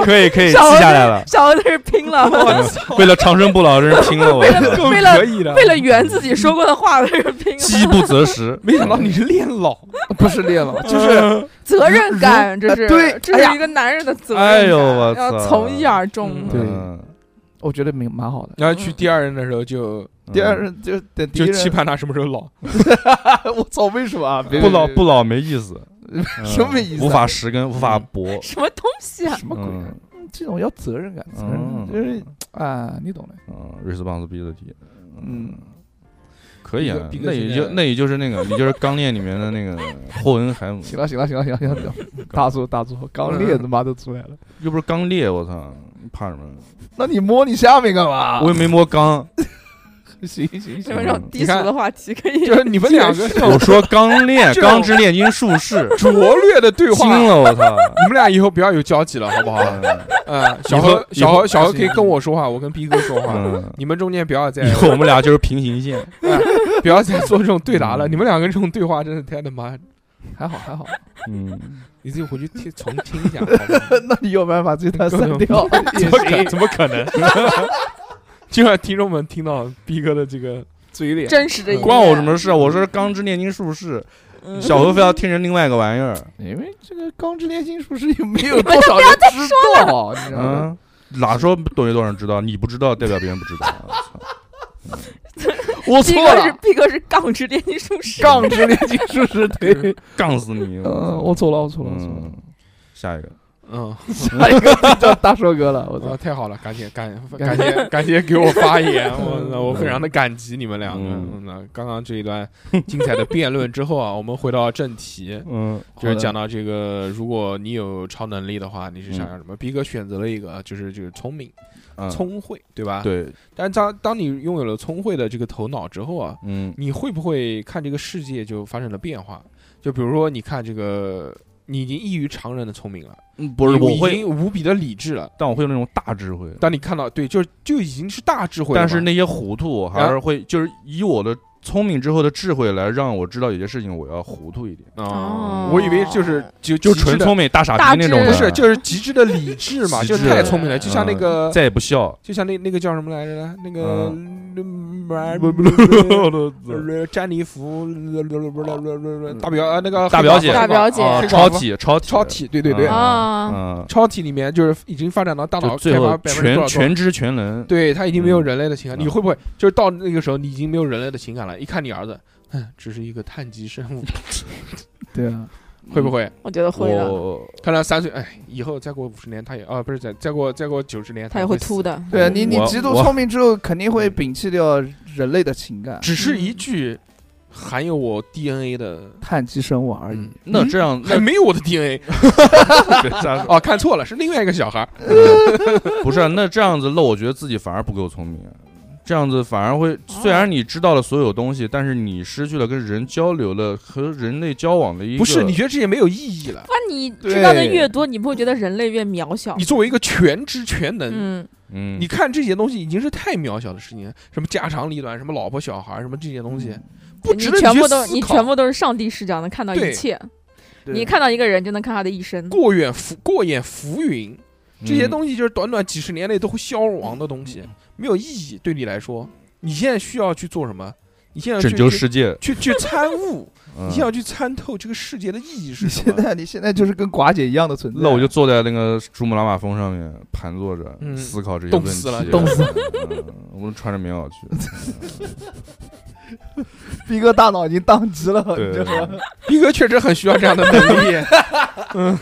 可以可以，记
小何
下来了。
小何在这拼了，
为了长生不老，真是拼了我，
够
为了
可以的。
为了圆自己说过的话在这拼了，
饥 不择食。
没想到你是恋老，
不是恋了，就是
责任感，这是
啊对
这
哎
是
呀
一个男人的责任感，
哎呦我
要
操！
从一而终
嗯。
对
嗯
我觉得蛮蛮好的。
然后去第二任的时候就
第
嗯
二任嗯就等第一
就期
任，
盼他什么时候老。
我操，为什么 啊？别
不老
别
不老没意思，嗯
什么意思啊
无法实根，无法搏。
什么东西啊
什？么鬼啊？
嗯
这种要责任感，责任
嗯
感就是啊，你懂的。
嗯，responsibility，
嗯，
可以啊。
逼哥逼
那
哥
也
现
就
在
那也就是那个，你就是《钢炼》里面的那个霍恩海姆，
行了，行了，行了，行了，行了，大作大作，刚裂他妈都出来了。
又不是钢裂，我操，怕什么？
嗯那你摸你下面干 嘛？
我又没摸钢，
行行
什
行
么，这种低俗的话题可以？
就是你们两个
我说钢炼，
这
钢之炼金术士，
拙劣的对
惊
话，
了我操！
你们俩以后不要有交集了，好 不好？嗯，小何，小
以后以
何，
后
小何可以跟我说话，我跟逼哥说话，
嗯，
你们中间不要再嗯
以后我们俩就是平行线，
不要再做这种对答了。
嗯
你们两个这种对话真的太他妈，
还好还好。
嗯，
你自己回去听重听一下，好 吗？
那你要不然把这段删掉
怎
也
么可
行，
怎么可能？就让听众们听到逼哥的这个
嘴脸。
真实的一面，
关我什么事？啊我说是钢之炼金术士，
嗯
小何非要听成另外一个玩意儿，
因为这个《钢之炼金术师》也没有多少人知道，啊 你知道吗？
嗯，哪说懂有多少人知道？你不知道，代表别人不知道。我操
我
逼
错
哥是
了，
逼哥是杠之炼金术士，
《钢之炼金术师》对。
杠死你！
嗯，我
操嗯
错了，我错了，我错了。
嗯，下一个，
嗯，
下一个叫大硕哥了，我
我
操！
啊太好了，感谢感 感谢感谢给我发言，我我非常的感激你们两个。
嗯
那刚刚这一段精彩的辩论之后啊，我们回到正题，
嗯
就是
好的
讲到这个，如果你有超能力的话，你是想
嗯
要什么？逼哥选择了一个，就是就是聪明、
嗯，
聪慧，对吧？。
对，
但当当你拥有了聪慧的这个头脑之后啊，
嗯
你会不会看这个世界就发生了变化？就比如说，你看这个，你已经异于常人的聪明了，
嗯，不是
你
我
已
会，
经无比的理智了。
但我会有那种大智慧，
当你看到对，就就已经是大智慧了嘛，
但是那些糊涂还是会，就是以我的聪明之后的智慧来让我知道有些事情我要糊涂一点，
啊，我以为就是就
就纯，聪
极致
明大傻
大
逼那种
智
的
的，
不是就是极致的理智嘛，
极
就
致
太聪明了，就像那个
嗯再也不笑，
就像那那个叫什么来着呢？那个
不 不不
詹妮弗大表啊那个
大表姐
大表姐
啊，
是
超体超体
超，体，对对对，
啊，
嗯，
超体里面就是已经发展到大脑
就
开
最
发
后
百分之多
全
少多少？
全知全能，
对他已经没有人类的情感，
嗯
你会不会就是到那个时候你已经没有人类的情感了？一看你儿子，哼，只是一个碳基生物，
对啊，
会不会？
我觉得会的，
我
看来三岁，哎，以后再过五十年，他也啊，不是再再过再过九十年，
他也
会
会秃
死。
的。
对啊，你你
哎我
极度
我嗯
聪明之后，肯定会摒弃掉人类的情感，
只
嗯
是一句含有我 DNA 的，
碳基生物而已
嗯。
那这样
还没有我的 DNA
那
哦，看错了，是另外一个小孩儿。
不是，啊那这样子，那我觉得自己反而不够聪明，啊这样子反而会，虽然你知道了所有东西，但是你失去了跟人交流了和人类交往的一个
不是，你觉得这也没有意义了？
哇，你
对
知道的越多，你不会觉得人类越渺小
你？作为一个全知全能，
嗯，
嗯，
你看这些东西已经是太渺小的事情了，什么家长里短，什么老婆小孩儿，什么这些东西，不
嗯你
值得
全
去
部都你
思
全
考。
部都是上帝视角，能看到
对
一切。
对啊
你看到一个人就能看他的一生。
过眼浮过眼浮云，这些
西，
东西就是短短几十年内都会消亡的东西，
嗯
没有意义。对你来说，你现在需要去做什么？你现在去
拯救
去
世界，
去去参悟，
嗯
你现在要去参透这个世界的意义是
你
什
现
么？
在你现在就是跟寡姐一样的存在。啊
那我就坐在那个珠穆朗玛峰上面盘坐着，
嗯
思考这些
冻
问题，
死了
冻死
了，我们穿着 棉袄去，
逼哥大脑已经宕机了，
对
你知道吗？
逼哥确实很需要这样的 能 力，
嗯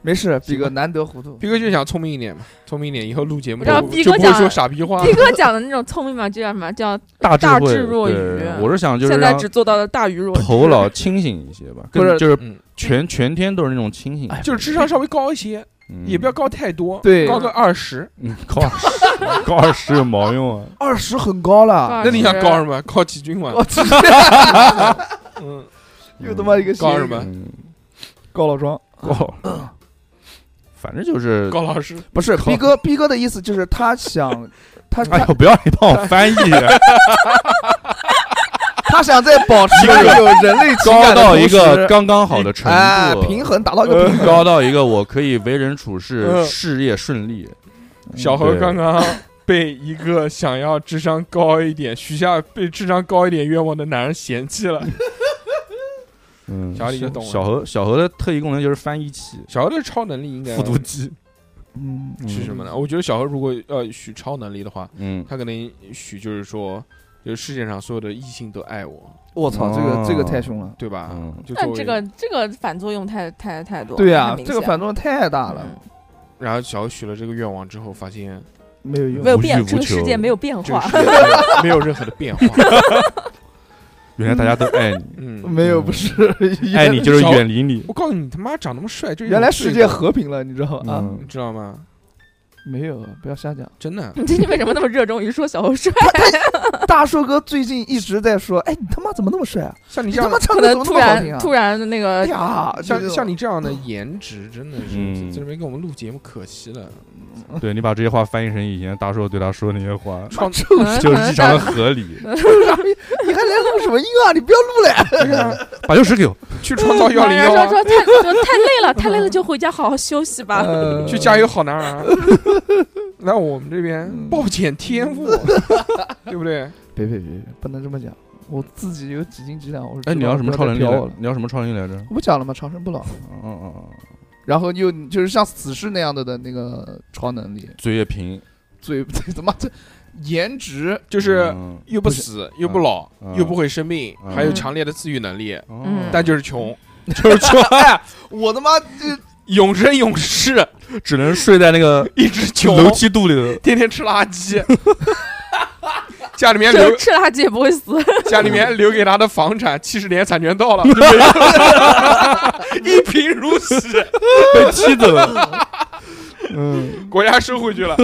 没事，逼哥难得糊涂。
逼哥就想聪明一点嘛，聪明一点，以后录节目
我知道
就
逼
就
哥
不会
讲
说傻逼话
逼。哥讲的那种聪明嘛，就叫什么叫
大智
大
慧
智若
对
愚
我是想就是
现在
让
只做到了大于弱智。
头脑清醒一些吧，
不是
跟就是
嗯，
全全天都是那种清醒，
就是智商稍微高一些，
嗯
也不要高太多，
对
高个二十。
嗯高二十， 高二十有毛用啊？
二十很高了，
那你想高什么？高几军嘛？
我去，
嗯，
又他妈一个
高什么
嗯
高老庄
高，反正就是，
高老师，
不是
高
逼哥，逼哥的意思就是他想，他
哎
他
呦，不要你帮我翻译，
他想在保持有人类情
高
感的
到一
同
个
时
刚刚好的程
哎
度，呃
平衡达到一个平衡。
高到一个我可以为人处事、
嗯
事业顺利。
小
何
何
刚
刚刚被一个想要智商高一点、许下被智商高一点愿望的男人嫌弃了。
嗯
小李就懂了
小何小何的特异功能就是翻译器、
小何的超能力应该
复读机
嗯，
是什么呢？我觉得小何如果要许超能力的话，
嗯，
他可能许就是说，就是世界上所有的异性都爱我，
我操，这个
哦
这个太凶了。
对吧？
嗯
就作
那
为
这个，这个反作用太太太多。
对
啊太
呀，
明
这个
显
反作用太大
了
了，
然后小何许了这个愿望之后，发现
没有
嗯
用
没。有
无欲
变，
无
这个世
求
界没有变
这个
化
世。界没有 没有任何的变化。
原来大家都爱你，
嗯，
没有，不是
爱哎你就是远离你。
我告诉你，他妈长那么帅，这
原来世界
很，
和平了，你知道吗？啊，
你
嗯，
知道吗？
没有，啊不要瞎讲。
真 的，
你为什么那么热衷于说小猴帅？
大树哥最近一直在说，哎，你他妈怎么那么帅啊？
像你
你
这
他
样
妈，唱
可
歌怎
能
么那
突
么好听
然
啊？
突然那
哎
个
呀，
像像
你
你这样的颜值，真的是
嗯
在这边给我们录节目可惜了。
对你把这些话翻译成以前大硕对他说的那些话，
创
可能
就
可
是
能
异常的
大
合理。
你还来录什么音啊？你不要录了。
把钥匙给我，
去创造幺
老
零
人
幺
说
啊，
说太就太累了，太累了就回家好好休息吧。
呃
去加油好男儿啊。 来我们这边暴殄天物， 对不对？
别别别别，不能这么讲，我自己有几斤几两，我是
哎，你要什么超能力
不要再
来
飘我了？
你要什么超能力来着？
我不讲了吗？长生不老，
嗯嗯嗯，嗯
然后又就是像死侍那样的的那个超能力，
嘴也平，
最 最他妈这颜值
就是
嗯
又不死，又不老，
嗯
又不会生病，
嗯
还有强烈的自愈能力，
哦
嗯
但就是穷。
就是说，哎，我他妈这
永生永世，
只能睡在那个
一只穷，
楼梯肚里头。
天天吃垃圾， 家里面留
就吃垃圾也不会死，
家里面留给他的房产七十年产权到 了，就没有了 一贫如洗，
被踢走了。 嗯，
国家收回去 了，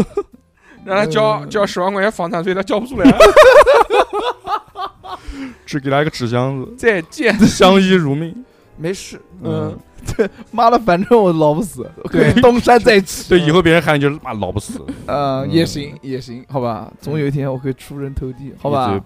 让他交交十万块钱房产税，他交不出来，
只给他一个纸箱子，
再见。
相依如 命。
没事，
嗯，
妈的，反正我老不死，
对
跟东山再起。
对，以后别人喊你就是妈老不死，
呃，
嗯
也行也行，好吧，总有一天我会出人头地，好吧？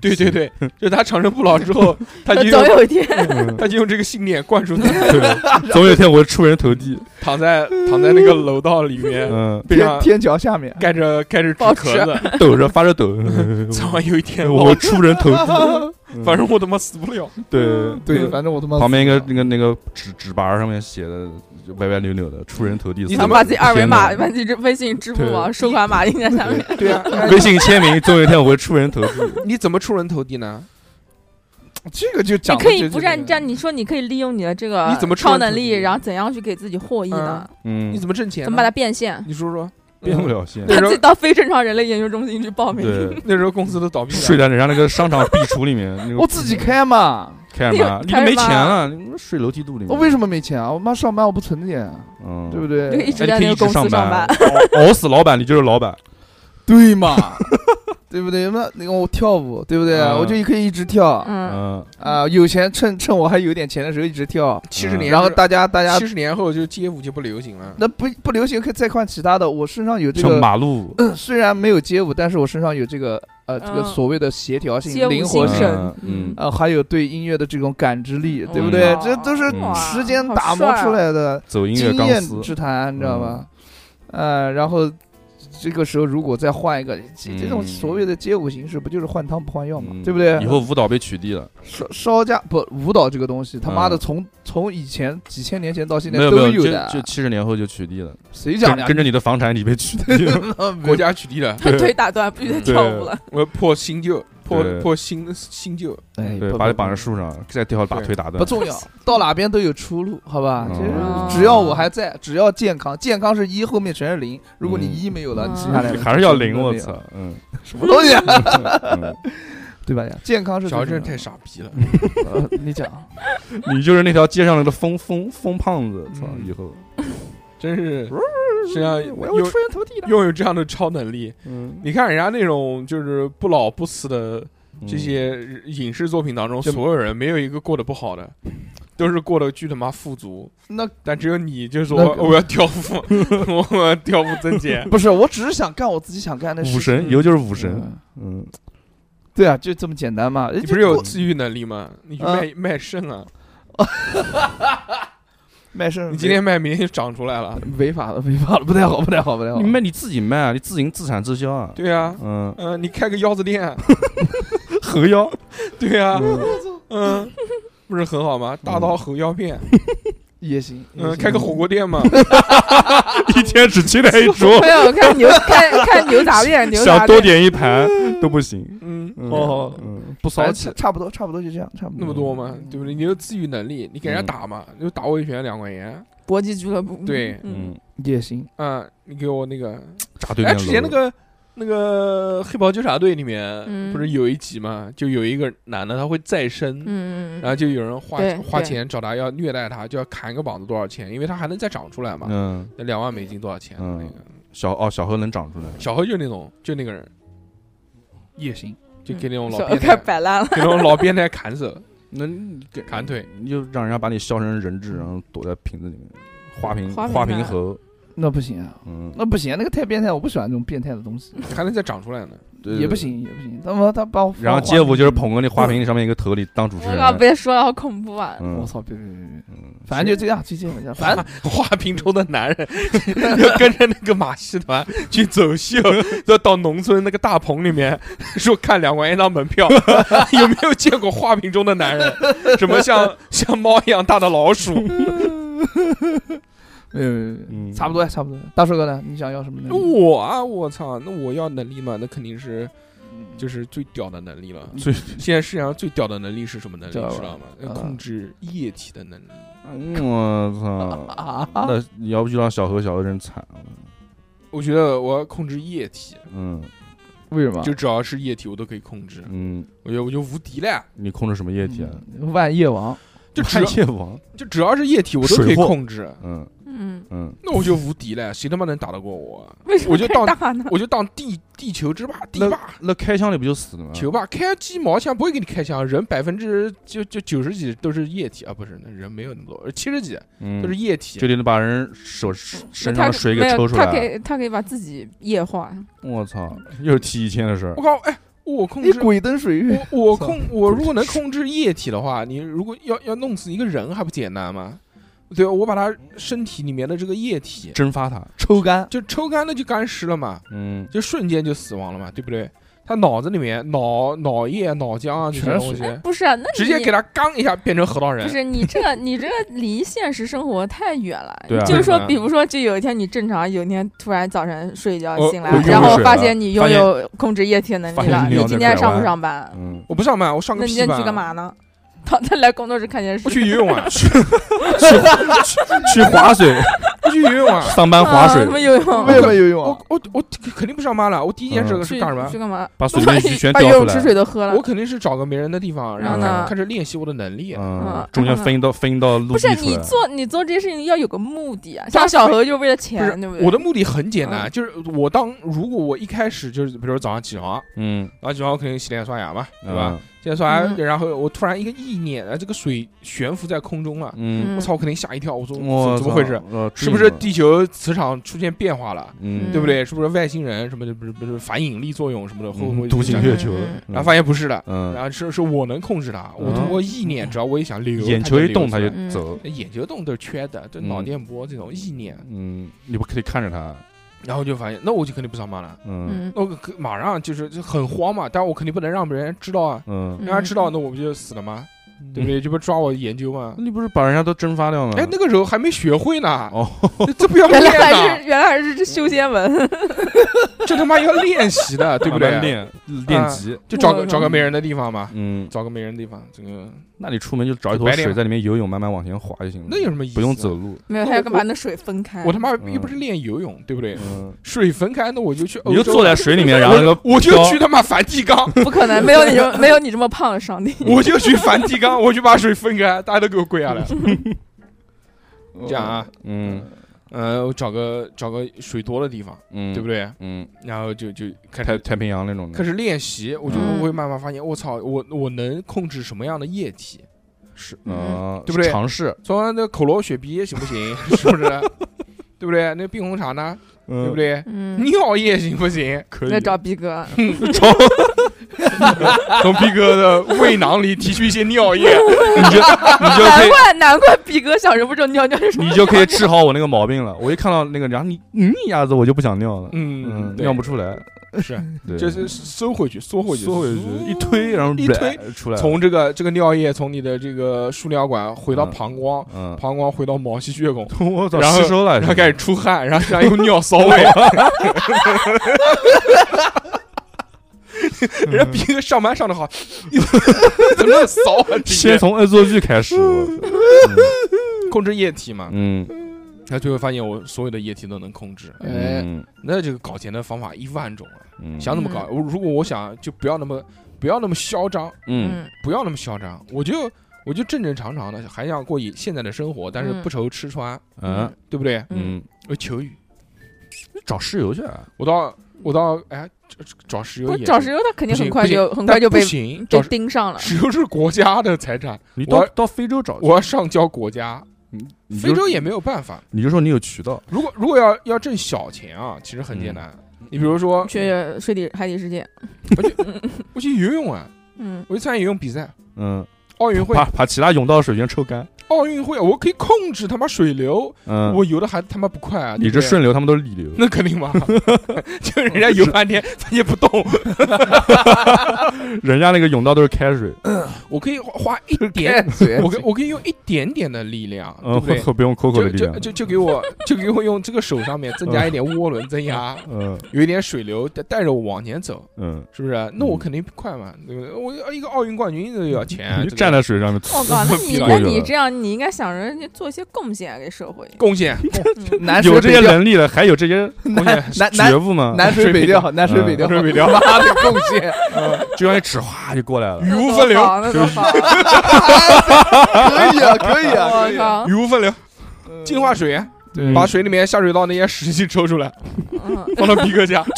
对对对，就是他长生不老之 后，他就
总
用
有一天
嗯
他就用这个信念灌输他，
对，总有一天我会出人头地。
躺在躺在那个楼道里面，
嗯，
背
天
上
天桥下面，
盖着盖着纸
报
壳 子，
抖着发着 抖，
早晚有一天
我
嗯
会
我
出人头 地。嗯
反正我他妈死不了。
对
对，反正我他妈
嗯旁边一个
死
那个那个纸纸牌上面写的就歪歪扭扭的，出人头地。
你他
死
想
妈
把自己二维码、
天
把
哪
自己这微信、支付
对
宝收款码印在下面。
对 啊，
微信签名，总有一天我会出人头地。
你怎么出人头地呢？
不了这个就
你
讲
可以不是
占
你这样，你说你可以利用你的这个
你怎么出人头
超
地
能力，然后怎样去给自己获益呢？
嗯
你，怎么挣钱？
怎么把它？变现？
你说说，嗯
变不。了现
那。
他
时候
自己到非正常人类研究中心去报名。
对，
那时候公司都倒闭
睡
了，
在人家那个商场壁橱里 面，那
我
个
自己开嘛，
开什么？你
开
都
什么
没钱了，你们睡楼梯肚里面。
我为什么没钱啊？我妈上班我不存点，啊
嗯，
对不
就一
对？
直
哎
在
你
那
可以
个
一直
公司
上
上
班
班，嗯
熬熬死老板，你就是老板。
对嘛， 对不对？那那个我跳舞，对不对？
嗯
我就可以一直跳
嗯，
嗯，
啊，有钱趁趁我还有点钱的时候一直跳，
七十
嗯
年
然后大家大家
七十年后就街舞就不流行了。
那不不流行可以再换其他的，我身上有这
像
个。呃
马路，
虽然没有街舞，但是我身上有这个呃这个
嗯
所谓的协调性、
街舞
灵活
精
性，
神
嗯，嗯
呃，还有对音乐的这种感知力，对不对
哇？啊
这都是
嗯
时间打磨出，来的
走音乐
经
钢
验
丝，嗯
之谈，你知道吧？呃，然后这个时候如果再换一个，这这种
嗯
所谓的街舞形式，不就是换汤不换药嘛
嗯，
对不对
以？后舞蹈被取缔了，
稍稍加不舞蹈这个东西，他妈的
嗯
从从以前几千年前到现在
没有
都
没有，
的
就，就七十年后就取缔了，
谁讲
跟
的？
跟着你的房产你被取 缔了。
国家取缔了，
他 腿打断，必须得跳舞了。
我破新旧，破
对
破新新旧。
哎，
对，
不
把你
不
绑在
不
树上，再掉把腿打断
不。重 要，到哪边都有出路，好吧？
哦
嗯
就是只要我还在，只要健康，健康是一，后面全是零。如果你
嗯
一没有了，
哦
你
嗯
接下 来
还是要灵，
什么都没
我
有
操，嗯，
什么东西啊？
嗯
对吧？健康是
小
最
孩真
重
是
要的
太傻逼了，
呃你讲，
你就是那条街上那个疯疯疯胖子，操，
嗯
以后
真是身上
我要
拥
出人头地的。
拥有这样的超能力。
嗯，
你看人家那种就是不老不死的这
嗯
些影视作品当中，
就
所有人没有一个过得不好的，都是过得巨他妈富足。
那
但只有你就说
那个
我要调赋， 我要调赋增 减。
不是，我只是想干我自己想干的事情。
武神以后就是武神，
嗯
嗯，
对啊，就这么简单嘛。你
你不是有自愈能力吗？你去
啊
卖卖肾啊！
卖身？
你今天卖，明天就长出来了。
违法了，违法了，不太好，不太好，不太好
嗯你。卖你自己卖啊，你自营自产自销啊，
对啊，
嗯，
嗯、你开个腰子店啊，
河妖，
对啊，
嗯
嗯，不是很好吗？大刀猴腰片，
也行，也
嗯，
行
开个火锅店嘛，
一天只期待一桌，
我想哎看牛，看看牛杂面， 牛杂
想多
面。
点一盘都不行，
嗯，
嗯
哦
嗯，不
反
骚
正
气
差，差不多，差不多就这样，差不
那
多。
么多嘛，
嗯
对不对？你有自愈能力，你给人家打嘛，就打我一拳两块钱，
搏击俱乐部，
对
嗯，
嗯，
也行，
嗯，你给我那个，
扎对
哎，
面
之前那
楼
个那个黑袍纠察队里面
嗯
不是有一集嘛，就有一个男的他会再
嗯
生。
嗯
然后
嗯，
就有人花
对
花
对
钱找他要虐待他，就要砍个膀子多少钱？因为他还能再长出来嘛，
嗯，
那两万美金多少钱？
嗯
那个
小哦小河能长出来，
小何就那种，就那个人，
也行。
就给那种老
嗯小
变
开
态，
始摆烂了，
给那种老变态砍手、
那你给
砍腿，
你就让人家把你削成人质，然后躲在瓶子里面，花瓶
花瓶
花瓶
啊
猴，
那不行啊，
嗯，
那不行，那个太变态，我不喜欢这种变态的东西，
还能再长出来呢。
对
也不。行，也不行。他妈他把我
然后街舞就是，捧个那花瓶上面一个头里当主持
我靠，
人，
别说了，好恐怖啊！
嗯
我，操，别别别别，
嗯
反正就这样，就这样，反正
花瓶中的男人 要跟着那个马戏团去走 秀，要到农村那个大棚里面 说看两块钱一张门票， 有没有见过花瓶中的男 人？什么像像猫一样大的老鼠？
没有没有没
嗯
有，差不多差不多。大帅哥呢？你想要什么呢？
我啊，我操！那我要能力嘛，那肯定是就是最屌的能力了。
最
现在世界上最屌的能力是什么能力？
知道吧
知道吗？
啊
控制液体的能力。
啊 我操！
啊，
那你要不就让小何，小何真惨了。
我觉得我要控制液体，
嗯
为什么？
就只要是液体我都可以控制，
嗯，
我觉得我就无敌了呀。
你控制什么液体啊？
嗯万叶王，
就只
看
要
夜王。
就只要是液体我都可以
水货
控制，
嗯
嗯，
嗯，
那我就无敌了， 谁他妈能打得过我啊？
为什么
我就
开
到
大呢？
我就当地地球之霸，地霸。
那啊开枪你不就死了吗？
球霸开鸡毛枪不会给你开枪，人百分之就就九十几都是液体啊，不是那人没有那么多，七十几
嗯
都是液体
就。得把人手身上
他
的水
没
给
有
抽出
他可
来。
以他可以把自己液化，
我操，又是 T 一千的事儿
我。靠，哎，我控
你
制
鬼灯水月，
我我
操
控我如果能控制液体的话，你如果要要弄死一个人还不简单吗？对吧？我把他身体里面的这个液体
蒸发它。
抽干，
就抽干了，就干尸了嘛，
嗯，
就瞬间就死亡了嘛，对不对？他脑子里面脑脑液、脑浆啊这
全
些
是
东西，
不是啊？那你
直接给他刚一下变成核桃人
不。是你这个，你这个离现实生活太远了。
对啊
就是
为
说
什么，
比如说，就有一天你正常，有一天突然早晨睡一觉
我
醒来
我用，
然后
水
发
了
现你拥
发现
有控制液体的能
发
力
现
了，
你
你
要
今
在
天
拐
上不
弯
上班？
嗯，
我不上班，我上
那
个
你
屁
今天
班！
去干？嘛呢？ 到他来工作室看电视
我，去游泳 啊，去
去划水，
我去游泳啊！
上班划
啊
水
什，么游泳？
为什么游泳啊
我？我我肯定不上班了，我第一件事是
去
干什么
去？干嘛？
把水面鱼全
把
叼
游
出
泳池
来。
水都喝了
我。肯定是找个没人的地方，然后
然后呢
开始练习我的能力。
嗯
嗯，
中间分一道分一道陆
不
地出
是
来。
你做你做这些事情要有个目的啊，像
但是
小何就为了钱
不是，
对不对？
我的目的很简单，
嗯
就是我当如果我一开始就是，比如说早上起床，
嗯，
然后起床我肯定洗脸刷牙嘛，对
对
吧
吧？？
洗脸刷牙，
嗯
然后我突然一个意念，哎，这个水悬浮在空中了，
嗯，
嗯
我操，我肯定吓一跳，我说
我
怎么回事？
操？呃
是不是？地球磁场出现变化了？
嗯，
对不对？是不是外星人什么的？不是不是反引力作用什么的？会不会
嗯独行
嗯
月球
嗯？
然后发现不是的，
嗯，
然后是是我能控制它，我
嗯
通过意念，只要我一想流，
眼
它
球一
流
动
出
他就
来
嗯
走。
眼球动都是缺的，就
嗯
脑电波这种意念，
嗯，你不可以看着他。
然后就发现，那我就肯定不上班了。
嗯
嗯
那我可马上就是就很慌嘛，但我肯定不能让别人知道啊，
嗯，
嗯
让他知道那我不就死了吗？对不对？这不抓我研究吗？
你不是把人家都蒸发掉吗？
哎，那个时候还没学会呢，
嗯哦，
这不要
原来
练
还
的，
是原来还是这修仙
嗯
文，
这他妈要练习的， 对不嗯
慢慢
对？
练练级。
就找个
我
找个没人的地方嘛，
嗯，
找个没人的地方，这个
那你出门就找一
就
坨
白
水
练
在里面游泳，慢慢往前滑就行了。
那有什么意思？啊
不用走，路。
没有他要干嘛？那水分开。
我他妈
嗯
又不是练游泳，对不对？
嗯，
水分开，那哦我就去欧
你就
洲
坐在水里面，然后那个
我就
飘
去他妈梵蒂冈，
不可能，没有你这么没有你这么胖，上帝。
我就去梵蒂 冈，我就把水分开，大家都给我跪下来。
哦
这样 啊，
嗯
呃，我找个找个水多的地方，
嗯，
对不
对？
对？
嗯，
然后就就开
太
始
太平洋那种的
开，始练习，我就
嗯
会慢慢发现，我操，我我能控制什么样的液体？
是
嗯
啊，
对不对
尝试，
从那可乐雪碧行不 行？是不是？对不对？那冰红茶呢？对
对
不？对？
嗯，
尿液行不行？可
再找 逼哥，
从 从逼哥的胃囊里提取一些尿液，
你就你就可
难
以。
怪难怪逼哥小时候不知道尿尿是什么
你
样。
就可以治好我那个毛病了。我一看到那个，然后你你鸭子，我就不想尿了，
嗯，对
尿不出来，
是，
对，
就是收回去，缩回去，
缩回去
嗖
一推，然后
一推
呃出来，
从这个这个尿液从你的这个输尿管回到膀胱，
嗯，
膀胱回到毛细血管，
我操，
然后
吸收了，
然后开始出汗，然后身上有尿骚 味。 人家逼哥上班上的好， 怎么骚啊？
先从恶作剧开始，
控制液体嘛，
嗯
那最后发现我所有的液体都能控制。
哎，
嗯
那这个搞钱的方法一万种啊，
嗯，
想怎么搞？我如果我想就不要那么不要那么嚣张，
嗯
嗯
不要那么嚣张，我就我就正正常常的，还想过以现在的生活，但是
嗯
不愁吃穿，
嗯
对不对？
嗯
嗯，
我求雨，
找室友去啊，
我到我到哎找找石油
不
也
找石油，他肯定
不行
很快
不行
就很快就
但不
被
行，
被
找石
盯上了。
石油是国家的财产，
你
我
到到非洲找去，
我要上交国家，
你哦你就
非洲也没有办法。
你就说你有渠道，
如果如果要要挣小钱啊，其
嗯
实很简单。你比如说，
去水底海底世界，
我去游泳啊，
嗯，
我去参加游泳比赛，
嗯，
奥运会
把，把其他泳道水源抽干，
奥运会，我可以控制他妈水流，
嗯，
我游的还他妈不快啊！
你
对不
这
对
顺流，他们都是逆流，
那肯定 嘛，就人家游半天，他也不动。
人家那个泳道都是开水，
我可以花一
哎
点，
嘴
我可我可以用一点点的力量，对
嗯，
不对？
不用 Coco 的
就
力量
就，就就给 我就给我用这个手上面增加一点涡轮增压，
嗯
有一点水流带带着我往前走，
嗯，
是不是？那我肯定快嘛，对不对？我一个奥运冠军都要钱，啊
你
这
哎
就
个
站在水上面，
我靠，那你
过
那
去
你
了
这样你应该想着人家做一些贡献给社会。
贡 献
南水
有这
北
些
调，
能力了，还有这些
南南
觉
南
悟吗？嗯
南水北调，南水北调，
南 水北调
妈的贡献，
就让一尺哗就过来了。
语无分流，
好那多好，
可以啊，可以啊，可
我
以啊
靠
语无分流，
嗯
净嗯化水，
对
把水里面下水道那些湿气抽出来，
嗯！
放到逼哥 家。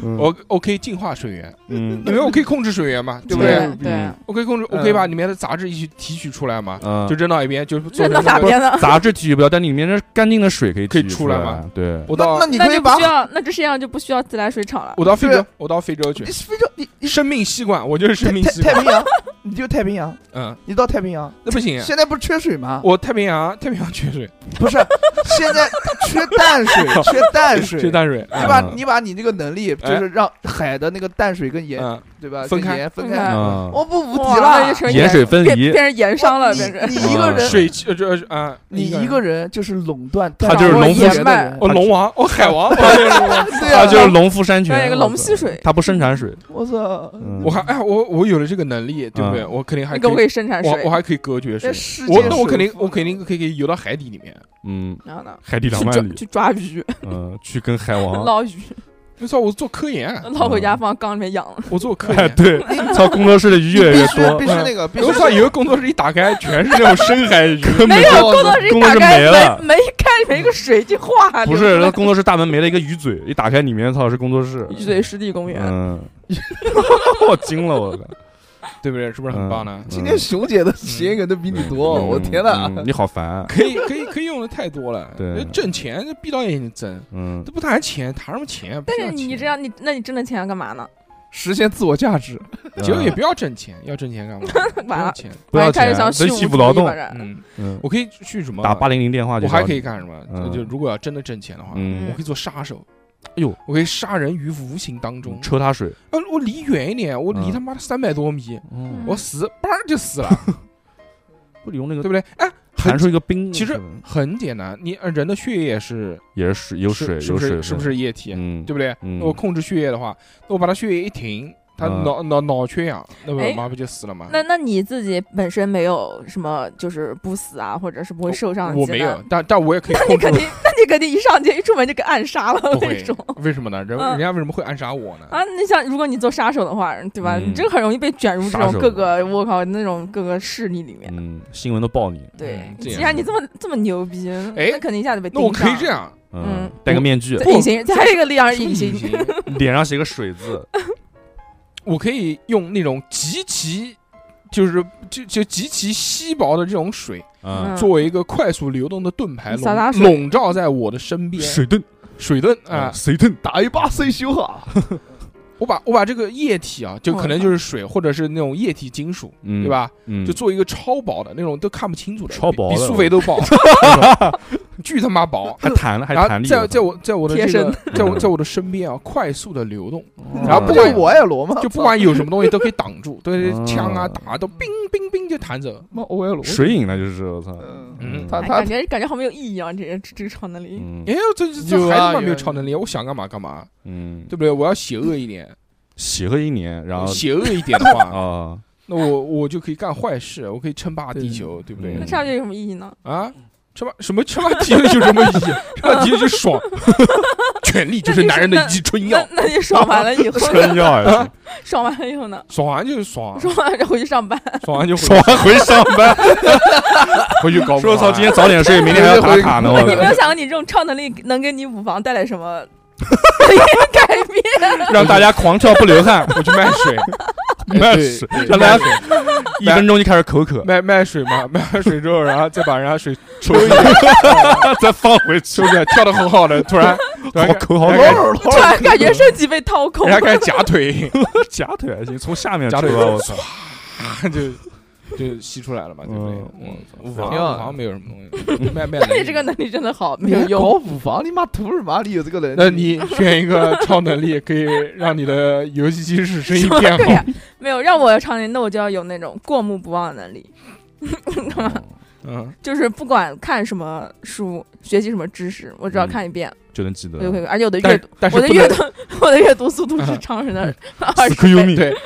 嗯
我 OK 净化水源，
嗯
你们 OK 控制水源嘛，对不
对
对？
对，
？OK 控制
嗯
OK 把里面的杂质一起提取出来嘛，
嗯
就，扔到一边，就做
扔到
成
哪
那个。
边 呢？
杂质提取不了，但里面的干净的水可以
可以
提取
出来
来
吗？
对，
我
那
到
那你
那
可以
就不
把
需要，那这世界上就不需要自来水厂了。
我到非
对
洲，我到非洲去
你，非洲，你你
生命吸管，我就是生
太
命吸
太
管。
太平洋，你就太平洋，
嗯，
你到太平洋，
那不行，啊
现在不是缺水吗？
我太平洋太平洋缺水，
不是，现在缺淡水，缺淡水，
缺淡水。
你
嗯
把
嗯
你把你那个能力，就
哎
是让海的那个淡水跟盐，
嗯，
对吧？
分
跟
开
盐分
分
开
开，
嗯，
我不无敌
哇那
了
就。成
盐水分
变
离
变成盐商了，
你
变成
你一个人，
水呃这呃啊，
你一个
人，
人就是垄断淡
他就是
水
农夫
资源
山
的人
我龙王，我海王，我哦
嗯
就是龙王
对
它
啊，
就是农夫山
变成
泉，
一个龙吸水。
它不生产水，
我操，
嗯
啊我还哎我我有了这个能力，对不对？
嗯
我肯定还
你
可以
可不可以生产
我
水
我？还可以隔绝水
这，世界
我那我肯定
首富
我肯定可以游到海底里面。
嗯，
然后呢？
海底两
去
万
抓
里，
去抓鱼，
嗯，去跟海王，
捞鱼，
我操，我做科研，啊
捞回家放缸里面养了。
我做科
哎，
研。
对，操，工作室的鱼越来
必
越
须
多嗯
必，须那个必须
我操，以后工作室一打开全是那种深海鱼，
没有，工作室一
工作
打
室
开
没了
门，门一开，里面一个水就化了。
不是，他工作室大门没了一个鱼嘴，一打开里面操是工作室，
鱼嘴湿地公园，
嗯， 我惊了，我靠，
对不对？是不是很棒呢？
今天熊姐的谐梗都比你多，
嗯
我天呐，
嗯你好烦，
可以可以可以用的太多了，
对
挣钱就闭到眼睛挣，
嗯
都，不谈钱，谈什么钱？啊
但
不
是
要
你
钱
这，样，你那你挣的钱干嘛呢？
实现自我价值，
结果也
嗯
不要挣钱，要挣钱干嘛？ 不
完
要
了，
钱，
不要
我开始
钱，
想
这
虚
欺
无
负
主
劳
义
动
吧，这
嗯，
嗯，
我可以去什么
打八零零电话就
我
找
还
你
可以，干什么？
嗯
就如果要真的挣钱的话，
嗯
我可以做杀手。哎
呦，
我可以杀人于无形当中。
抽他水，
呃，我离远一点，我离
嗯
他妈的三百多米，
嗯
我死叭儿就死 了，
不用那
对
个
不对？哎，很
弹出一个冰，
其实
是吧
很简单，你呃人的血液是
也是水，有
是
水，
是
有
不
水
是
分，
是不是液体？啊
嗯，
对不对？
嗯
那我控制血液的话，那我把他血液一停，他
嗯
脑脑脑缺氧，那不
哎
妈不就死了吗？
那那你自己本身没有什么就是不死啊，或者是不会受伤的
我
技
没
能
有，，但但我也可以
那你
控制
肯。定，那你肯定一上街一出门就给暗杀了
不
那
会
种。，
为什么呢？人
嗯
人家为什么会暗杀我呢？
啊，你想，如果你做杀手的话，对吧？
嗯
你这个很容易被卷入这
杀
种
手
各个我靠那种各个势力里面。
嗯，新闻都报你，
对，
嗯这
既
样
然你这么这么牛逼，
哎
那肯定一下就被
那
盯上。
我可以这，样，
嗯
嗯，
戴个面具，
在隐形，还有一个力量是隐
什么
形，
隐形
脸上写个水 字，
我可以用那种极其，就是就就极其稀薄的这种水，
嗯，
作为一个快速流动的盾牌
洒洒
笼
水
笼罩在我的身
嗯
边，水
遁嗯
水遁啊！
水遁，
打一把谁修好？
我把我把这个液体啊，就可
嗯
能就是水或者是那种液体金属，
嗯，
对？吧？
嗯，
就做一个超薄的那种都看不清楚的，
超薄
比
的
比苏菲都薄， 巨他妈薄。
还弹了，还
然
弹
后
力，
在在我在我的这
贴
个
身
在我在我的身边啊， 快速的流动，
嗯，
然后
不
不
就
管
我爱罗吗？
就不管有什么东西都可以挡住，对
嗯
枪啊打都冰冰冰就弹走。
妈我爱罗
水影那就是，我操，
嗯
嗯，
他
哎
他
感觉感觉好没有意义啊！这个这个超能力，
嗯
哎呦，这这
有
这
啊
孩子嘛没
有
有超能力，我想干嘛干嘛，
嗯，
对不对？我要邪恶一点，
洗个一年，然后
邪恶一点 的话，
啊，
那我我就可以干坏事，我可以称霸地球，对不对
那
嗯？
上去有什么意义呢？
啊，称霸什么称霸地球有什么意义？称霸地球就爽， 权力就是男人的一剂春
那
药，
那你爽完了以 后
春
呢？
药呀，
爽完了以后呢？
爽完就是爽，
爽完了回去上班，
爽完就 回
爽完回去上班，
回去搞不好啊。
说操，今天早点睡，明天还要打卡呢，我
你没有
操
想过你这种超能力能给你乳房带来什 么改变？
让大家狂跳不流汗，
我去卖水，
卖
对
水
对，
让大
卖
家
水
一分钟就开始口 渴，
卖卖水嘛， 卖完水之后，然后再把人家水抽一
再放回去
抽，出来，跳的很好的，突 然突然
好 口好
大
冷
概，
突然感觉身体被掏空
人家开 始夹腿，
假腿还行，从下面
夹
抽
腿
到我操，
就就吸出来了嘛，对不对？
嗯
我操，
挺好
好
的
像没有什么东西， 卖 卖
那
能
你
力
这个能力真的好没
你
有
还
用
搞。五房，你妈图什么？你有这个能力？
那你选一个超能力，可以让你的游戏机室生意
什么
变
鬼
好
啊。没有让我有超能力，那我就要有那种过目不忘的能力，
嗯，
就是不管看什么书、学习什么知识，我只要看一遍，
就能记得
我。就会，而且我的阅
嗯啊但
读，
但是
我的
不能啊
阅读， 我的阅读速度是常 人的
死
二十
磕优
倍。
米
对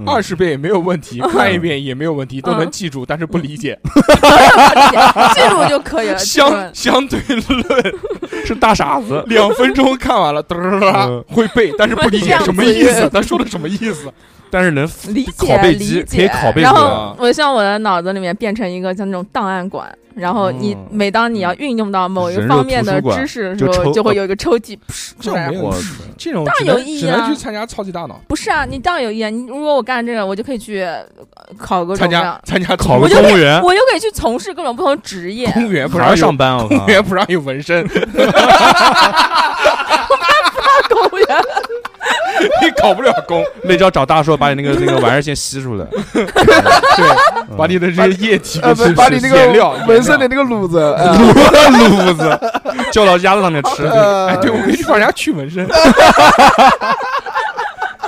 嗯
二十遍也没有问
嗯
题，看一遍也没有问题，都能记住，但是不理解。
记住就可以了。记住
相
了
相对论，，
是大傻子
两分钟看 完了，嘚儿
嗯
啦会背，但是不理
这
解
样子
什么意思
也，
他说的什么意思？
但是能
理解
拷贝
理
机
解，
可以拷贝
然
出
后
来
啊
我希望我的脑子里面变成一个像那种档案馆，然后你
哦
每当你要运用到某一个
人肉
方面的
图书馆
知识的时
就抽呃
候，就会有一个抽屉，噗
这种没有
我
意义
操
这种
当然
只能
有意义
只能
啊
去参加超级大脑，
不是啊，你当然有意啊！你如果我干这个，我就可以去呃考各种
参
各
加
样，
参加
考
我
个
就可
公
以
务员，
我又可以去从事各种不同的职 业。
公务员不
还
让
是
有
上班，我
公
靠
务！员不让有纹身，
公务员，
你考不了公，
那招找大硕把你那个那个玩意儿先吸 出来，嗯
把你的这些液体
呃，
跟
不
知识
把你那
颜料
个纹身的。
颜料
那个卤子，
撸
呃
撸子 叫到鸭子上面吃。
哎，
呃，
对，我可以去帮人家去纹 身，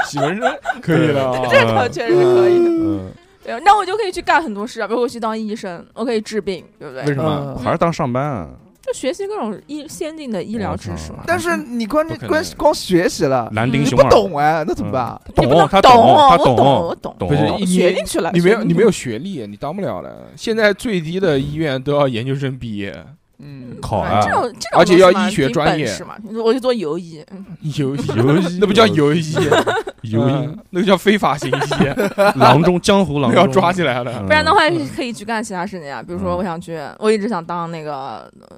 洗纹 身可以的啊。
这个确实是可以的。
嗯，
对，那我就可以去干很多事啊，比如我去当医生，我可以治病，对不
为
对？
什么？
嗯
还是当上班啊？
就学习各种医先进的医疗知识
嗯
嘛。
但是你关键
不可能
关光学习了，
兰丁
你
你
熊
不
二
懂哎，那怎么办？
你不
懂他
懂，
他
我我
懂，
懂，
懂
不是
我
你
学进
啊
去了。
你没有
学进去
你没有学历，你当不了的。现在最低的医院都要研究生毕业，
嗯，
考
哎
啊
这！种这种
而且要
东西嘛
医学
凭
专业
本事嘛，我就做游医，嗯
游医
游 医
那不叫游医，
游
嗯
医
那个叫非法行 医，
郎中，江湖郎
那
中
要抓起来了。
嗯
不然的话可以去干其他事情啊，比如说
嗯
我想去，我一直想当那个呃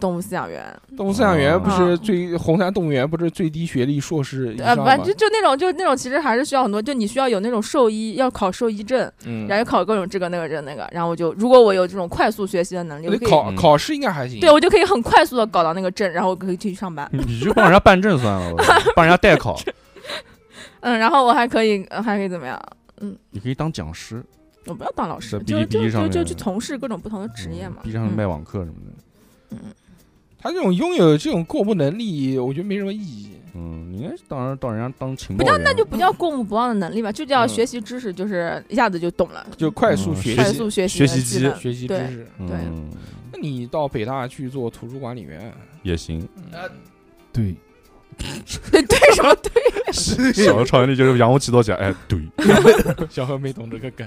动物饲养员，
动物饲养员不是
啊
最红山动物园不是最低学历硕士以
呃，
上
不
吗
就？就那种就那种，其实还是需要很多，就你需要有那种兽医，要考兽医证，
嗯
然后考各种这个那个这个那个，然后我就如果我有这种快速学习的能力，我
那
可以
考
嗯
考试应该还行。
对我就可以很快速的搞到那个证，然后我可以去上班。
你就帮人家办证算 了，我操帮人家代考，
嗯，然后我还可以呃还可以怎么样？嗯
你可以当讲师，
我不要当老师，
在
就
哔哩哔
就
哩上
就
面
就去从事各种不同的 职业嘛。
逼上
嗯
卖网课什么的。
他这种拥有这种过目能力，我觉得没什么意义。
嗯，你应该当然到人家当情
不
报
叫
员，
那就不叫过目不忘的能力吧，就叫
嗯
学习知识，就是一下子就懂了，
就快速学
嗯
快
习、
速学习
学
的
习
技
机
能
学习知
对
识。
对
嗯
那你到北大去做图书管理 员，
也行。
对，
对 什么对？
小的超能力就是仰卧起坐起来，哎，对，
小何没懂这个梗。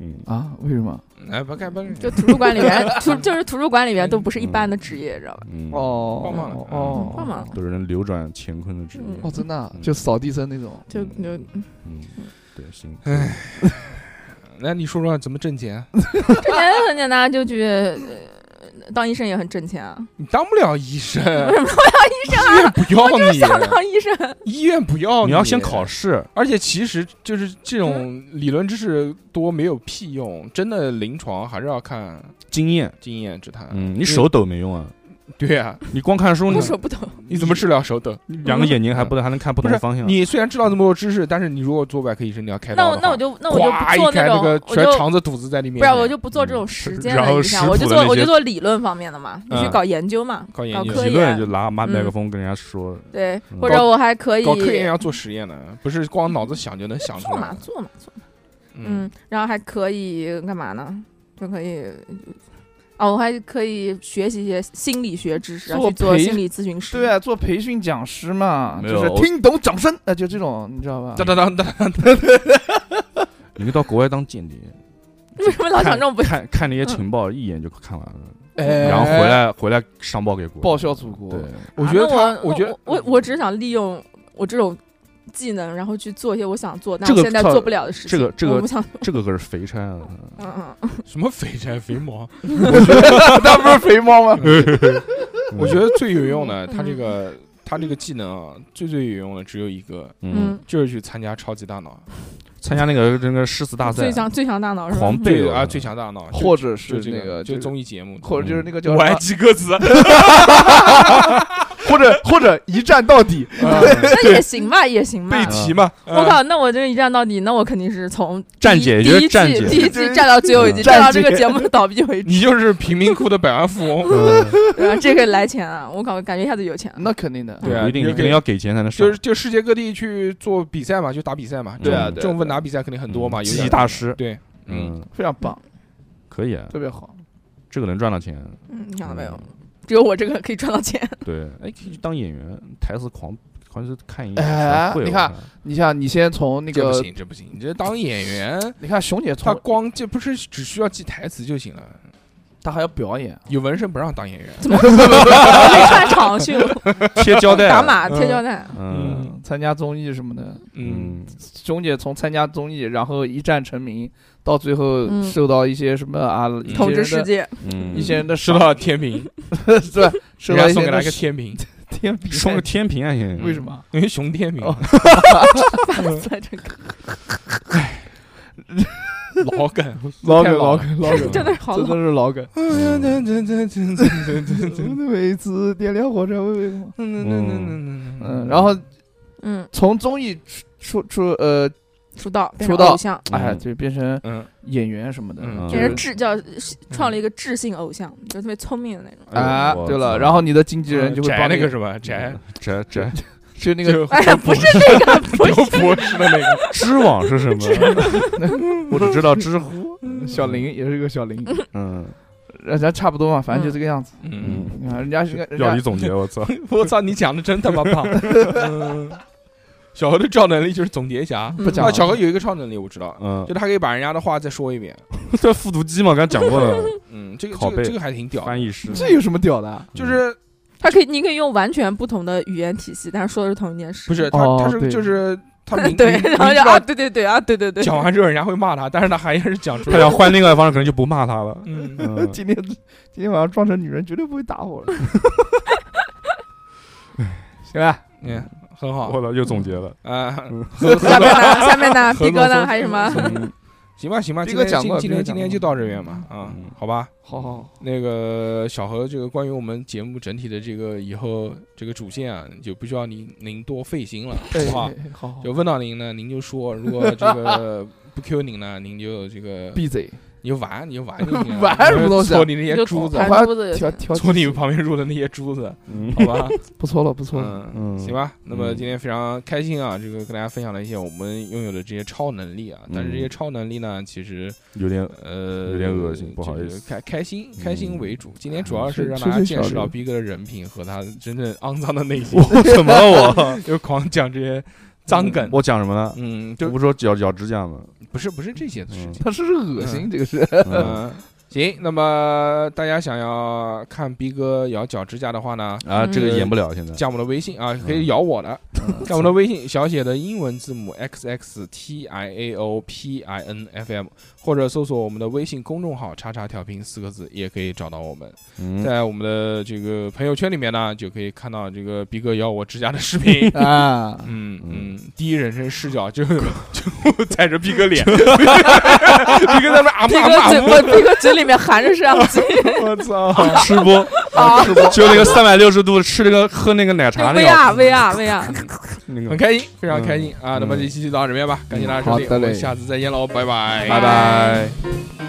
嗯，
哦
啊，为什么？
哎，不干不干，
就图书馆里面， 图就是图书馆里面都不是一般的职业，知道吧？
嗯，
哦，
棒棒的
哦，
棒棒的
都是能扭转乾坤的职业。
哦，真的啊
嗯
就扫地僧那种，
就就
嗯，对，行，
唉，那你说说怎么挣钱？
挣钱很简单，就去呃当医生也很挣钱啊。
你当不了医生，
医生啊，
不要
我
你，
想当医生，
医院不要
嗯你要先考。试，
而且其实就是这种
嗯
理论知识多没有屁用，真的临床还是要看
经验。
经验之谈。
嗯，你手抖没用啊，
对啊，
你光看书，你
我手不抖。
你怎么治疗手抖？
两个眼睛还不能还能看不
嗯不
同
是
嗯方向。
你虽然知道这么多知识，但是你如果做外科医生，你要开
那
刀
我
的
那
话
我就那我
呱
就不做
一开那
种
个，
我
全
就
肠子肚子在里面。嗯
不是啊我就不做这种实践的影响，我就做我就做理论方面的嘛，你去搞研究嘛，
搞研
搞
究
科
理论就
研。
拿
嗯
拿麦克风跟人家说，
对
嗯，
或者我还可以
搞科研要做实验的，不是光脑子想就能想出
做
来
嘛
的。
做嘛做嘛，
嗯
嗯，然后还可以干嘛呢？就可以。哦，我还可以学习一些心理学知识，
做
去做
培
心理咨询师。
对啊，做培训讲师嘛，
没
就
有
是
我
听懂掌声，呃那就这种，你知道吧
当？当当当，
你可以到国外当间谍，
为什么老想这种不？
看看那些情报，一眼就看完了，
嗯哎
然后回来回来上报给国
报
家。
效祖国，
对，
我觉得他
啊那，
我觉得
我我我只是想利用我这种技能，然后去做一些我想做但
这
我
个
现在
操
做不了的事
这
情。
个这个
我不想，
这个可是肥差啊！
嗯嗯嗯，
什么肥宅肥毛，
那不是肥猫吗？
嗯
我觉得最有用的，
嗯
他这个他这个技能啊，最最有用的只有一个，
嗯，
就是去参加超级大脑，
参加那个那个诗词大赛
最，强最强大脑是吧？
啊狂
嗯
背
对
了
啊，最强大脑，
或
者
者
就是这
那个
就综
艺，
艺节目，啊
或者就是那个叫
我还
什
记歌 词，
么，或者或者一站到底，
那也行吧，也行吧
背。题 嘛，
我
嗯，
靠，那我这一站到底，那我肯定是从第一
站姐
第
也是
一季
站姐
第一季站到最后一季，
站
站到这
姐
个节目的倒闭 为止，
你就是贫民窟的百万富 翁，
对吧这个来钱啊！我靠，感觉一下子有钱了。
那肯定的。
对啊
不一定，
你
你
就
肯定要给钱才能上。
就是就世界各地去做比赛嘛，就打比赛嘛，
对啊
这种
对
这
啊
种问答比赛肯定很多嘛，有
记
点
嗯忆大师，
对，嗯，
嗯，
非常棒，
可以啊，
特别好。
这个能赚到钱。
嗯，你想到没有？只有我这个可以赚到钱。
对，哎，可以去当演员，台词狂狂去看一眼，
哎
全会
你
我
看
你想，你先从那
这不
个，
行，这不行，你这当演员，
你看熊姐
他
从
光这不是只需要记台词就行了。
她还要表演，
有纹身不让当演员，
怎么没串场去了？
贴胶带，
打码贴胶带，
嗯
啊参加综艺什么的。
嗯，
嗯，
熊姐从参加综艺，然后一战成名，到最后
嗯
受到一些什么啊，一些
统治
人
世
的
界。
嗯
一些人的
收到天平，
对，受
人
到
家
一
送给
些人的
他一个天平，
天平，
送个天平啊，现在
为什？么？
因为熊天平
哦
在这个
老梗，
老
太
梗，
老
老
了
梗，老梗，
真的是好
真的
冷，
是 老梗。
嗯
每次点亮火柴为什么？嗯，然后
嗯，
从综艺出出出呃，
出道变成
出道
偶像，
哎，
嗯
就变成
嗯，
演员什么的，
嗯
就
变成
是
智叫创了一个智性偶像，就特别聪明的那种。
哎
哎
啊，对了，然后你的经纪人就
嗯
会
宅
帮
那
你
个，是吧？宅
宅宅
就那个
就
哎呀，不是这个，不
有
是
博士的那个，
知网是什么？ 我只知道知乎。
小
嗯
林也是个小林，
嗯
人家差不多嘛，反正就这个样子。
嗯，
嗯，
你看人家是个人
要你
家
总结，我 操！
我操，你讲的真他妈棒。嗯 小何的超能力就是总结侠。
不讲
啊，
了
小何有一个超能力，我知道，
嗯
就，他可以把人家的话再说一遍。
这复读机嘛，刚才讲过了，
嗯，这个这
拷
个
贝
这个还挺屌的，
翻译师
这有什么屌的啊？
就是
他可以，你可以用完全不同的语言体系，但是说的是同一件事。
不 是他
哦
他是
对
就是他明
对
明，
然后
明知
就啊，
道
对对对啊，对对对，
讲完之后人家会骂他，但是他还是讲出
他
来。
想换另外一个方式，可能就不骂他了。
嗯，
嗯
今天今天晚上装成女人绝对不会打我了。行吧，
嗯，很
我
好
操，又总结了。
啊，
下面呢？下面呢？
合作
逼哥呢？
合
还有什么？
行吧行吧，
这
今
个
天
讲
今
过
今
这个
天
讲
今天
过
就到这边吧啊
嗯，
好吧。
好好好，
那个小何，这个关于我们节目整体的这个以后这个主线啊，就不需要您您多费心了，好
哎
不好
哎？哎好好
就问到您呢，您就说；如果这个不 Q 您呢，您就这个
闭嘴，
你就玩，你就玩就行了
玩什么东西啊
搓你那些珠子
就，盘珠子就
挑
行。
挑
搓你旁边入的那些珠子，
嗯
好吧？
不错了，不错了。
嗯，
嗯，
行吧，那么今天非常开心啊，这个跟大家分享了一些我们拥有的这些超能力啊，但是这些
嗯
超能力呢，其实
有点
呃
有点恶心不好
就是
意思
开开心开心
嗯
为主。今天主要
嗯
是
是
让
是
大家
最
见
小
识到
的
逼哥的人品和他真正肮脏的内心，
我 怎么 了我？
就狂讲这些脏梗。
我讲什么呢？
嗯，
我
就
不是说咬咬指甲吗？
不是不是这些事情。
他是不是恶心，这 个是。
嗯
嗯，行，那么大家想要看逼哥咬脚指甲的话呢，
啊，这个
嗯
演不了现在。
加我们的微信
嗯
啊，可以咬我的，加我们的微信，小写的英文字母 x x t i a o p i n f m，或者搜索我们的微信公众号“叉叉调频”四个字，也可以找到我们。
嗯，
在我们的这个朋友圈里面呢，就可以看到这个逼哥咬我指甲的视频
啊，
嗯
嗯
嗯，第一人称视角就就踩着逼哥脸， 逼哥在那啊
逼
骂
哥嘴
骂
巴，逼哥嘴里面含着摄像机
我操！
吃播
啊，
就那个三百六十度吃那个喝那个奶茶那个
VR VR VR，
那
很
个。
开心，非常开心啊！那么
嗯
这期就到这边吧，感谢大家收听，
好的
我们
嘞
下次再见喽，拜拜，
拜拜。